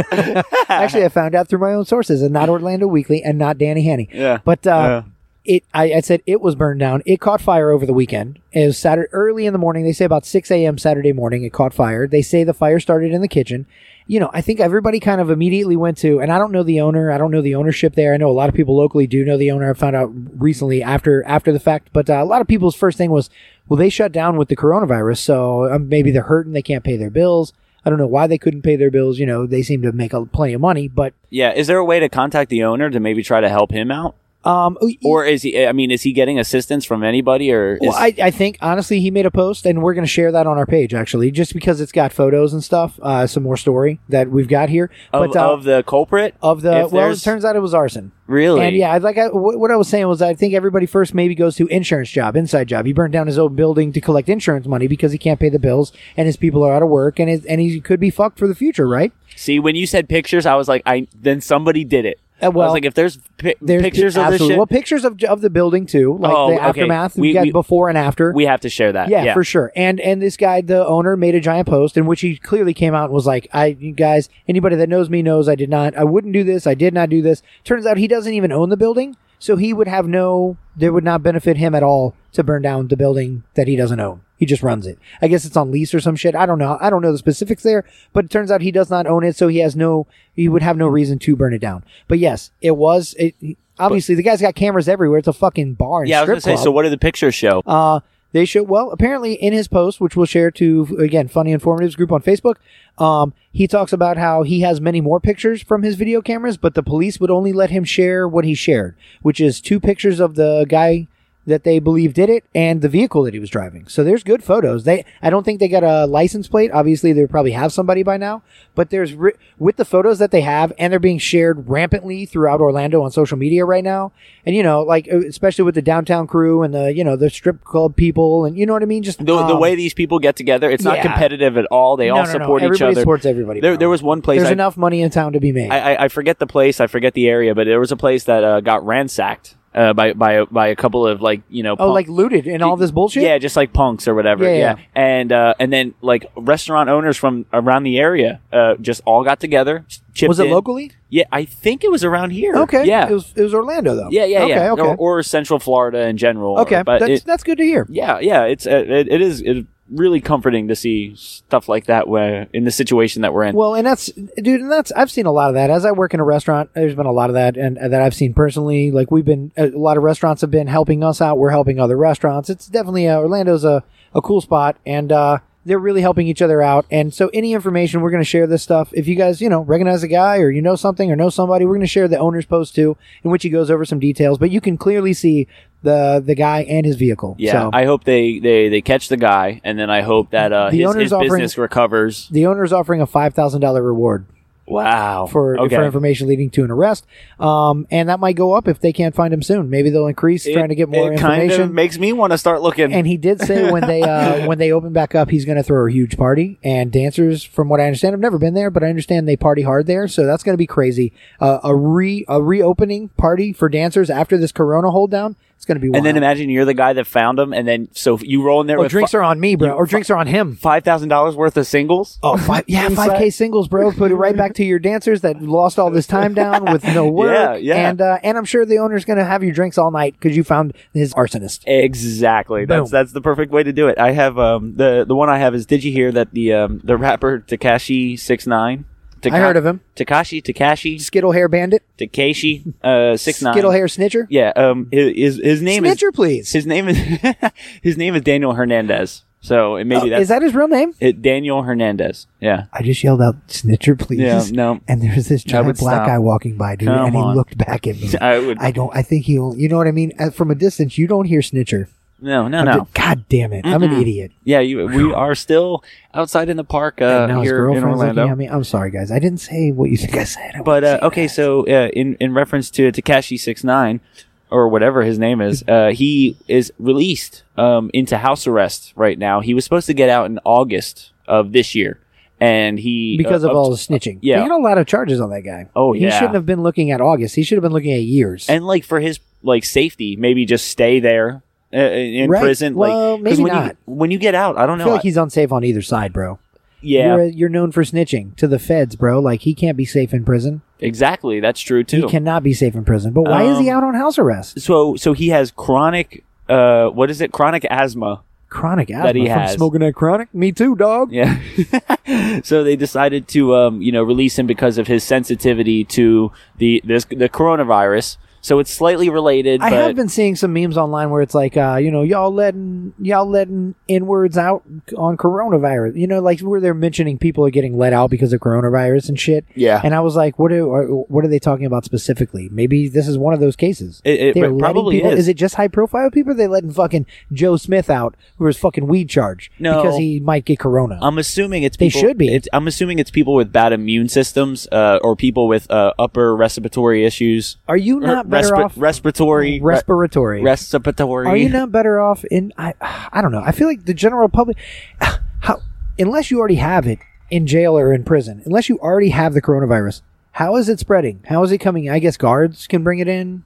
Speaker 2: actually, I found out through my own sources, and not Orlando Weekly, and not Danny Haney.
Speaker 1: Yeah.
Speaker 2: But uh, it, I, I said it was burned down. It caught fire over the weekend. It was Saturday early in the morning. They say about six a.m. Saturday morning. It caught fire. They say the fire started in the kitchen. You know, I think everybody kind of immediately went to, and I don't know the owner. I don't know the ownership there. I know a lot of people locally do know the owner. I found out recently after after the fact. But uh, a lot of people's first thing was, well, they shut down with the coronavirus, so um, maybe they're hurting. They can't pay their bills. I don't know why they couldn't pay their bills. You know, they seem to make a, plenty of money, but
Speaker 1: yeah. Is there a way to contact the owner to maybe try to help him out?
Speaker 2: Um,
Speaker 1: or is he? I mean, is he getting assistance from anybody? Or is,
Speaker 2: Well, I, I think honestly, he made a post, and we're going to share that on our page actually, just because it's got photos and stuff, uh, some more story that we've got here.
Speaker 1: of,
Speaker 2: but uh,
Speaker 1: of the culprit
Speaker 2: of the
Speaker 1: If
Speaker 2: well, it
Speaker 1: there's-
Speaker 2: turns out it was arson.
Speaker 1: really
Speaker 2: And yeah, I'd like I, wh- what I was saying was I think everybody first maybe goes to insurance job, inside job. He burned down his own building to collect insurance money because he can't pay the bills and his people are out of work and his, and he could be fucked for the future, right?
Speaker 1: See, when you said pictures, I was like, I then somebody did it.
Speaker 2: Uh,
Speaker 1: I
Speaker 2: well,
Speaker 1: was like, if there's, pi-
Speaker 2: There's
Speaker 1: pictures of this
Speaker 2: absolutely-
Speaker 1: shit,
Speaker 2: Well, pictures of of the building too, like
Speaker 1: Oh,
Speaker 2: the
Speaker 1: okay.
Speaker 2: aftermath. We,
Speaker 1: We-
Speaker 2: got
Speaker 1: we-
Speaker 2: before and after.
Speaker 1: we have to share that.
Speaker 2: yeah, for sure. And and this guy, the owner, made a giant post in which he clearly came out and was like, "I, you guys, anybody that knows me knows I did not, I wouldn't do this. I did not do this." Turns out he doesn't even own the building, so he would have no. There would not benefit him at all to burn down the building that he doesn't own. He just runs it. I guess it's on lease or some shit. I don't know. I don't know the specifics there, but it turns out he does not own it, so he has no. He would have no reason to burn it down. But yes, it was. It, obviously, the guy's got cameras everywhere. It's a fucking bar. And
Speaker 1: yeah. I was
Speaker 2: strip
Speaker 1: gonna say.
Speaker 2: club.
Speaker 1: So, what do the pictures show?
Speaker 2: Uh, they show well apparently in his post, which we'll share to again Funny Informatives group on Facebook. Um, he talks about how he has many more pictures from his video cameras, but the police would only let him share what he shared, which is two pictures of the guy that they believe did it and the vehicle that he was driving. So there's good photos. They I don't think they got a license plate. Obviously, they probably have somebody by now, but there's ri- with the photos that they have and they're being shared rampantly throughout Orlando on social media right now. And you know, like uh, especially with the downtown crew and the, you know, the strip club people and you know what I mean? Just
Speaker 1: The, the
Speaker 2: um,
Speaker 1: way these people get together, it's
Speaker 2: yeah.
Speaker 1: not competitive at all. They
Speaker 2: No,
Speaker 1: all
Speaker 2: no, no.
Speaker 1: support each
Speaker 2: Everybody
Speaker 1: other.
Speaker 2: supports everybody,
Speaker 1: There,
Speaker 2: bro.
Speaker 1: there was one place.
Speaker 2: there's
Speaker 1: I,
Speaker 2: enough money in town to be made.
Speaker 1: I, I- I forget the place. I forget the area, but there was a place that uh, got ransacked uh, by by by a couple of like you know.
Speaker 2: oh,
Speaker 1: punk-
Speaker 2: like looted and all this bullshit?
Speaker 1: Yeah, just like punks or whatever.
Speaker 2: Yeah,
Speaker 1: Yeah,
Speaker 2: yeah.
Speaker 1: and uh, and then like restaurant owners from around the area uh, just all got together. Chipped
Speaker 2: Was it
Speaker 1: in.
Speaker 2: locally?
Speaker 1: Yeah, I think it was around here.
Speaker 2: Okay.
Speaker 1: Yeah.
Speaker 2: It was it was Orlando though.
Speaker 1: yeah, yeah,
Speaker 2: okay,
Speaker 1: yeah.
Speaker 2: Okay.
Speaker 1: Or, or Central Florida in general.
Speaker 2: okay.
Speaker 1: But
Speaker 2: that's
Speaker 1: it-
Speaker 2: that's good to hear.
Speaker 1: yeah, yeah. It's uh, it, it is it really comforting to see stuff like that where in the situation that we're in.
Speaker 2: Well, and that's, dude, and that's, I've seen a lot of that. As I work in a restaurant, there's been a lot of that and that I've seen personally. Like, we've been, a lot of restaurants have been helping us out. We're helping other restaurants. It's definitely, uh, Orlando's a, a cool spot and, uh, they're really helping each other out. And so, any information, we're going to share this stuff. If you guys, you know, recognize a guy or you know something or know somebody, we're going to share the owner's post too, in which he goes over some details. But you can clearly see the the guy and his vehicle.
Speaker 1: yeah,
Speaker 2: So-
Speaker 1: I hope they, they, they catch the guy, and then I hope that uh,
Speaker 2: The
Speaker 1: his,
Speaker 2: owner's
Speaker 1: his
Speaker 2: offering-
Speaker 1: business recovers.
Speaker 2: the owner's offering a five thousand dollar reward
Speaker 1: Wow.
Speaker 2: for
Speaker 1: okay.
Speaker 2: for information leading to an arrest. Um, and that might go up if they can't find him soon. Maybe they'll increase
Speaker 1: It-
Speaker 2: trying to get more
Speaker 1: it Kind of
Speaker 2: information.
Speaker 1: makes me want to start looking.
Speaker 2: and he did say when they uh, when they open back up, he's going to throw a huge party. And dancers, from what I understand, I've never been there, but I understand they party hard there. So that's going to be crazy. Uh, a re a reopening party for dancers after this Corona hold down. It's going to be wild.
Speaker 1: and then imagine you're the guy that found him, and then so you roll in there
Speaker 2: oh,
Speaker 1: with
Speaker 2: drinks are on me, bro.
Speaker 1: you
Speaker 2: Or drinks are on him.
Speaker 1: five thousand dollars worth of singles.
Speaker 2: Oh, five, yeah, five K singles, bro. Put it right back to your dancers that lost all this time down with no work.
Speaker 1: Yeah, yeah.
Speaker 2: And uh, and I'm sure the owner's gonna have you drinks all night because you found his arsonist.
Speaker 1: Exactly.
Speaker 2: Boom.
Speaker 1: That's that's the perfect way to do it. I have um the the one I have is did you hear that the um the rapper Takashi six nine
Speaker 2: I heard of him.
Speaker 1: Takashi Takashi
Speaker 2: Skittle hair bandit,
Speaker 1: Takashi uh six nine
Speaker 2: Skittle hair snitcher.
Speaker 1: yeah um hi- his his name is
Speaker 2: snitcher, please.
Speaker 1: his name is his name is Daniel Hernandez so it maybe
Speaker 2: Oh,
Speaker 1: that's
Speaker 2: is that his real name?
Speaker 1: it, Daniel Hernandez yeah
Speaker 2: I just yelled out, "Snitcher, please!"
Speaker 1: yeah no
Speaker 2: And there was this
Speaker 1: I would
Speaker 2: giant black
Speaker 1: stop.
Speaker 2: guy walking by, dude,
Speaker 1: Come
Speaker 2: and he
Speaker 1: on.
Speaker 2: looked back at me.
Speaker 1: I would
Speaker 2: I don't. I think he. You know what I mean? Uh, From a distance, you don't hear snitcher.
Speaker 1: no no
Speaker 2: I'm
Speaker 1: no
Speaker 2: just- God damn it! I'm an idiot.
Speaker 1: yeah you, we are still outside in the park uh,
Speaker 2: and now his
Speaker 1: here in
Speaker 2: girlfriend's looking
Speaker 1: Orlando
Speaker 2: at me. I'm sorry, guys. I didn't say what you think I said. I
Speaker 1: But uh, okay, so uh, in in reference to Takashi six nine or whatever his name is, uh, he is released um, into house arrest right now. He was supposed to get out in August of this year, and he
Speaker 2: because
Speaker 1: uh,
Speaker 2: of
Speaker 1: up
Speaker 2: all
Speaker 1: to-
Speaker 2: the snitching.
Speaker 1: yeah.
Speaker 2: he had a lot of charges on that guy.
Speaker 1: Oh,
Speaker 2: he
Speaker 1: yeah.
Speaker 2: shouldn't have been looking at August. He should have been looking at years.
Speaker 1: and like for his like safety, maybe just stay there uh, in
Speaker 2: Right.
Speaker 1: prison.
Speaker 2: Well,
Speaker 1: like 'cause
Speaker 2: maybe
Speaker 1: when
Speaker 2: not.
Speaker 1: You, when you get out, I don't know.
Speaker 2: I feel like he's unsafe on either side, bro.
Speaker 1: yeah,
Speaker 2: You're, you're known for snitching to the feds, bro. Like he can't be safe in prison.
Speaker 1: exactly. That's true too.
Speaker 2: He cannot be safe in prison. But why is he
Speaker 1: Um,
Speaker 2: out on house arrest?
Speaker 1: so so he has chronic uh what is it? Chronic asthma.
Speaker 2: Chronic asthma
Speaker 1: he
Speaker 2: from
Speaker 1: has.
Speaker 2: smoking that chronic. Me too, dog.
Speaker 1: Yeah. so they decided to, um, you know, release him because of his sensitivity to the this the coronavirus. So it's slightly related.
Speaker 2: I
Speaker 1: but
Speaker 2: have been seeing some memes online where it's like, uh, you know, y'all letting y'all letting inwards out on coronavirus. You know, like where they're mentioning people are getting let out because of coronavirus and shit.
Speaker 1: Yeah.
Speaker 2: And I was like, what do are, what are they talking about specifically? Maybe this is one of those cases.
Speaker 1: It- it
Speaker 2: They're letting
Speaker 1: probably
Speaker 2: people,
Speaker 1: is.
Speaker 2: it just high profile people? Or they letting fucking Joe Smith out who was fucking weed charged
Speaker 1: No. Um,
Speaker 2: because he might get corona.
Speaker 1: I'm assuming it's
Speaker 2: They
Speaker 1: people,
Speaker 2: should be.
Speaker 1: It's, I'm assuming it's people with bad immune systems, uh, or people with uh, upper respiratory issues.
Speaker 2: are you not better
Speaker 1: Respi-
Speaker 2: off
Speaker 1: respiratory?
Speaker 2: respiratory?
Speaker 1: respiratory.
Speaker 2: Are you not better off in? I I don't know. I feel like the general public, how unless you already have it in jail or in prison, unless you already have the coronavirus, how is it spreading? How is it coming? I guess guards can bring it in.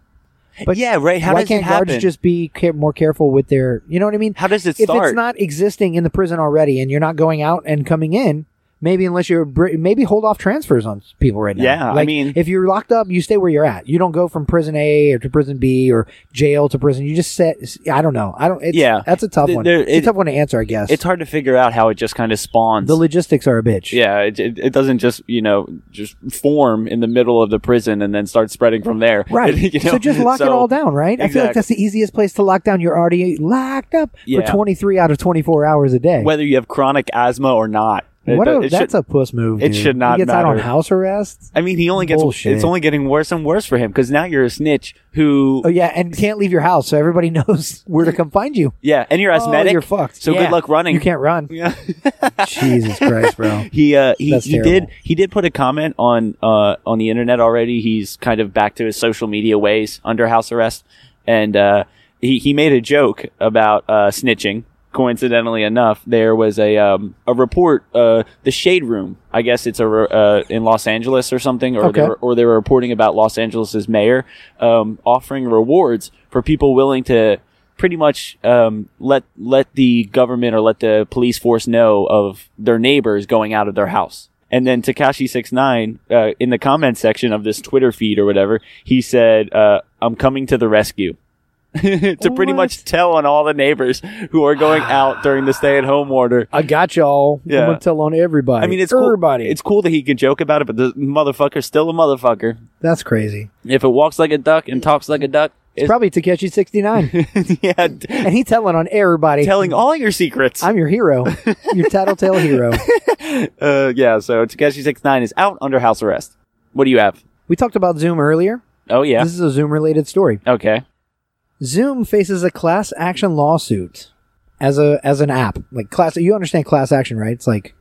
Speaker 2: But
Speaker 1: Yeah, right. How
Speaker 2: why
Speaker 1: does it
Speaker 2: can't
Speaker 1: happen?
Speaker 2: guards just be ca- more careful with their? You know what I mean?
Speaker 1: How does it
Speaker 2: if
Speaker 1: start?
Speaker 2: it's not existing in the prison already, and you're not going out and coming in. Maybe unless you're br- maybe hold off transfers on people right now.
Speaker 1: Yeah, I
Speaker 2: Like,
Speaker 1: mean-
Speaker 2: if you're locked up, you stay where you're at. You don't go from prison A or to prison B or jail to prison. You just set. I don't know. I don't. It's,
Speaker 1: Yeah.
Speaker 2: that's a tough
Speaker 1: Th-
Speaker 2: one.
Speaker 1: there-
Speaker 2: it's
Speaker 1: it-
Speaker 2: a tough one to answer, I guess.
Speaker 1: It's hard to figure out how it just kind of spawns.
Speaker 2: the logistics are a bitch.
Speaker 1: yeah, it, it, it doesn't just you know just form in the middle of the prison and then start spreading from there.
Speaker 2: Right.
Speaker 1: You know?
Speaker 2: So just lock it
Speaker 1: So-
Speaker 2: all down, right? I feel like
Speaker 1: Exactly.
Speaker 2: that's the easiest place to lock down. You're already locked up
Speaker 1: Yeah.
Speaker 2: for 23 out of 24 hours a day.
Speaker 1: Whether you have chronic asthma or not, It
Speaker 2: what
Speaker 1: do-
Speaker 2: a,
Speaker 1: it
Speaker 2: that's
Speaker 1: should-
Speaker 2: a puss move.
Speaker 1: it
Speaker 2: dude.
Speaker 1: should not
Speaker 2: He gets out on
Speaker 1: matter.
Speaker 2: house arrest.
Speaker 1: I mean, he only gets.
Speaker 2: Bullshit.
Speaker 1: It's only getting worse and worse for him because now you're a snitch who.
Speaker 2: Oh yeah, and can't leave your house, so everybody knows where to come find you.
Speaker 1: yeah, and you're asthmatic.
Speaker 2: Oh, you're fucked.
Speaker 1: So
Speaker 2: Yeah.
Speaker 1: good luck running.
Speaker 2: You can't run.
Speaker 1: Yeah.
Speaker 2: Jesus Christ, bro.
Speaker 1: He uh he,
Speaker 2: That's
Speaker 1: he did
Speaker 2: terrible.
Speaker 1: he did put a comment on uh on the internet already. He's kind of back to his social media ways under house arrest, and uh, he he made a joke about uh, snitching. Coincidentally enough, there was a um, a report uh, the Shade Room. I guess it's a re- uh, in Los Angeles or something, or
Speaker 2: Okay.
Speaker 1: they were, or they were reporting about Los Angeles's mayor um, offering rewards for people willing to pretty much um, let let the government or let the police force know of their neighbors going out of their house. And then Takashi 69 uh, in the comment section of this Twitter feed or whatever, he said, uh, "I'm coming to the rescue." to pretty much tell on all the neighbors who are going out during the stay-at-home order.
Speaker 2: I got y'all.
Speaker 1: Yeah.
Speaker 2: I'm gonna tell on everybody.
Speaker 1: I mean, it's
Speaker 2: everybody.
Speaker 1: Cool. It's cool that he can joke about it, but the motherfucker's still a motherfucker.
Speaker 2: That's crazy.
Speaker 1: If it walks like a duck and talks like a duck,
Speaker 2: It's
Speaker 1: it's,
Speaker 2: probably Takeshi sixty nine,
Speaker 1: yeah, d-
Speaker 2: and he telling on everybody.
Speaker 1: telling all your secrets.
Speaker 2: I'm your hero, your tattletale hero.
Speaker 1: Uh, yeah, so Takeshi Six Nine is out under house arrest. What do you have?
Speaker 2: We talked about Zoom earlier.
Speaker 1: Oh yeah,
Speaker 2: This is a Zoom related story.
Speaker 1: okay.
Speaker 2: Zoom faces a class action lawsuit as a as an app. Like class, you understand class action, right? It's like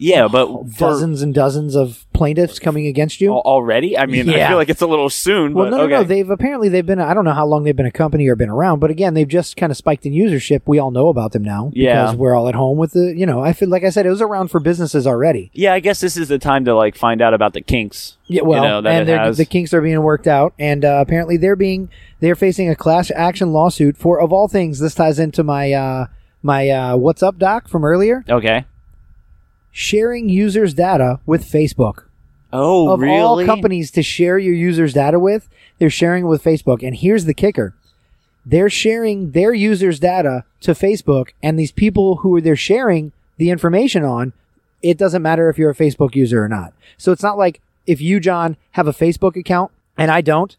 Speaker 2: Oh,
Speaker 1: Yeah, but for
Speaker 2: dozens and dozens of plaintiffs coming against
Speaker 1: al-
Speaker 2: you.
Speaker 1: already, I mean, I
Speaker 2: Yeah.
Speaker 1: feel like it's a little soon.
Speaker 2: Well,
Speaker 1: but
Speaker 2: no, no,
Speaker 1: okay.
Speaker 2: no. They've apparently they've been. I don't know how long they've been a company or been around, but again, they've just kind of spiked in usership. We all know about them now
Speaker 1: Yeah.
Speaker 2: because we're all at home with the. You know, I feel like I said it was around for businesses already.
Speaker 1: yeah, I guess this is the time to like find out about the kinks.
Speaker 2: Yeah, well,
Speaker 1: know, that it
Speaker 2: and they're-
Speaker 1: has-
Speaker 2: the kinks are being worked out, and uh, apparently they're being they're facing a class action lawsuit for of all things. This ties into my uh, my uh, what's up doc from earlier,
Speaker 1: Okay.
Speaker 2: sharing users' data with Facebook.
Speaker 1: Oh,
Speaker 2: of all companies to share your users' data with, they're sharing it with Facebook. And here's the kicker: they're sharing their users' data to Facebook, and these people who they're sharing the information on, it doesn't matter if you're a Facebook user or not. So it's not like if you, John, have a Facebook account and I don't,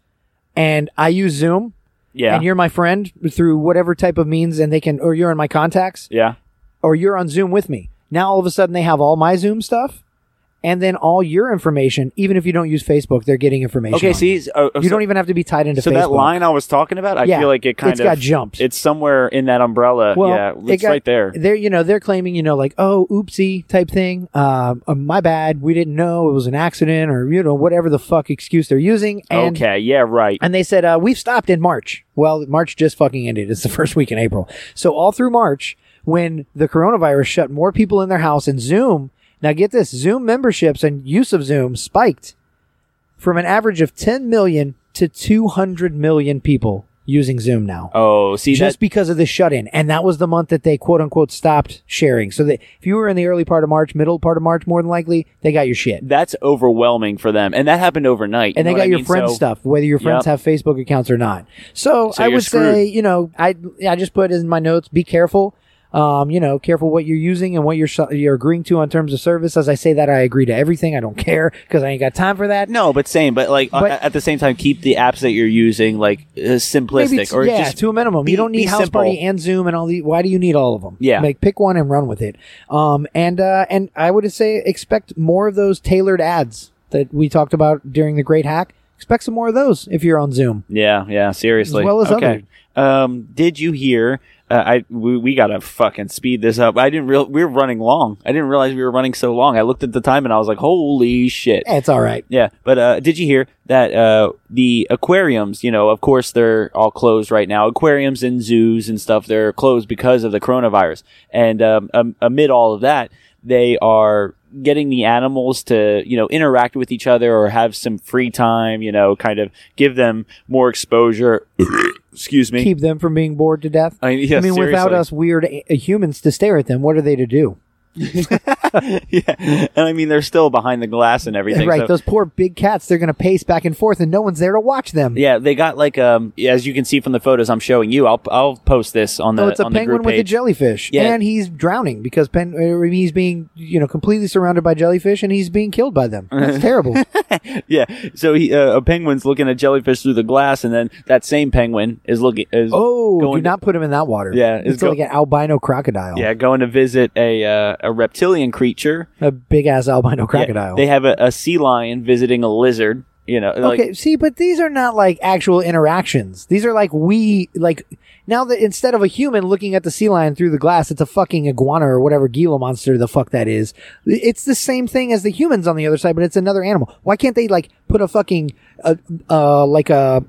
Speaker 2: and I use Zoom,
Speaker 1: yeah.
Speaker 2: and you're my friend through whatever type of means, and they can, or you're in my contacts,
Speaker 1: yeah.
Speaker 2: or you're on Zoom with me. Now all of a sudden they have all my Zoom stuff and then all your information, even if you don't use Facebook, they're getting information.
Speaker 1: Okay.
Speaker 2: on
Speaker 1: See,
Speaker 2: you.
Speaker 1: s- oh, oh, so,
Speaker 2: you don't even have to be tied into
Speaker 1: so
Speaker 2: Facebook.
Speaker 1: that line I was talking about, I
Speaker 2: Yeah,
Speaker 1: feel like it kind
Speaker 2: it's
Speaker 1: of
Speaker 2: got jumped.
Speaker 1: It's somewhere in that umbrella.
Speaker 2: well,
Speaker 1: yeah,
Speaker 2: it
Speaker 1: it's
Speaker 2: got-
Speaker 1: right there.
Speaker 2: They're you know they're claiming you know like oh oopsie type thing. Um, uh, my bad. We didn't know it was an accident or you know whatever the fuck excuse they're using. And
Speaker 1: okay. Yeah. Right.
Speaker 2: And they said, uh, we've stopped in March. Well, March just fucking ended. It's the first week in April. So all through March, when the coronavirus shut more people in their house and Zoom, now get this, Zoom memberships and use of Zoom spiked from an average of 10 million to 200 million people using Zoom now.
Speaker 1: oh, see that.
Speaker 2: just because of the shut in. And that was the month that they quote unquote stopped sharing. So that if you were in the early part of March, middle part of March, more than likely, they got your shit.
Speaker 1: That's overwhelming for them, and that happened overnight.
Speaker 2: and
Speaker 1: you
Speaker 2: they
Speaker 1: know
Speaker 2: got
Speaker 1: what I
Speaker 2: your
Speaker 1: mean?
Speaker 2: friends
Speaker 1: So-
Speaker 2: stuff, whether your
Speaker 1: Yep.
Speaker 2: friends have Facebook accounts or not. So,
Speaker 1: So
Speaker 2: I
Speaker 1: you're
Speaker 2: would say,
Speaker 1: screwed.
Speaker 2: you know, I I just put in my notes, be careful. Um, you know, careful what you're using and what you're sh- you're agreeing to on terms of service. As I say that, I agree to everything. I don't care because I ain't got time for that.
Speaker 1: No, but same. But like
Speaker 2: But-
Speaker 1: a- at the same time, keep the apps that you're using like uh, simplistic
Speaker 2: Maybe t-
Speaker 1: or
Speaker 2: yeah,
Speaker 1: just
Speaker 2: to a minimum.
Speaker 1: be-
Speaker 2: you don't
Speaker 1: be
Speaker 2: need House
Speaker 1: simple.
Speaker 2: Party and Zoom and all the. Why do you need all of them?
Speaker 1: Yeah.
Speaker 2: like pick one and run with it. Um, and uh, and I would say expect more of those tailored ads that we talked about during the Great Hack. Expect some more of those if you're on Zoom.
Speaker 1: Yeah, yeah, seriously.
Speaker 2: As well as
Speaker 1: okay. Um, did you hear? Uh, I we, we gotta fucking speed this up. I didn't real we were running long. I didn't realize we were running so long. I looked at the time and I was like, holy shit.
Speaker 2: Eh, it's all right.
Speaker 1: Yeah, but uh, did you hear that uh, the aquariums? You know, of course they're all closed right now. Aquariums and zoos and stuff they're closed because of the coronavirus. And um, um, amid all of that, they are getting the animals to you know interact with each other or have some free time. You know, kind of give them more exposure. Excuse me.
Speaker 2: Keep them from being bored to death.
Speaker 1: I- yeah,
Speaker 2: I mean, without
Speaker 1: seriously.
Speaker 2: us weird a- humans to stare at them, what are they to do?
Speaker 1: yeah, and I mean they're still behind the glass and everything.
Speaker 2: right,
Speaker 1: so-
Speaker 2: those poor big cats, they're going to pace back and forth and no one's there to watch them.
Speaker 1: Yeah, they got like um as you can see from the photos I'm showing you. I'll I'll post this on the
Speaker 2: Oh, it's a
Speaker 1: on the
Speaker 2: penguin
Speaker 1: group
Speaker 2: with a
Speaker 1: page.
Speaker 2: jellyfish,
Speaker 1: Yeah.
Speaker 2: and he's drowning because pen- er, he's being you know completely surrounded by jellyfish, and he's being killed by them. That's terrible.
Speaker 1: yeah, so he uh, a penguin's looking at jellyfish through the glass, and then that same penguin is looking is
Speaker 2: Oh,
Speaker 1: going
Speaker 2: do not put him in that water.
Speaker 1: Yeah, it's
Speaker 2: it's,
Speaker 1: go-
Speaker 2: like an albino crocodile.
Speaker 1: yeah going to visit a uh, a reptilian creature.
Speaker 2: a big ass albino
Speaker 1: Yeah,
Speaker 2: crocodile.
Speaker 1: they have a, a sea lion visiting a lizard. You know, like,
Speaker 2: okay, see, but these are not like actual interactions. These are like we like now that instead of a human looking at the sea lion through the glass, it's a fucking iguana or whatever Gila monster the fuck that is. It's the same thing as the humans on the other side, but it's another animal. Why can't they like put a fucking uh, uh like a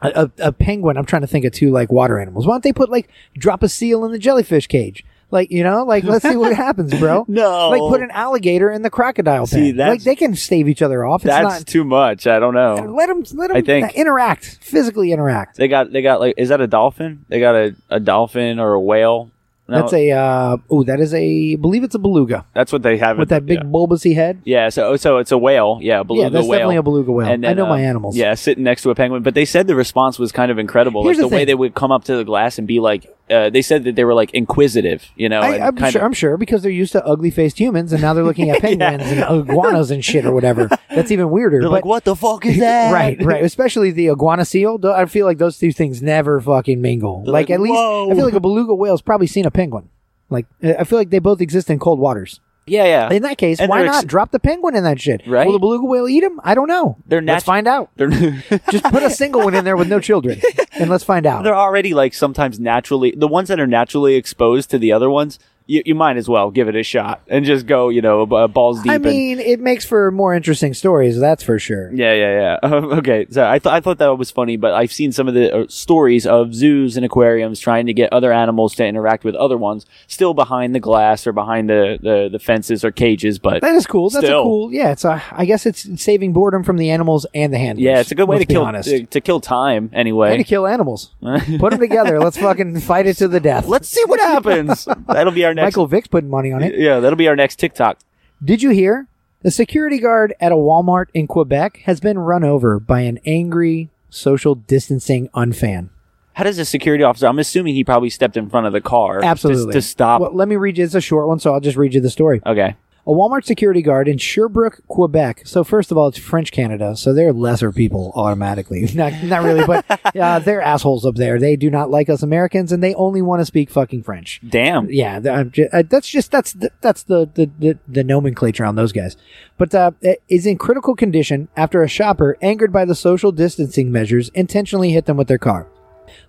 Speaker 2: a, a, a penguin. I'm trying to think of two like water animals. Why don't they put like drop a seal in the jellyfish cage? Like you know, like let's see what happens, bro.
Speaker 1: No.
Speaker 2: like put an alligator in the crocodile
Speaker 1: See,
Speaker 2: pen.
Speaker 1: that's-
Speaker 2: Like they can stave each other off. It's
Speaker 1: that's
Speaker 2: not,
Speaker 1: too much. I don't know.
Speaker 2: let them let them
Speaker 1: I think-
Speaker 2: interact physically interact
Speaker 1: They got they got like is that a dolphin? They got a, a dolphin or a whale. No,
Speaker 2: that's a uh oh that is a I believe it's a beluga
Speaker 1: that's what they have in
Speaker 2: with
Speaker 1: the-
Speaker 2: that big
Speaker 1: yeah.
Speaker 2: bulbousy head
Speaker 1: Yeah, so so it's a whale. Yeah, a beluga
Speaker 2: yeah that's
Speaker 1: whale.
Speaker 2: definitely a beluga whale
Speaker 1: And
Speaker 2: i
Speaker 1: then,
Speaker 2: know my
Speaker 1: um,
Speaker 2: animals
Speaker 1: Yeah, sitting next to a penguin. But they said the response was kind of incredible.
Speaker 2: Here's
Speaker 1: like the,
Speaker 2: the
Speaker 1: way
Speaker 2: thing.
Speaker 1: they would come up to the glass and be like, uh, they said that they were like inquisitive, you know,
Speaker 2: I,
Speaker 1: and
Speaker 2: I'm,
Speaker 1: kind
Speaker 2: sure,
Speaker 1: of-
Speaker 2: I'm sure because they're used to ugly faced humans and now they're looking at penguins and iguanas and shit or whatever. That's even weirder.
Speaker 1: they're
Speaker 2: but,
Speaker 1: like, what the fuck is that?
Speaker 2: Right, right. Especially the iguana seal. Though I feel like those two things never fucking mingle.
Speaker 1: They're
Speaker 2: Like,
Speaker 1: like,
Speaker 2: at least I
Speaker 1: "Whoa."
Speaker 2: feel like a beluga whale's probably seen a penguin. Like I feel like they both exist in cold waters.
Speaker 1: Yeah, yeah.
Speaker 2: In that case,
Speaker 1: And
Speaker 2: why
Speaker 1: they're
Speaker 2: not
Speaker 1: ex-
Speaker 2: drop the penguin in that shit?
Speaker 1: Right?
Speaker 2: Will the beluga whale eat him? I don't know.
Speaker 1: They're
Speaker 2: Let's
Speaker 1: natu-
Speaker 2: find out.
Speaker 1: They're,
Speaker 2: Just put a single one in there with no children, and let's find out.
Speaker 1: they're already like sometimes naturally, the ones that are naturally exposed to the other ones, you, you might as well give it a shot and just go, you know, b- balls deep.
Speaker 2: I
Speaker 1: and-
Speaker 2: mean, it makes for more interesting stories. That's for sure.
Speaker 1: Yeah, yeah, yeah. Um, okay, so I, th- I thought that was funny, but I've seen some of the uh, stories of zoos and aquariums trying to get other animals to interact with other ones, still behind the glass or behind the, the, the fences or cages. But
Speaker 2: That is cool. That's
Speaker 1: Still.
Speaker 2: a cool. Yeah, it's. A, I guess it's saving boredom from the animals and the handlers.
Speaker 1: yeah, it's a good way
Speaker 2: let's
Speaker 1: to
Speaker 2: be
Speaker 1: kill
Speaker 2: Honest.
Speaker 1: to, to kill time
Speaker 2: And to
Speaker 1: anyway.
Speaker 2: kill animals. Put them together. Let's fucking fight it to the death.
Speaker 1: Let's see what happens. That'll be our next.
Speaker 2: Michael Vick's putting money on it.
Speaker 1: Yeah, that'll be our next TikTok.
Speaker 2: Did you hear? The security guard at a Walmart in Quebec has been run over by an angry social distancing unfan.
Speaker 1: How does a security officer? I'm assuming he probably stepped in front of the car to-
Speaker 2: Absolutely.
Speaker 1: to, stop.
Speaker 2: Well, let me read you. It's a short one, so I'll just read you the story.
Speaker 1: okay,
Speaker 2: A Walmart security guard in Sherbrooke, Quebec. So first of all, it's French Canada, so they're lesser people automatically. Not, not really, but uh, they're assholes up there. They do not like us Americans, and they only want to speak fucking French.
Speaker 1: damn.
Speaker 2: Yeah, th- I'm ju- uh, that's just that's th- that's the, the the the nomenclature on those guys. But uh, it is in critical condition after a shopper angered by the social distancing measures intentionally hit them with their car.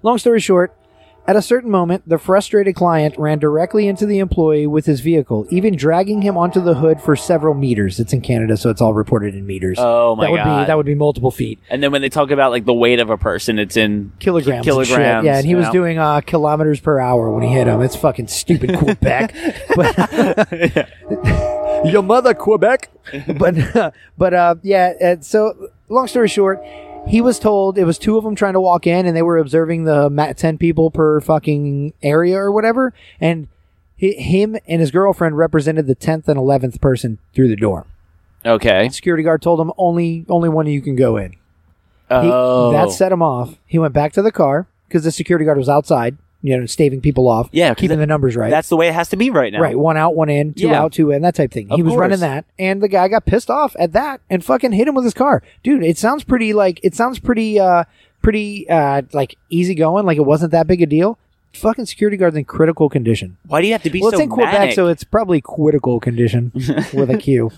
Speaker 2: Long story short, at a certain moment, the frustrated client ran directly into the employee with his vehicle, even dragging him onto the hood for several meters. It's in Canada, so it's all reported in meters.
Speaker 1: Oh my
Speaker 2: that would
Speaker 1: god.
Speaker 2: be that would be multiple feet.
Speaker 1: and then when they talk about like the weight of a person, it's in
Speaker 2: kilograms. and shit.
Speaker 1: Kilograms,
Speaker 2: Yeah, and he
Speaker 1: you
Speaker 2: was
Speaker 1: know.
Speaker 2: doing uh, kilometers per hour when he hit him. It's fucking stupid Quebec. but your mother Quebec. but but uh, yeah. And so long story short. He was told it was two of them trying to walk in, and they were observing the mat ten people per fucking area or whatever. And hi him and his girlfriend represented the tenth and eleventh person through the door.
Speaker 1: okay.
Speaker 2: Security guard told him only only one of you can go in. He,
Speaker 1: oh,
Speaker 2: That set him off. He went back to the car because the security guard was outside. you know, staving people off.
Speaker 1: Yeah, 'cause
Speaker 2: keeping the numbers right.
Speaker 1: That's the way it has to be right now.
Speaker 2: Right, one out, one in, two
Speaker 1: Yeah.
Speaker 2: out, two in, that type thing.
Speaker 1: Of
Speaker 2: he was running
Speaker 1: course.
Speaker 2: that, and the guy got pissed off at that and fucking hit him with his car, dude. It sounds pretty like it sounds pretty, uh, pretty uh, like easy going, like it wasn't that big a deal. Fucking security guards in critical condition.
Speaker 1: Why do you have to be
Speaker 2: well,
Speaker 1: so
Speaker 2: it's in Quebec,
Speaker 1: manic?
Speaker 2: so it's probably critical condition with a Q.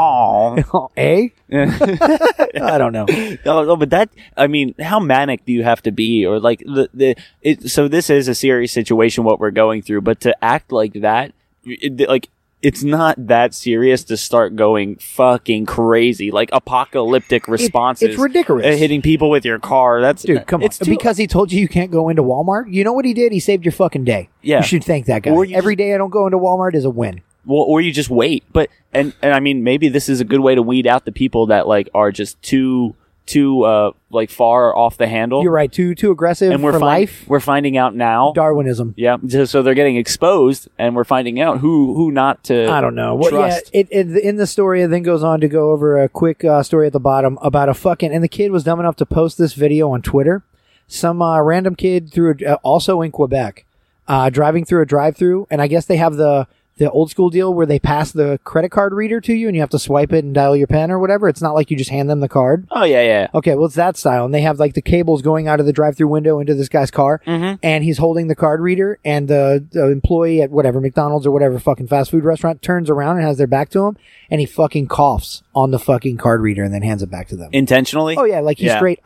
Speaker 2: A? I don't know.
Speaker 1: Oh, no, but that I mean, how manic do you have to be, or like the the? It, so this is a serious situation what we're going through, but to act like that, it, like it's not that serious to start going fucking crazy, like apocalyptic responses.
Speaker 2: ridiculous.
Speaker 1: Uh, hitting people with your car. That's
Speaker 2: Dude, come on.
Speaker 1: It's too-
Speaker 2: because he told you you can't go into Walmart. You know what he did? He saved your fucking day.
Speaker 1: Yeah.
Speaker 2: You should thank that guy.
Speaker 1: Or
Speaker 2: Every
Speaker 1: you
Speaker 2: day I don't go into Walmart is a win.
Speaker 1: well, or you just wait. But and and I mean, maybe this is a good way to weed out the people that like are just too too uh like far off the handle.
Speaker 2: You're right. Too too aggressive
Speaker 1: and we're
Speaker 2: for
Speaker 1: fin-
Speaker 2: life.
Speaker 1: We're finding out now.
Speaker 2: Darwinism.
Speaker 1: Yeah, so, so they're getting exposed, and we're finding out who who not to.
Speaker 2: I don't know. Well, yeah,
Speaker 1: trust.
Speaker 2: it, it, in the story, it then goes on to go over a quick uh, story at the bottom about a fucking. And the kid was dumb enough to post this video on Twitter. Some uh, random kid through, a, uh, also in Quebec, uh, driving through a drive-through, and I guess they have the the old school deal where they pass the credit card reader to you, and you have to swipe it and dial your pen or whatever. It's not like you just hand them the card.
Speaker 1: Oh yeah, yeah.
Speaker 2: Okay, well, it's that style. And they have like the cables going out of the drive through window into this guy's car.
Speaker 1: Mm-hmm.
Speaker 2: And he's holding the card reader. And the, the employee at whatever McDonald's or whatever fucking fast food restaurant turns around and has their back to him. And he fucking coughs on the fucking card reader and then hands it back to them.
Speaker 1: Intentionally.
Speaker 2: Oh, yeah. Like he
Speaker 1: Yeah.
Speaker 2: straight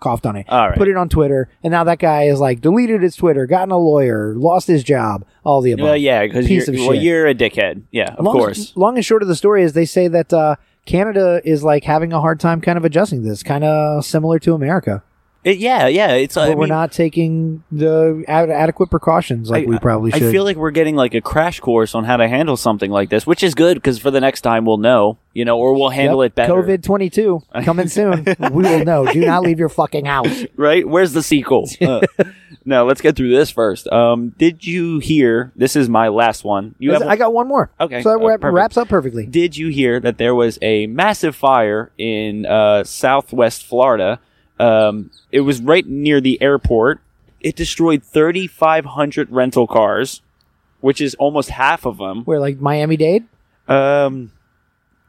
Speaker 2: coughed on it.
Speaker 1: All right.
Speaker 2: Put it on Twitter. And now that guy is like deleted his Twitter, gotten a lawyer, lost his job, all the above.
Speaker 1: Well, yeah, because
Speaker 2: Piece
Speaker 1: you're,
Speaker 2: of
Speaker 1: well,
Speaker 2: shit.
Speaker 1: you're a dickhead. Yeah, of
Speaker 2: long,
Speaker 1: course.
Speaker 2: Long and short of the story is they say that uh, Canada is like having a hard time kind of adjusting this, kind of similar to America.
Speaker 1: It- yeah, yeah. It's. I
Speaker 2: but we're
Speaker 1: mean,
Speaker 2: not taking the ad- adequate precautions like
Speaker 1: I-
Speaker 2: we probably should.
Speaker 1: I feel like we're getting like a crash course on how to handle something like this, which is good because for the next time we'll know, you know, or we'll handle it better.
Speaker 2: COVID twenty two coming soon. we will know. Do not leave your fucking house.
Speaker 1: right? Where's the sequel? Uh, no, let's get through this first. Um, did you hear? This is my last one. You have
Speaker 2: I got one more.
Speaker 1: Okay,
Speaker 2: so that
Speaker 1: uh,
Speaker 2: wrap-
Speaker 1: perfect.
Speaker 2: wraps up perfectly.
Speaker 1: Did you hear that there was a massive fire in uh, southwest Florida? Um, it was right near the airport. It destroyed 3,500 rental cars, which is almost half of them.
Speaker 2: Where like Miami Dade,
Speaker 1: Um,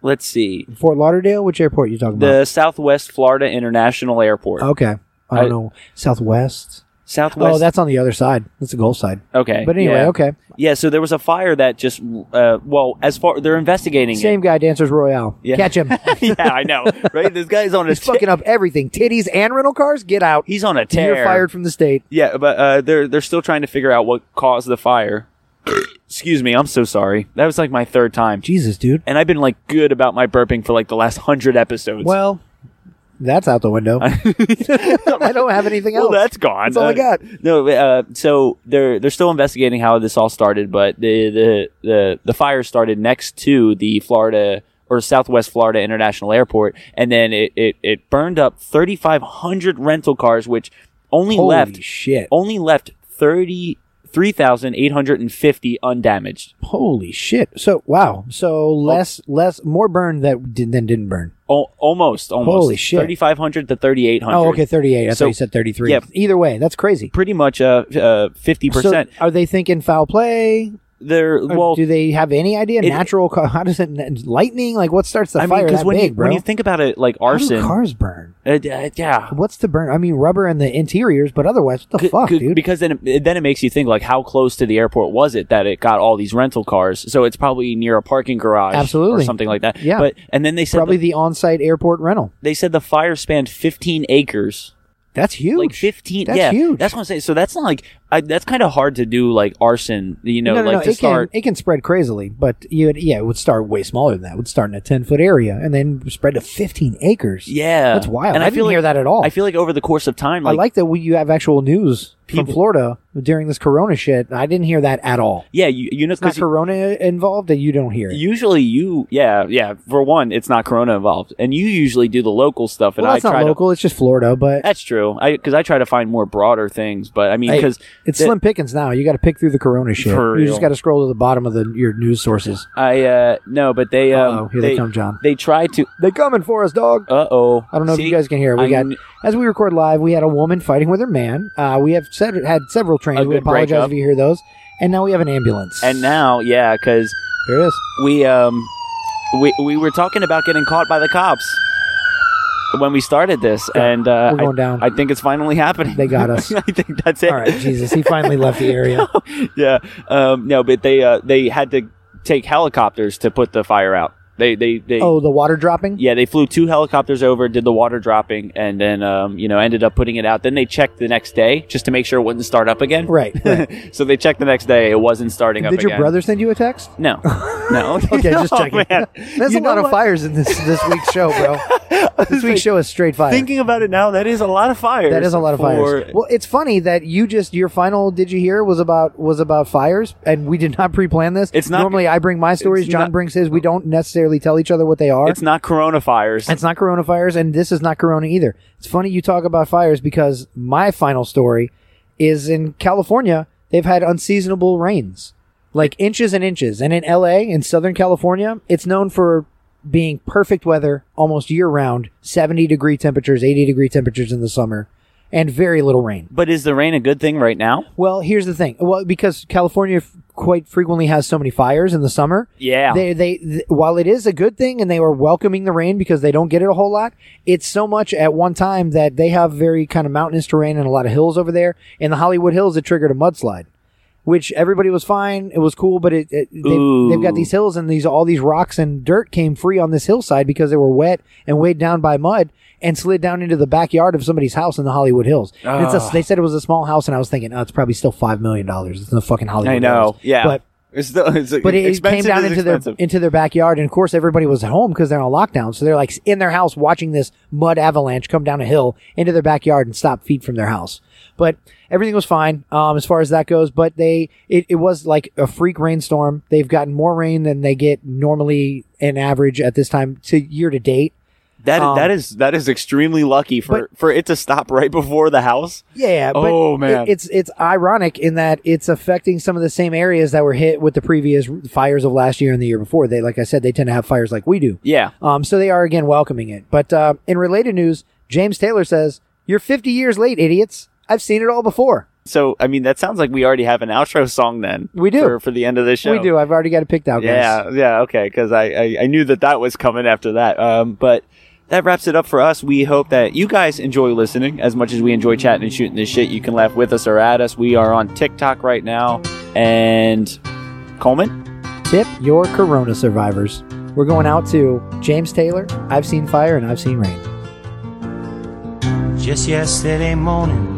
Speaker 1: let's see.
Speaker 2: Fort Lauderdale, which airport you talking
Speaker 1: The Southwest Florida International Airport.
Speaker 2: about? Okay, I don't
Speaker 1: I-
Speaker 2: know. Southwest.
Speaker 1: Southwest.
Speaker 2: Oh, that's on the other side. That's the Gulf side.
Speaker 1: okay.
Speaker 2: But anyway,
Speaker 1: yeah.
Speaker 2: okay.
Speaker 1: Yeah, so there was a fire that just, uh, well, as far, they're investigating it.
Speaker 2: Same guy, Dancers Royale.
Speaker 1: Yeah.
Speaker 2: Catch him.
Speaker 1: yeah, I know, right? This guy's on a
Speaker 2: He's fucking up everything. Titties and rental cars. Get out.
Speaker 1: He's on a tear.
Speaker 2: You're fired from the state.
Speaker 1: Yeah, but uh, they're they're still trying to figure out what caused the fire. Excuse me, I'm so sorry. That was like my third time,
Speaker 2: Jesus, dude.
Speaker 1: and I've been like good about my burping for like the last hundred episodes.
Speaker 2: Well, that's out the window. I don't have anything
Speaker 1: Well,
Speaker 2: else.
Speaker 1: that's gone.
Speaker 2: That's all I
Speaker 1: Uh,
Speaker 2: got.
Speaker 1: No, uh, so they're they're still investigating how this all started, but the the the, the fire started next to the Florida or Southwest Florida International Airport, and then it it, it burned up 3,500 rental cars, which only
Speaker 2: Holy
Speaker 1: left
Speaker 2: shit.
Speaker 1: only left 30, 3,850 undamaged.
Speaker 2: Holy shit! So wow,
Speaker 1: Oh.
Speaker 2: so less, less, more burned that did, than didn't burn.
Speaker 1: Al almost, almost.
Speaker 2: Holy shit.
Speaker 1: 3,500 to 3,800.
Speaker 2: Oh, okay, thirty-eight. I
Speaker 1: So-
Speaker 2: thought you said thirty-three.
Speaker 1: yeah.
Speaker 2: Either way, that's crazy.
Speaker 1: Pretty much uh, uh, 50%.
Speaker 2: So uh, are they thinking foul play?
Speaker 1: they're,
Speaker 2: Or
Speaker 1: well,
Speaker 2: do they have any idea?
Speaker 1: it-
Speaker 2: Natural? co- How does it? Lightning? Like what starts the
Speaker 1: I mean,
Speaker 2: fire that
Speaker 1: when,
Speaker 2: big,
Speaker 1: you,
Speaker 2: bro?
Speaker 1: when you think about it, like
Speaker 2: How do
Speaker 1: arson.
Speaker 2: cars burn?
Speaker 1: uh, d- uh, yeah.
Speaker 2: What's the burn? I mean, rubber and the interiors, but otherwise, what the
Speaker 1: C-
Speaker 2: fuck,
Speaker 1: c-
Speaker 2: dude?
Speaker 1: Because then it, then it makes you think like how close to the airport was it that it got all these rental cars? So it's probably near a parking garage,
Speaker 2: Absolutely.
Speaker 1: or something like that.
Speaker 2: Yeah.
Speaker 1: But and then they said
Speaker 2: Probably
Speaker 1: the-
Speaker 2: the on-site airport rental.
Speaker 1: they said the fire spanned 15 acres.
Speaker 2: That's huge.
Speaker 1: like 15
Speaker 2: That's
Speaker 1: yeah
Speaker 2: huge.
Speaker 1: that's what i'm saying so that's not like I, that's kind of hard to do like arson you know
Speaker 2: no, no,
Speaker 1: like
Speaker 2: no.
Speaker 1: to
Speaker 2: it
Speaker 1: start
Speaker 2: can it can spread crazily, but you would- yeah, it would start way smaller than that. It would start in a ten foot area and then spread to fifteen acres.
Speaker 1: yeah
Speaker 2: that's wild.
Speaker 1: and
Speaker 2: I,
Speaker 1: feel
Speaker 2: didn't
Speaker 1: like
Speaker 2: hear that at all.
Speaker 1: i feel like over the course of time
Speaker 2: I
Speaker 1: like,
Speaker 2: like that we, you have actual news
Speaker 1: People-
Speaker 2: from Florida during this Corona shit. I didn't hear that at all.
Speaker 1: Yeah, you, you know,
Speaker 2: It's not
Speaker 1: because
Speaker 2: Corona involved that you don't hear. it.
Speaker 1: usually you, yeah, yeah. For one, it's not Corona involved, and you usually do the local stuff, and
Speaker 2: well,
Speaker 1: I
Speaker 2: that's
Speaker 1: try
Speaker 2: not
Speaker 1: to.
Speaker 2: local. It's just Florida, but
Speaker 1: That's true. I because I try to find more broader things, but I mean,
Speaker 2: Hey,
Speaker 1: because
Speaker 2: it's
Speaker 1: the-
Speaker 2: slim pickings now. You got to pick through the Corona shit.
Speaker 1: For
Speaker 2: you
Speaker 1: real.
Speaker 2: just got to scroll to the bottom of the your news sources.
Speaker 1: I uh no, but they um
Speaker 2: Uh-oh, here they come, John.
Speaker 1: They try to.
Speaker 2: They coming for us, dog.
Speaker 1: Uh oh.
Speaker 2: I don't know if you guys can hear. it. We got as we record live, we had a woman fighting with her man. Uh, we have said, had several trains.
Speaker 1: A
Speaker 2: We
Speaker 1: good
Speaker 2: apologize
Speaker 1: breakup.
Speaker 2: if you hear those. And now we have an ambulance.
Speaker 1: and now yeah, because
Speaker 2: here it is.
Speaker 1: we um we we were talking about getting caught by the cops when we started this, and uh,
Speaker 2: we're going
Speaker 1: I,
Speaker 2: down.
Speaker 1: I think it's finally happening.
Speaker 2: They got us.
Speaker 1: I think that's it.
Speaker 2: All right, Jesus, he finally left the area.
Speaker 1: yeah. Um, no, but they uh, they had to take helicopters to put the fire out. They they they.
Speaker 2: Oh, the water dropping.
Speaker 1: Yeah, they flew two helicopters over, did the water dropping, and then um, you know ended up putting it out. Then they checked the next day just to make sure it wouldn't start up again.
Speaker 2: Right. right.
Speaker 1: so they checked the next day; it wasn't starting up.
Speaker 2: Did your
Speaker 1: again.
Speaker 2: brother send you a text?
Speaker 1: No, no.
Speaker 2: Okay, just
Speaker 1: Oh,
Speaker 2: checking.
Speaker 1: man.
Speaker 2: There's
Speaker 1: You
Speaker 2: a
Speaker 1: know
Speaker 2: lot of
Speaker 1: what?
Speaker 2: fires in this this week's show, bro. This week's show is straight fire.
Speaker 1: Thinking about it now, that is a lot of fires.
Speaker 2: That is a lot of
Speaker 1: for-
Speaker 2: fires. Well, it's funny that you just your final did you hear was about was about fires, and we did not pre-plan this.
Speaker 1: It's not-
Speaker 2: normally I bring my stories,
Speaker 1: it's
Speaker 2: John
Speaker 1: not-
Speaker 2: brings his. We don't necessarily tell each other what they are.
Speaker 1: it's not corona fires.
Speaker 2: It's not Corona fires, and this is not Corona either. It's funny you talk about fires because my final story is in California. They've had unseasonable rains, like inches and inches. And in LA, in Southern California, it's known for being perfect weather almost year round 70 degree temperatures, 80 degree temperatures in the summer, and very little rain.
Speaker 1: But is the rain a good thing right now?
Speaker 2: Well, here's the thing. Well, because California f- quite frequently has so many fires in the summer.
Speaker 1: Yeah.
Speaker 2: They, they, th- while it is a good thing and they were welcoming the rain because they don't get it a whole lot, it's so much at one time that they have very kind of mountainous terrain and a lot of hills over there. In the Hollywood Hills, it triggered a mudslide, which everybody was fine. It was cool, but it, it they've,
Speaker 1: Ooh.
Speaker 2: they've got these hills and these, all these rocks and dirt came free on this hillside because they were wet and weighed down by mud and slid down into the backyard of somebody's house in the Hollywood Hills. And It's a,
Speaker 1: Ah.
Speaker 2: they said it was a small house, and I was thinking, oh, it's probably still $5 million. It's in the fucking Hollywood
Speaker 1: I know.
Speaker 2: Hills.
Speaker 1: Yeah.
Speaker 2: But
Speaker 1: it's still, it's
Speaker 2: but it, it came
Speaker 1: expensive
Speaker 2: down
Speaker 1: is
Speaker 2: into
Speaker 1: expensive.
Speaker 2: their into their backyard, and of course everybody was at home because they're on lockdown. So they're like in their house watching this mud avalanche come down a hill into their backyard and stop feet from their house. But everything was fine um, as far as that goes. But they it, it was like a freak rainstorm. They've gotten more rain than they get normally an average at this time to year to date.
Speaker 1: That
Speaker 2: Um,
Speaker 1: that is that is extremely lucky for for it to stop right before the house.
Speaker 2: Yeah, but
Speaker 1: Oh, man.
Speaker 2: it- it's it's ironic in that it's affecting some of the same areas that were hit with the previous fires of last year and the year before. They like I said, they tend to have fires like we do.
Speaker 1: Yeah.
Speaker 2: Um, so they are again welcoming it. But uh, in related news, James Taylor says, "You're 50 years late, idiots. I've seen it all before.
Speaker 1: So I mean, that sounds like we already have an outro song then.
Speaker 2: We do.
Speaker 1: for, for the end of the show.
Speaker 2: We do. I've already got it picked out, guys.
Speaker 1: Yeah, yeah, okay, because I, I, I knew that that was coming after that. Um, but that wraps it up for us. We hope that you guys enjoy listening as much as we enjoy chatting and shooting this shit. You can laugh with us or at us. We are on TikTok right now. And Coleman,
Speaker 2: Tip your Corona survivors. We're going out to James Taylor. I've seen fire and I've seen rain.
Speaker 10: Just yesterday morning,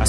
Speaker 10: I've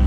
Speaker 10: You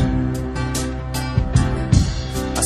Speaker 10: I've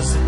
Speaker 10: of